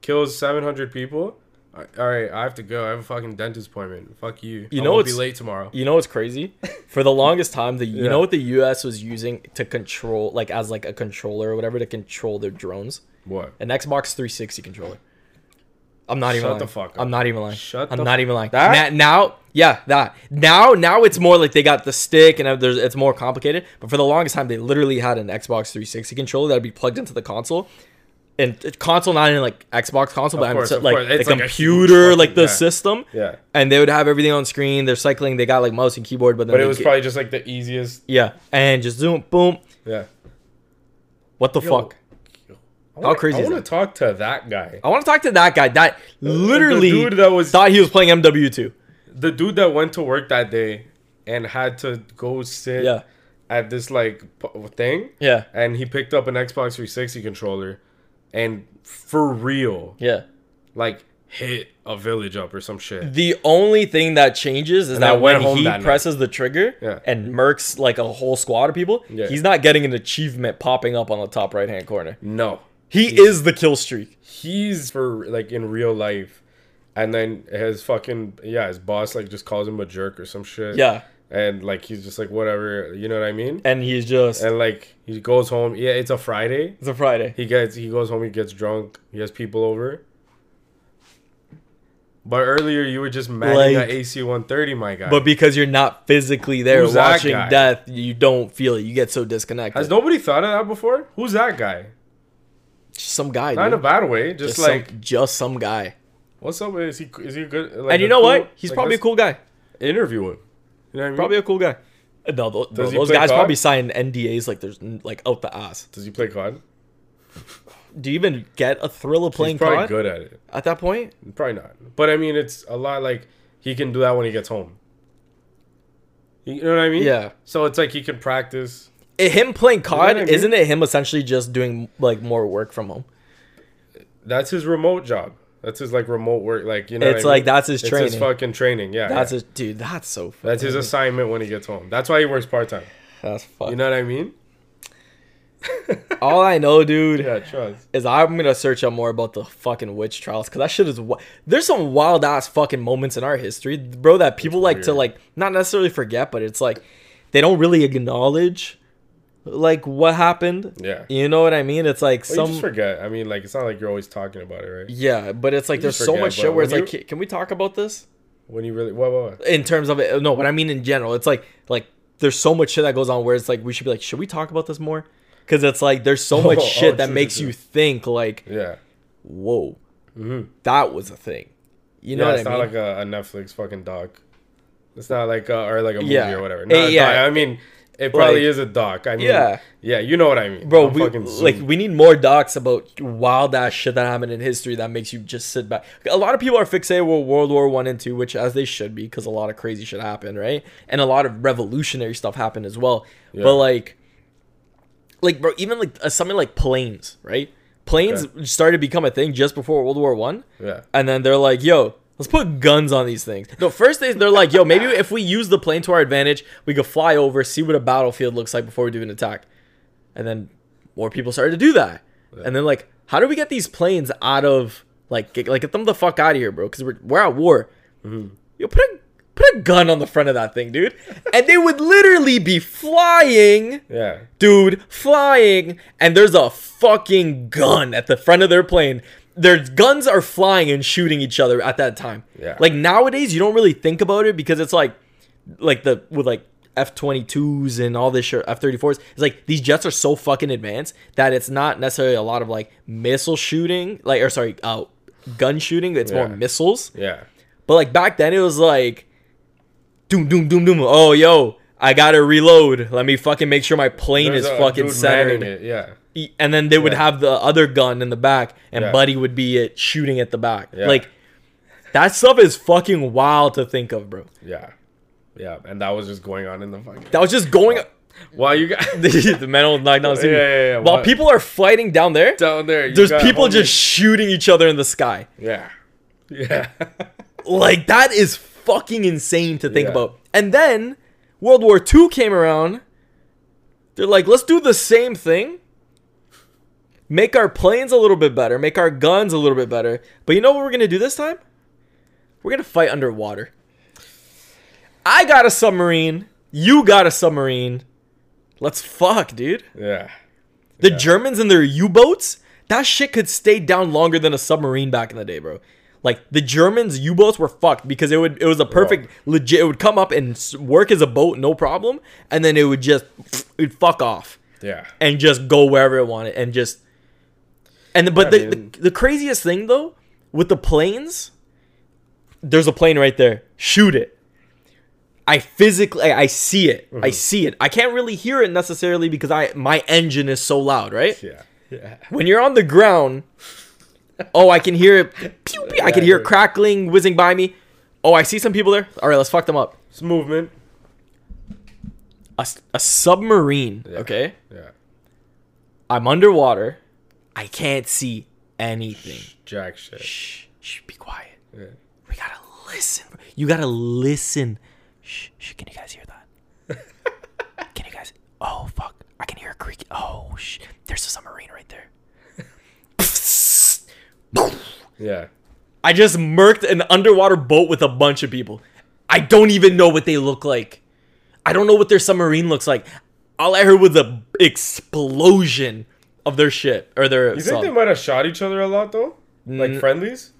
Speaker 1: kills 700 people. All right, all right, I have to go. I have a fucking dentist appointment. Fuck you.
Speaker 2: You
Speaker 1: I
Speaker 2: know
Speaker 1: won't be
Speaker 2: it's-
Speaker 1: late tomorrow.
Speaker 2: You know what's crazy? For the longest time, the you
Speaker 1: Yeah.
Speaker 2: know what the U.S. was using to control, like as like a controller or whatever, to control their drones,
Speaker 1: What?
Speaker 2: an Xbox 360 controller. I'm not even.
Speaker 1: Shut
Speaker 2: lying.
Speaker 1: the fuck up.
Speaker 2: I'm not even lying.
Speaker 1: Shut
Speaker 2: I'm
Speaker 1: the
Speaker 2: not
Speaker 1: f-
Speaker 2: even lying.
Speaker 1: That-
Speaker 2: Na- now, yeah, that now now it's more like they got the stick and there's it's more complicated. But for the longest time, they literally had an Xbox 360 controller that'd be plugged into the console. And it- console, not in like Xbox console, but
Speaker 1: course,
Speaker 2: I'm
Speaker 1: of
Speaker 2: s- like
Speaker 1: course.
Speaker 2: the
Speaker 1: It's like a huge
Speaker 2: computer,
Speaker 1: fucking-
Speaker 2: like the
Speaker 1: yeah.
Speaker 2: system.
Speaker 1: Yeah.
Speaker 2: And they would have everything on screen. They're cycling. They got like mouse and keyboard, but then
Speaker 1: But it
Speaker 2: they
Speaker 1: was
Speaker 2: get-
Speaker 1: probably just like the easiest.
Speaker 2: yeah. And just zoom, boom.
Speaker 1: Yeah.
Speaker 2: What the fuck?
Speaker 1: I
Speaker 2: How crazy
Speaker 1: I
Speaker 2: is
Speaker 1: want
Speaker 2: that?
Speaker 1: to talk to that guy.
Speaker 2: I want to talk to that guy. That literally
Speaker 1: dude that was-
Speaker 2: thought he was playing MW2.
Speaker 1: the dude that went to work that day and had to go sit
Speaker 2: Yeah.
Speaker 1: at this like p- thing
Speaker 2: Yeah.
Speaker 1: and he picked up an Xbox 360 controller and for real
Speaker 2: Yeah.
Speaker 1: like hit a village up or some shit.
Speaker 2: The only thing that changes is
Speaker 1: I
Speaker 2: that
Speaker 1: went
Speaker 2: when
Speaker 1: home
Speaker 2: he
Speaker 1: that night.
Speaker 2: presses the trigger
Speaker 1: Yeah.
Speaker 2: and mercs like a whole squad of people,
Speaker 1: Yeah.
Speaker 2: he's not getting an achievement popping up on the top right hand corner.
Speaker 1: No.
Speaker 2: He is the kill streak.
Speaker 1: He's for like in real life and then his fucking yeah, his boss like just calls him a jerk or some shit.
Speaker 2: Yeah.
Speaker 1: And like he's just like whatever, you know what I mean?
Speaker 2: And he's just
Speaker 1: And like he goes home. Yeah, it's a Friday.
Speaker 2: it's a Friday.
Speaker 1: He gets he goes home, he gets drunk, he has people over. But earlier you were just mad
Speaker 2: Like-
Speaker 1: at AC one thirty, my guy.
Speaker 2: But because you're not physically there
Speaker 1: Who's that
Speaker 2: watching
Speaker 1: guy?
Speaker 2: death, you don't feel it. You get so disconnected.
Speaker 1: has nobody thought of that before? Who's that guy?
Speaker 2: Just some guy,
Speaker 1: Not in
Speaker 2: dude.
Speaker 1: a bad way. Just,
Speaker 2: just
Speaker 1: like
Speaker 2: some, just some guy.
Speaker 1: what's up? Is he is he good? Like,
Speaker 2: And you
Speaker 1: a
Speaker 2: know
Speaker 1: cool-
Speaker 2: what? He's
Speaker 1: like,
Speaker 2: probably a
Speaker 1: let's
Speaker 2: cool guy.
Speaker 1: Interview him. You know what I mean?
Speaker 2: Probably a cool guy. Uh, No, tho- bro,
Speaker 1: he
Speaker 2: those
Speaker 1: play
Speaker 2: guys
Speaker 1: COD?
Speaker 2: probably sign NDAs like there's n- like out the ass.
Speaker 1: Does he play COD?
Speaker 2: Do you even get a thrill of
Speaker 1: He's
Speaker 2: playing
Speaker 1: probably
Speaker 2: COD
Speaker 1: good at it.
Speaker 2: at that point?
Speaker 1: Probably not. But I mean, it's a lot like he can do that when he gets home. You know what I mean?
Speaker 2: Yeah.
Speaker 1: So it's like he can practice.
Speaker 2: Eh, Him playing COD,
Speaker 1: I mean?
Speaker 2: isn't it him essentially just doing like more work from home?
Speaker 1: That's his remote job. That's his like remote work. Like you know, what
Speaker 2: It's
Speaker 1: I
Speaker 2: like,
Speaker 1: mean?
Speaker 2: that's his
Speaker 1: It's
Speaker 2: training.
Speaker 1: his fucking training. Yeah,
Speaker 2: That's
Speaker 1: yeah.
Speaker 2: a dude. That's so. Fucking,
Speaker 1: that's his assignment when he gets home. That's why he works part time.
Speaker 2: That's fuck.
Speaker 1: You know what I mean?
Speaker 2: All I know, dude,
Speaker 1: Yeah, trust.
Speaker 2: is I'm gonna search up more about the fucking witch trials because that shit is. Wi- There's some wild ass fucking moments in our history, bro. That people like to
Speaker 1: weird.
Speaker 2: like not necessarily forget, but it's like they don't really acknowledge like what happened.
Speaker 1: Yeah.
Speaker 2: You know what I mean? It's like
Speaker 1: Some... You
Speaker 2: some.
Speaker 1: just forget. I mean, like it's not like you're always talking about it, right?
Speaker 2: yeah, but it's like there's
Speaker 1: just
Speaker 2: so
Speaker 1: forget,
Speaker 2: much
Speaker 1: bro.
Speaker 2: shit where it's
Speaker 1: When
Speaker 2: like, "Ca- can we talk about this?
Speaker 1: When you really what what? what?
Speaker 2: in terms of it no what i mean in general it's like like there's so much shit that goes on where it's like we should be like should we talk about this more because it's like there's so much
Speaker 1: Oh,
Speaker 2: shit
Speaker 1: oh,
Speaker 2: that
Speaker 1: true,
Speaker 2: makes
Speaker 1: true.
Speaker 2: you think like
Speaker 1: Yeah.
Speaker 2: whoa
Speaker 1: Mhm.
Speaker 2: that was a thing you know
Speaker 1: yeah,
Speaker 2: what i
Speaker 1: it's not
Speaker 2: mean
Speaker 1: like a, a Netflix fucking doc. It's not like a, or like a movie
Speaker 2: Yeah.
Speaker 1: or whatever.
Speaker 2: Eh,
Speaker 1: Not a doc.
Speaker 2: yeah.
Speaker 1: I mean, it probably
Speaker 2: Like-
Speaker 1: is a doc. I mean,
Speaker 2: Yeah.
Speaker 1: yeah, yeah, you know what I mean,
Speaker 2: bro
Speaker 1: I'm
Speaker 2: we,
Speaker 1: fucking
Speaker 2: like
Speaker 1: zoomed.
Speaker 2: we need more docs about wild ass shit that happened in history that makes you just sit back a lot of people are fixated with world war one and two which as they should be because a lot of crazy shit happened right and a lot of revolutionary stuff happened as well
Speaker 1: Yeah.
Speaker 2: but like like bro even like uh, something like planes right planes started to become a thing just before world war one
Speaker 1: yeah,
Speaker 2: and then they're like, yo, let's put guns on these things. No, first they, they're like, yo, maybe if we use the plane to our advantage, we could fly over, see what a battlefield looks like before we do an attack. And then more people started to do that. And then like, how do we get these planes out of like get, like get them the fuck out of here, bro? Because we're we're at war. Yo, put a put a gun on the front of that thing, dude. And they would literally be flying
Speaker 1: yeah.
Speaker 2: dude flying and there's a fucking gun at the front of their plane their guns are flying and shooting each other at that time
Speaker 1: Yeah.
Speaker 2: like nowadays you don't really think about it because it's like like the with like f-22s and all this shit f-34s it's like these jets are so fucking advanced that it's not necessarily a lot of like missile shooting like or sorry uh, gun shooting it's more
Speaker 1: Yeah.
Speaker 2: missiles
Speaker 1: Yeah.
Speaker 2: but like back then, it was like doom doom doom doom. Oh yo, I gotta reload. Let me fucking make sure my plane
Speaker 1: There's
Speaker 2: is
Speaker 1: a
Speaker 2: fucking
Speaker 1: dude
Speaker 2: centered.
Speaker 1: manning it, Yeah.
Speaker 2: E- and then they would
Speaker 1: Yeah.
Speaker 2: have the other gun in the back, and
Speaker 1: Yeah.
Speaker 2: Buddy would be it shooting at the back.
Speaker 1: Yeah.
Speaker 2: Like that stuff is fucking wild to think of, bro.
Speaker 1: Yeah. Yeah. And that was just going on in the fucking.
Speaker 2: That was just going.
Speaker 1: While you got
Speaker 2: the men will knock down. the city.
Speaker 1: Yeah, yeah, yeah.
Speaker 2: While
Speaker 1: Wha-
Speaker 2: people are fighting down there,
Speaker 1: down there, you
Speaker 2: there's
Speaker 1: got
Speaker 2: people
Speaker 1: homies-
Speaker 2: just shooting each other in the sky.
Speaker 1: Yeah. Yeah.
Speaker 2: Like that is fucking insane to think
Speaker 1: Yeah.
Speaker 2: about. And then World War II came around. They're like, let's do the same thing. Make our planes a little bit better, make our guns a little bit better. But you know what we're gonna do this time? We're gonna fight underwater. I got a submarine. You got a submarine. Let's fuck, dude.
Speaker 1: yeah.
Speaker 2: The Germans and their U-boats, that shit could stay down longer than a submarine back in the day, bro. Like the Germans U-boats were fucked because it would it was a perfect legit it would come up and s- work as a boat no problem and then it would just it'd fuck off
Speaker 1: Yeah.
Speaker 2: and just go wherever it wanted and just and the, but
Speaker 1: Yeah, I
Speaker 2: the,
Speaker 1: mean-
Speaker 2: the the craziest thing though with the planes there's a plane right there shoot it i physically i I see it
Speaker 1: Mm-hmm.
Speaker 2: i see it i can't really hear it necessarily because i my engine is so loud right
Speaker 1: Yeah. Yeah.
Speaker 2: when you're on the ground oh i can hear it pew, pew, i can
Speaker 1: Yeah,
Speaker 2: hear it
Speaker 1: yeah.
Speaker 2: crackling whizzing by me oh i see some people there all right let's fuck them up
Speaker 1: It's movement.
Speaker 2: a, s- a submarine okay
Speaker 1: Yeah.
Speaker 2: i'm underwater i can't see anything
Speaker 1: Jack shit.
Speaker 2: shh, shh, be quiet.
Speaker 1: Yeah.
Speaker 2: We gotta listen. You gotta listen. Shh, shh, can you guys hear that? can you guys? Oh, fuck. I can hear a creak. Oh, shh. There's a submarine right there.
Speaker 1: Yeah.
Speaker 2: I just murked an underwater boat with a bunch of people. I don't even know what they look like. I don't know what their submarine looks like. All I heard was a explosion of their ship or their
Speaker 1: You think
Speaker 2: sub.
Speaker 1: they might have shot each other a lot though? Like
Speaker 2: Mm.
Speaker 1: friendlies?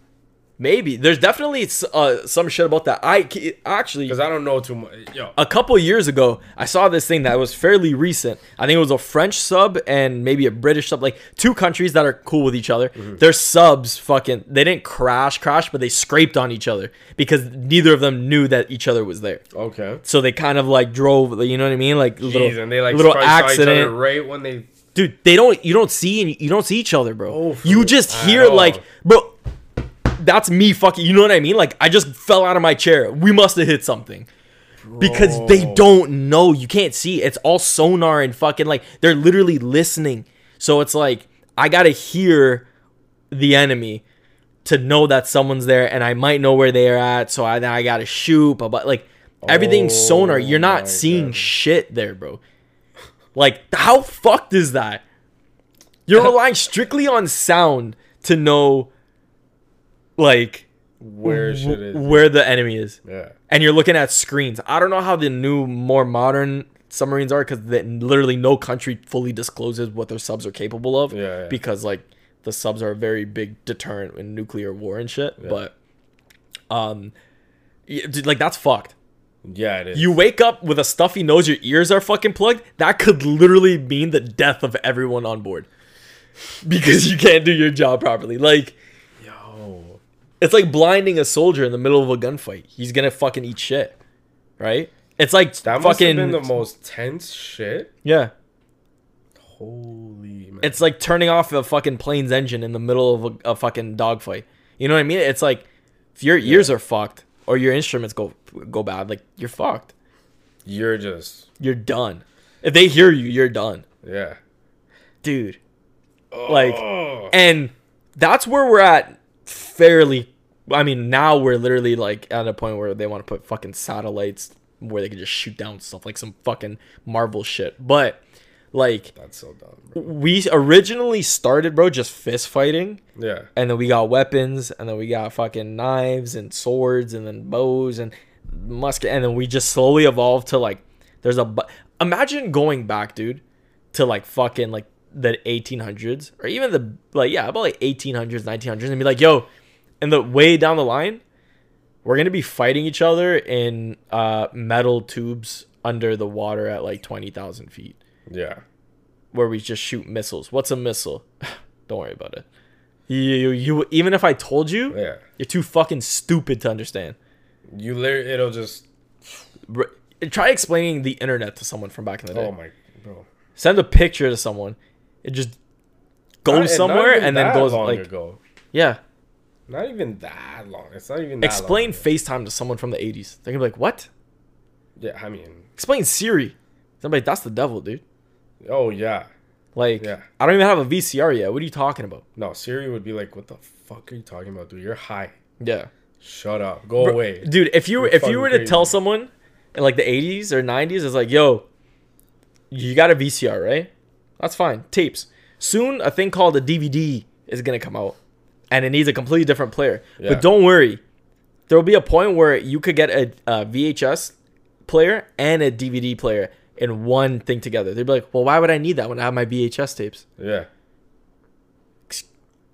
Speaker 2: Maybe there's definitely s- uh, some shit about that. I ca- actually
Speaker 1: Because I don't know too much. Yo.
Speaker 2: a couple years ago, I saw this thing that was fairly recent. I think it was a French sub and maybe a British sub, like two countries that are cool with each other.
Speaker 1: Mm-hmm.
Speaker 2: Their subs fucking they didn't crash crash, but they scraped on each other because neither of them knew that each other was there.
Speaker 1: Okay.
Speaker 2: So they kind of like drove, you know what I mean? Like little,
Speaker 1: Jeez, and they like
Speaker 2: little
Speaker 1: probably saw each other
Speaker 2: accident
Speaker 1: right when they.
Speaker 2: dude they don't you don't see and you don't see each other bro
Speaker 1: Oh, for
Speaker 2: you
Speaker 1: real.
Speaker 2: just
Speaker 1: At
Speaker 2: hear
Speaker 1: all.
Speaker 2: like bro that's me fucking you know what i mean like i just fell out of my chair we must have hit something because they
Speaker 1: Bro.
Speaker 2: don't know you can't see it's all sonar and fucking like they're literally listening so it's like i gotta hear the enemy to know that someone's there and i might know where they're at so i, then I gotta shoot but like everything's
Speaker 1: Oh
Speaker 2: sonar you're
Speaker 1: my
Speaker 2: not seeing
Speaker 1: God.
Speaker 2: shit there bro like how fucked is that you're relying strictly on sound to know, like,
Speaker 1: Where
Speaker 2: wh-
Speaker 1: shit is.
Speaker 2: where the enemy is.
Speaker 1: yeah.
Speaker 2: And you're looking at screens. I don't know how the new, more modern submarines are because literally no country fully discloses what their subs are capable of.
Speaker 1: Yeah, yeah.
Speaker 2: Because, like, the subs are a very big deterrent in nuclear war and shit. But, um, y- dude, like, that's fucked.
Speaker 1: Yeah, it is.
Speaker 2: You wake up with a stuffy nose, your ears are fucking plugged. That could literally mean the death of everyone on board because you can't do your job properly. Like,
Speaker 1: Yo.
Speaker 2: it's like blinding a soldier in the middle of a gunfight. He's gonna fucking eat shit, right? It's like
Speaker 1: That must
Speaker 2: fucking
Speaker 1: have been the most tense shit.
Speaker 2: yeah.
Speaker 1: Holy man.
Speaker 2: It's like turning off a fucking plane's engine in the middle of a, a fucking dogfight. You know what I mean? It's like if your ears are fucked or your instruments go go bad, like you're fucked.
Speaker 1: You're just.
Speaker 2: You're done. If they hear you, you're done,
Speaker 1: Yeah.
Speaker 2: dude. Like.
Speaker 1: Oh.
Speaker 2: and that's where we're at fairly i mean now we're literally like at a point where they want to put fucking satellites where they can just shoot down stuff like some fucking marvel shit but like
Speaker 1: That's so dumb, bro.
Speaker 2: we originally started bro just fist fighting
Speaker 1: Yeah.
Speaker 2: and then we got weapons and then we got fucking knives and swords and then bows and musket and then we just slowly evolved to like there's a bu- imagine going back dude to like fucking like the 1800s or even the like yeah about like 1800s 1900s and be like yo and the way down the line we're gonna be fighting each other in uh metal tubes under the water at like 20000 feet
Speaker 1: Yeah.
Speaker 2: where we just shoot missiles. What's a missile? Don't worry about it. You, you, you even if I told you,
Speaker 1: Yeah.
Speaker 2: you're too fucking stupid to understand.
Speaker 1: You literally, it'll just.
Speaker 2: r- try explaining the internet to someone from back in the day.
Speaker 1: Oh my, bro.
Speaker 2: Send a picture to someone. It just
Speaker 1: Not-
Speaker 2: goes
Speaker 1: not
Speaker 2: somewhere
Speaker 1: even
Speaker 2: and then
Speaker 1: that
Speaker 2: goes
Speaker 1: long
Speaker 2: like
Speaker 1: ago.
Speaker 2: yeah.
Speaker 1: Not even that long. It's not even that
Speaker 2: Explain
Speaker 1: Long.
Speaker 2: FaceTime to someone from the '80s. They're gonna be like, "What?
Speaker 1: Yeah, I mean,
Speaker 2: Explain Siri." Somebody, that's the devil, dude.
Speaker 1: oh yeah.
Speaker 2: Like,
Speaker 1: Yeah.
Speaker 2: I don't even have a VCR yet. What are you talking about?
Speaker 1: No, Siri would be like, "What the fuck are you talking about, dude? You're high.
Speaker 2: Yeah,
Speaker 1: Shut up. Go
Speaker 2: Bro,
Speaker 1: away."
Speaker 2: dude. If you
Speaker 1: You're
Speaker 2: if
Speaker 1: fucking
Speaker 2: you were to
Speaker 1: crazy.
Speaker 2: tell someone in like the '80s or '90s, it's like, "Yo, you got a VCR, right? That's fine. Tapes. Soon, a thing called a DVD is gonna come out, and it needs a completely different player.
Speaker 1: Yeah.
Speaker 2: But don't worry, there will be a point where you could get a, a VHS player and a DVD player in one thing together. They'd be like, "Well, why would I need that when I have my VHS tapes?"
Speaker 1: Yeah.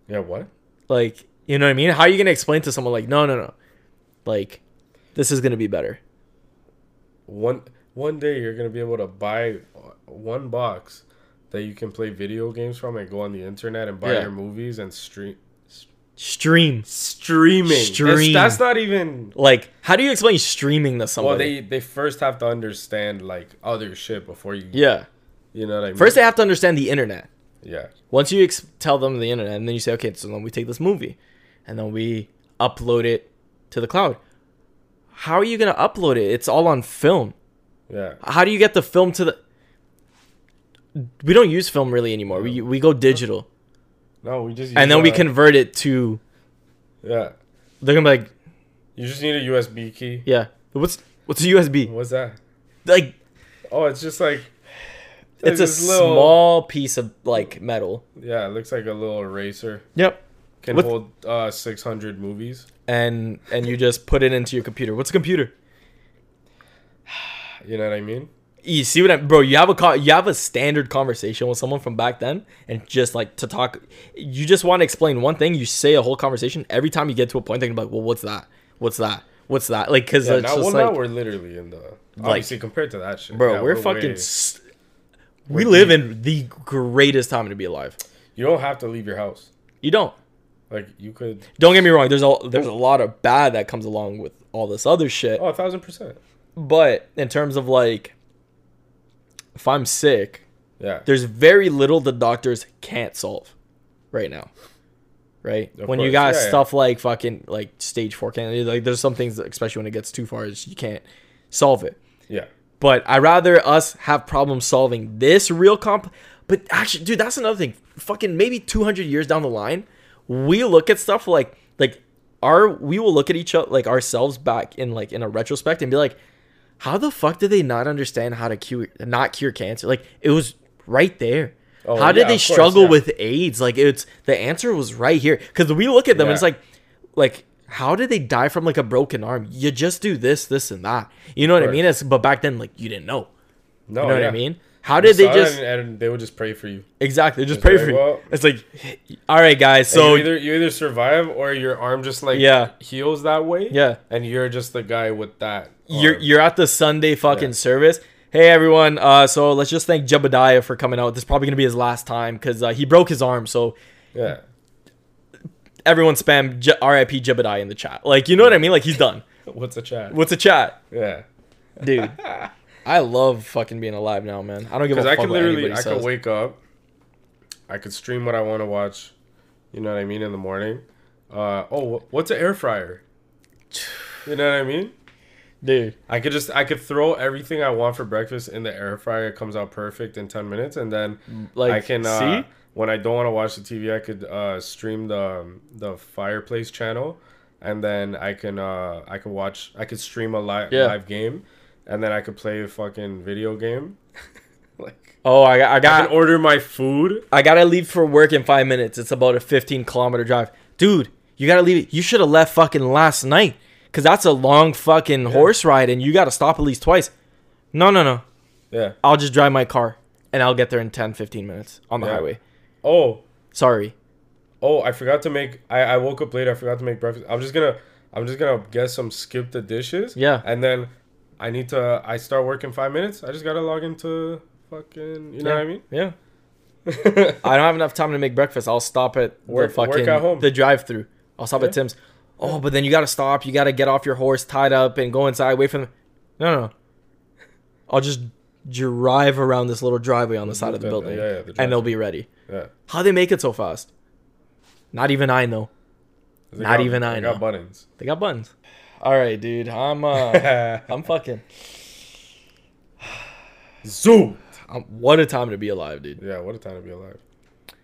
Speaker 1: Yeah. What?
Speaker 2: Like, you know what I mean? How are you gonna explain to someone like, no, no, no, like, this is gonna be better?
Speaker 1: One one day you're gonna be able to buy one box that you can play video games from and go on the internet and buy
Speaker 2: Yeah.
Speaker 1: your movies and stream
Speaker 2: Stream.
Speaker 1: streaming. Stream.
Speaker 2: Stream.
Speaker 1: That's not even.
Speaker 2: Like, how do you explain streaming to
Speaker 1: Well,
Speaker 2: somebody?
Speaker 1: they they first have to understand like other shit before you.
Speaker 2: yeah.
Speaker 1: You know what I mean.
Speaker 2: First, they have to understand the internet.
Speaker 1: Yeah.
Speaker 2: Once you ex- tell them the internet, and then you say, okay, so then we take this movie, and then we upload it to the cloud. How are you gonna upload it? It's all on film.
Speaker 1: Yeah.
Speaker 2: How do you get the film to the? We don't use film really anymore. We we go digital,
Speaker 1: No, we just.
Speaker 2: and
Speaker 1: use
Speaker 2: then we
Speaker 1: a-
Speaker 2: convert it to.
Speaker 1: Yeah.
Speaker 2: They're gonna be like,
Speaker 1: You just need a USB key.
Speaker 2: yeah, what's what's a USB?
Speaker 1: What's that?
Speaker 2: like
Speaker 1: Oh, it's just like.
Speaker 2: it's a
Speaker 1: this little-
Speaker 2: small piece of like metal.
Speaker 1: Yeah, it looks like a little eraser.
Speaker 2: Yep.
Speaker 1: Can
Speaker 2: What-
Speaker 1: hold uh 600 movies.
Speaker 2: And and you just put it into your computer. What's a computer?
Speaker 1: You know what I mean?
Speaker 2: You E, see what I bro? You have a co- you have a standard conversation with someone from back then, and just like to talk, you just want to explain one thing. You say a whole conversation every time you get to a point. They're gonna be like, well, what's that? What's that? What's that? Like, cause
Speaker 1: Yeah,
Speaker 2: it's
Speaker 1: now, well,
Speaker 2: just
Speaker 1: now
Speaker 2: like,
Speaker 1: we're literally in the obviously compared to that shit.
Speaker 2: bro,
Speaker 1: yeah,
Speaker 2: we're, fucking.
Speaker 1: way-
Speaker 2: s we live in the greatest time to be alive.
Speaker 1: you don't have to leave your house.
Speaker 2: You don't.
Speaker 1: Like you could.
Speaker 2: Don't get me wrong. There's a there's a lot of bad that comes along with all this other shit.
Speaker 1: Oh, a thousand percent.
Speaker 2: But in terms of like, if I'm sick,
Speaker 1: Yeah.
Speaker 2: there's very little the doctors can't solve right now. Right?
Speaker 1: Of
Speaker 2: when you
Speaker 1: course,
Speaker 2: got
Speaker 1: yeah, yeah.
Speaker 2: stuff like fucking like stage four cancer, like there's some things, that, especially when it gets too far, is you can't solve it.
Speaker 1: Yeah.
Speaker 2: But I rather us have problem solving this real comp. But actually, dude, that's another thing. Fucking maybe 200 years down the line, we look at stuff like like our we will look at each other like ourselves back in like in a retrospect and be like, how the fuck did they not understand how to cure not cure cancer? Like it was right there.
Speaker 1: Oh,
Speaker 2: how did
Speaker 1: yeah,
Speaker 2: they
Speaker 1: of course,
Speaker 2: struggle
Speaker 1: yeah.
Speaker 2: with AIDS? Like it's the answer was right here because we look at them and it's
Speaker 1: Yeah.
Speaker 2: like like how did they die from like a broken arm? You just do this, this, and that. You know what I
Speaker 1: course.
Speaker 2: mean? It's, but back then, like you didn't know.
Speaker 1: No.
Speaker 2: You know what
Speaker 1: Oh, yeah.
Speaker 2: I mean? How did
Speaker 1: You saw
Speaker 2: they
Speaker 1: it
Speaker 2: just
Speaker 1: and, and they would just pray for you.
Speaker 2: exactly just
Speaker 1: It's
Speaker 2: pray
Speaker 1: like,
Speaker 2: for you?
Speaker 1: well-
Speaker 2: it's like, all right, guys.
Speaker 1: So
Speaker 2: So
Speaker 1: you either you either survive or your arm just like
Speaker 2: Yeah.
Speaker 1: heals that way.
Speaker 2: Yeah.
Speaker 1: And you're just the guy with that.
Speaker 2: you're
Speaker 1: arm.
Speaker 2: you're at the Sunday fucking service. Hey everyone. Uh, so let's just thank Jebediah for coming out. This is probably gonna be his last time because uh, he broke his arm. So
Speaker 1: yeah.
Speaker 2: everyone spam Je- R.I.P. Jebediah in the chat. Like you know what I mean? Like he's done.
Speaker 1: What's a chat?
Speaker 2: What's a chat,
Speaker 1: Yeah.
Speaker 2: dude? I love fucking being alive now, man. I don't give a
Speaker 1: Because
Speaker 2: fuck
Speaker 1: I could
Speaker 2: what
Speaker 1: literally,
Speaker 2: anybody
Speaker 1: I
Speaker 2: says.
Speaker 1: could wake up, I could stream what I want to watch, you know what I mean, in the morning. Uh, oh, wh- what's an air fryer? You know what I mean?
Speaker 2: dude.
Speaker 1: I could just, I could throw everything I want for breakfast in the air fryer. It comes out perfect in 10 minutes. And then
Speaker 2: Like,
Speaker 1: I can, uh,
Speaker 2: see?
Speaker 1: when I don't want to watch the TV, I could uh, stream the, um, the fireplace channel. And then I can, uh, I could watch, I could stream a live,
Speaker 2: Yeah.
Speaker 1: live game. And then I could play a fucking video game. like,
Speaker 2: Oh, I got, I
Speaker 1: I
Speaker 2: got
Speaker 1: can order my food.
Speaker 2: I gotta leave for work in five minutes. It's about a 15 kilometer drive. Dude, you gotta leave. You should have left fucking last night. Cause that's a long fucking horse ride and you gotta stop at least twice. No, no, no.
Speaker 1: Yeah.
Speaker 2: I'll just drive my car and I'll get there in 10, 15 minutes on the
Speaker 1: Yeah.
Speaker 2: highway.
Speaker 1: Oh,
Speaker 2: Sorry.
Speaker 1: oh, I forgot to make. I I woke up late. I forgot to make breakfast. I'm just gonna. I'm just gonna guess some skip the dishes.
Speaker 2: Yeah.
Speaker 1: And then I need to. I start work in five minutes. I just gotta log into fucking. You know what I mean?
Speaker 2: Yeah. I don't have enough time to make breakfast. I'll stop at
Speaker 1: Work-
Speaker 2: the
Speaker 1: work
Speaker 2: fucking
Speaker 1: at home.
Speaker 2: the drive through. I'll stop
Speaker 1: Yeah.
Speaker 2: at Tim's. Oh, but then you gotta stop. You gotta get off your horse, tied up, and go inside. Wait for them. No, no, no. I'll just drive around this little driveway on the side of the
Speaker 1: Yeah, yeah,
Speaker 2: building,
Speaker 1: the
Speaker 2: and they'll
Speaker 1: drive-thru.
Speaker 2: be ready.
Speaker 1: Yeah.
Speaker 2: How they make it so fast? Not even I know.
Speaker 1: They
Speaker 2: Not
Speaker 1: got-
Speaker 2: even I
Speaker 1: they
Speaker 2: know.
Speaker 1: got buttons.
Speaker 2: They got buttons. All right, dude. I'm uh, I'm fucking.
Speaker 1: Zoom.
Speaker 2: I'm, Um, what a time to be alive, dude.
Speaker 1: Yeah, what a time to be alive.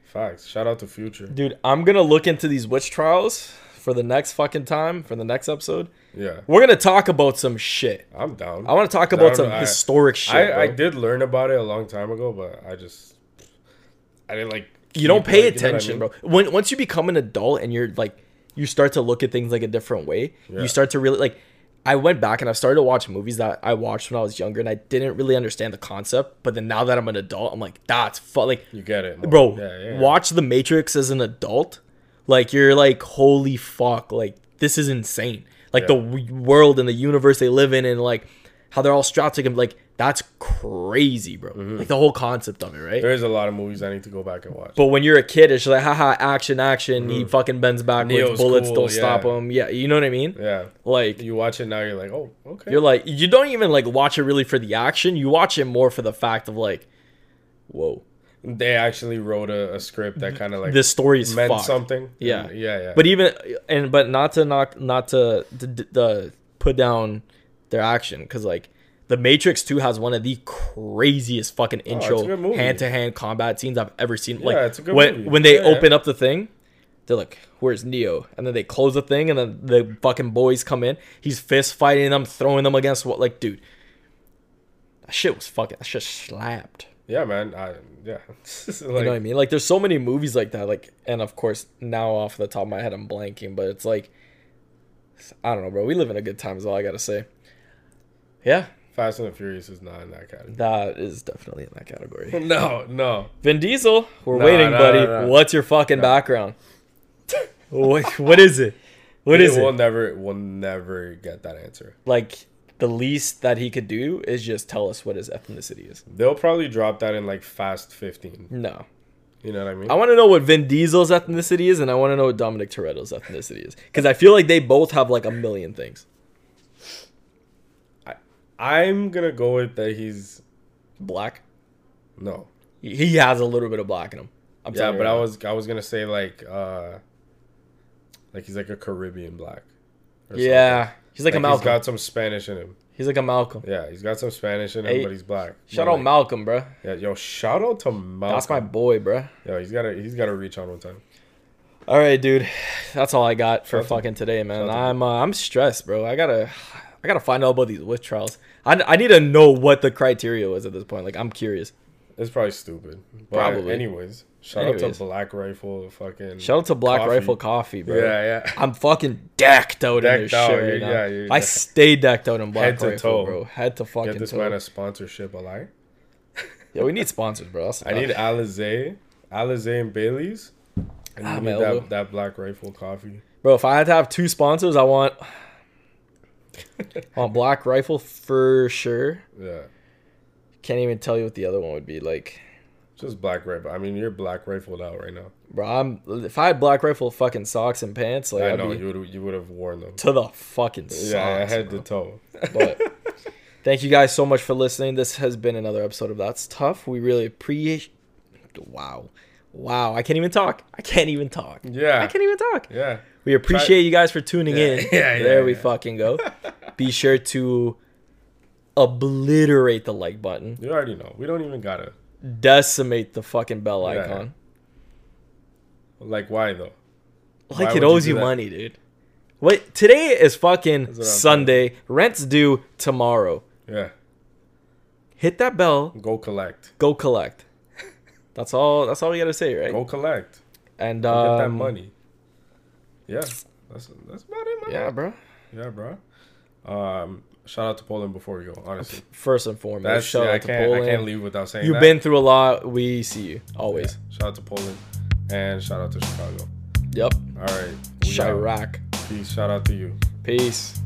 Speaker 1: Facts. Shout out to Future.
Speaker 2: Dude, I'm gonna look into these witch trials for the next fucking time for the next episode.
Speaker 1: Yeah,
Speaker 2: We're gonna talk about some shit.
Speaker 1: I'm down.
Speaker 2: I want to talk about
Speaker 1: don't
Speaker 2: some
Speaker 1: know, I-
Speaker 2: historic shit.
Speaker 1: I, I
Speaker 2: bro.
Speaker 1: did learn about it a long time ago, but I just I didn't like.
Speaker 2: you don't pay attention,
Speaker 1: attention,
Speaker 2: bro. When once you become an adult and you're like, you start to look at things like a different way.
Speaker 1: Yeah.
Speaker 2: You start to really like. I went back and I started to watch movies that I watched when I was younger, and I didn't really understand the concept. But then now that I'm an adult, I'm like, that's fu-. like,
Speaker 1: You get it, more.
Speaker 2: bro.
Speaker 1: Yeah, yeah.
Speaker 2: Watch The Matrix as an adult. Like you're like, holy fuck! Like this is insane. Like the
Speaker 1: Yeah.
Speaker 2: w- world and the universe they live in, and like how they're all strapped together. Like that's crazy, bro.
Speaker 1: Mm-hmm.
Speaker 2: Like the whole concept of it, right?
Speaker 1: There is a lot of movies I need to go back and watch.
Speaker 2: But when you're a kid, it's just like, haha, action, action. He fucking bends backwards.
Speaker 1: Mm-hmm. Neo's
Speaker 2: bullets
Speaker 1: cool,
Speaker 2: don't stop
Speaker 1: yeah.
Speaker 2: him. Yeah, you know what I mean?
Speaker 1: yeah,
Speaker 2: Like,
Speaker 1: you watch it now, you're like, oh, okay.
Speaker 2: you're like, you don't even like watch it really for the action. You watch it more for the fact of like, whoa,
Speaker 1: they actually wrote a, a script that kind of like
Speaker 2: this story is
Speaker 1: meant
Speaker 2: fucked.
Speaker 1: something.
Speaker 2: Yeah.
Speaker 1: And- yeah, yeah.
Speaker 2: But even and but not to knock, not to the put down their action because like. The Matrix 2 has one of the craziest fucking
Speaker 1: Oh, it's a good
Speaker 2: intro
Speaker 1: movie.
Speaker 2: hand to hand combat scenes I've ever seen. like
Speaker 1: it's a good
Speaker 2: when
Speaker 1: movie.
Speaker 2: when they
Speaker 1: Yeah.
Speaker 2: open up the thing, they're like, "Where's Neo?" And then they close the thing, and then the fucking boys come in. He's fist fighting them, throwing them against what? Like, dude, that shit was fucking. That shit slapped.
Speaker 1: yeah, man. I yeah. like,
Speaker 2: You know what I mean? Like, there's so many movies like that. Like, and of course, now off the top of my head, I'm blanking, but it's like, I don't know, bro. We live in a good time. Is all I gotta say. Yeah,
Speaker 1: Fast and the Furious is not in that category.
Speaker 2: that is definitely in that category.
Speaker 1: No, no.
Speaker 2: Vin Diesel, we're
Speaker 1: Nah,
Speaker 2: waiting,
Speaker 1: nah,
Speaker 2: buddy.
Speaker 1: nah, nah.
Speaker 2: What's your fucking background? what, what is it? What is it?
Speaker 1: We'll never, we'll never get that answer.
Speaker 2: like the least that he could do is just tell us what his ethnicity is.
Speaker 1: They'll probably drop that in like Fast 15.
Speaker 2: No.
Speaker 1: You know what I mean?
Speaker 2: I want to know what Vin Diesel's ethnicity is and I want to know what Dominic Toretto's ethnicity is cuz I feel like they both have like a million things.
Speaker 1: I'm gonna go with that. He's
Speaker 2: Black?
Speaker 1: no.
Speaker 2: He- He has a little bit of black in him. I'm
Speaker 1: Yeah,
Speaker 2: telling you
Speaker 1: but
Speaker 2: right
Speaker 1: I
Speaker 2: now.
Speaker 1: was, I was gonna say like, uh like he's like a Caribbean black. or
Speaker 2: Yeah. He's like,
Speaker 1: something.
Speaker 2: a
Speaker 1: Like, he's
Speaker 2: Malcolm.
Speaker 1: got some Spanish in him.
Speaker 2: he's like a Malcolm.
Speaker 1: Yeah, he's got some Spanish in him,
Speaker 2: Hey,
Speaker 1: but he's black.
Speaker 2: Shout
Speaker 1: But,
Speaker 2: out
Speaker 1: like,
Speaker 2: Malcolm, bruh.
Speaker 1: Yeah, yo, shout out to Malcolm.
Speaker 2: That's my boy, bruh.
Speaker 1: Yo, he's gotta, he's gotta reach on one time.
Speaker 2: All right, dude. That's all I got for
Speaker 1: Shout out to-
Speaker 2: fucking today, man.
Speaker 1: shout out to-
Speaker 2: I'm uh, I'm stressed, bro. I gotta I gotta find out about these witch trials. I, I need to know what the criteria was at this point. Like I'm curious.
Speaker 1: It's probably stupid. But
Speaker 2: Probably.
Speaker 1: Anyways, shout out
Speaker 2: Anyways.
Speaker 1: to Black Rifle. Fucking.
Speaker 2: Shout out to Black
Speaker 1: Coffee.
Speaker 2: Rifle Coffee, bro.
Speaker 1: Yeah, yeah.
Speaker 2: I'm fucking decked out in this
Speaker 1: Decked out,
Speaker 2: shit right
Speaker 1: yeah,
Speaker 2: now.
Speaker 1: yeah, yeah,
Speaker 2: I
Speaker 1: yeah.
Speaker 2: stay decked out in Black
Speaker 1: Head to
Speaker 2: Rifle,
Speaker 1: toe.
Speaker 2: bro. Head to
Speaker 1: Get
Speaker 2: fucking
Speaker 1: this
Speaker 2: toe.
Speaker 1: man a sponsorship, alright?
Speaker 2: yeah, we need sponsors, bro. That's
Speaker 1: I need Alizé, Alizé and Bailey's. And
Speaker 2: Ah,
Speaker 1: you
Speaker 2: my
Speaker 1: need
Speaker 2: elbow.
Speaker 1: that, that black rifle coffee.
Speaker 2: bro. If I had to have two sponsors, I want on Black Rifle for sure.
Speaker 1: Yeah.
Speaker 2: Can't even tell you what the other one would be like.
Speaker 1: Just black rifle. I mean, you're black rifled out right now.
Speaker 2: Bro, I'm if I had black rifle fucking socks and pants, like
Speaker 1: I
Speaker 2: I'd
Speaker 1: know
Speaker 2: be
Speaker 1: you would you would have worn them.
Speaker 2: to the fucking socks.
Speaker 1: yeah, head to toe.
Speaker 2: but thank you guys so much for listening. This has been another episode of That's Tough. We really appreciate. Wow, wow! I can't even talk. I can't even talk.
Speaker 1: Yeah.
Speaker 2: I can't even talk.
Speaker 1: Yeah.
Speaker 2: We appreciate you guys for tuning in.
Speaker 1: Yeah, yeah,
Speaker 2: there we
Speaker 1: yeah.
Speaker 2: fucking go. Be sure to obliterate the like button,
Speaker 1: You already know. We don't even gotta.
Speaker 2: decimate the fucking bell
Speaker 1: Yeah.
Speaker 2: icon.
Speaker 1: Like, why though?
Speaker 2: Like
Speaker 1: Why
Speaker 2: it
Speaker 1: would
Speaker 2: owes
Speaker 1: you
Speaker 2: you,
Speaker 1: do that?
Speaker 2: money, dude. What today is fucking
Speaker 1: what I'm
Speaker 2: Sunday. Rent's due tomorrow.
Speaker 1: Yeah.
Speaker 2: Hit that bell.
Speaker 1: Go collect.
Speaker 2: Go collect. That's all. That's all we gotta say, right?
Speaker 1: Go collect.
Speaker 2: and
Speaker 1: Get
Speaker 2: um,
Speaker 1: that money. Yeah. That's that's about it, man.
Speaker 2: Yeah, bro.
Speaker 1: Yeah, bro. Um, shout out to Poland before we go. Honestly,
Speaker 2: First and foremost,
Speaker 1: that's
Speaker 2: shout
Speaker 1: yeah,
Speaker 2: out
Speaker 1: I
Speaker 2: to
Speaker 1: can't
Speaker 2: Poland.
Speaker 1: I can't leave without saying
Speaker 2: You've
Speaker 1: that.
Speaker 2: been through a lot. We see you always.
Speaker 1: Shout out to Poland, and shout out to Chicago.
Speaker 2: Yep.
Speaker 1: All right, we out.
Speaker 2: Chirac.
Speaker 1: Peace. Shout out to you.
Speaker 2: Peace.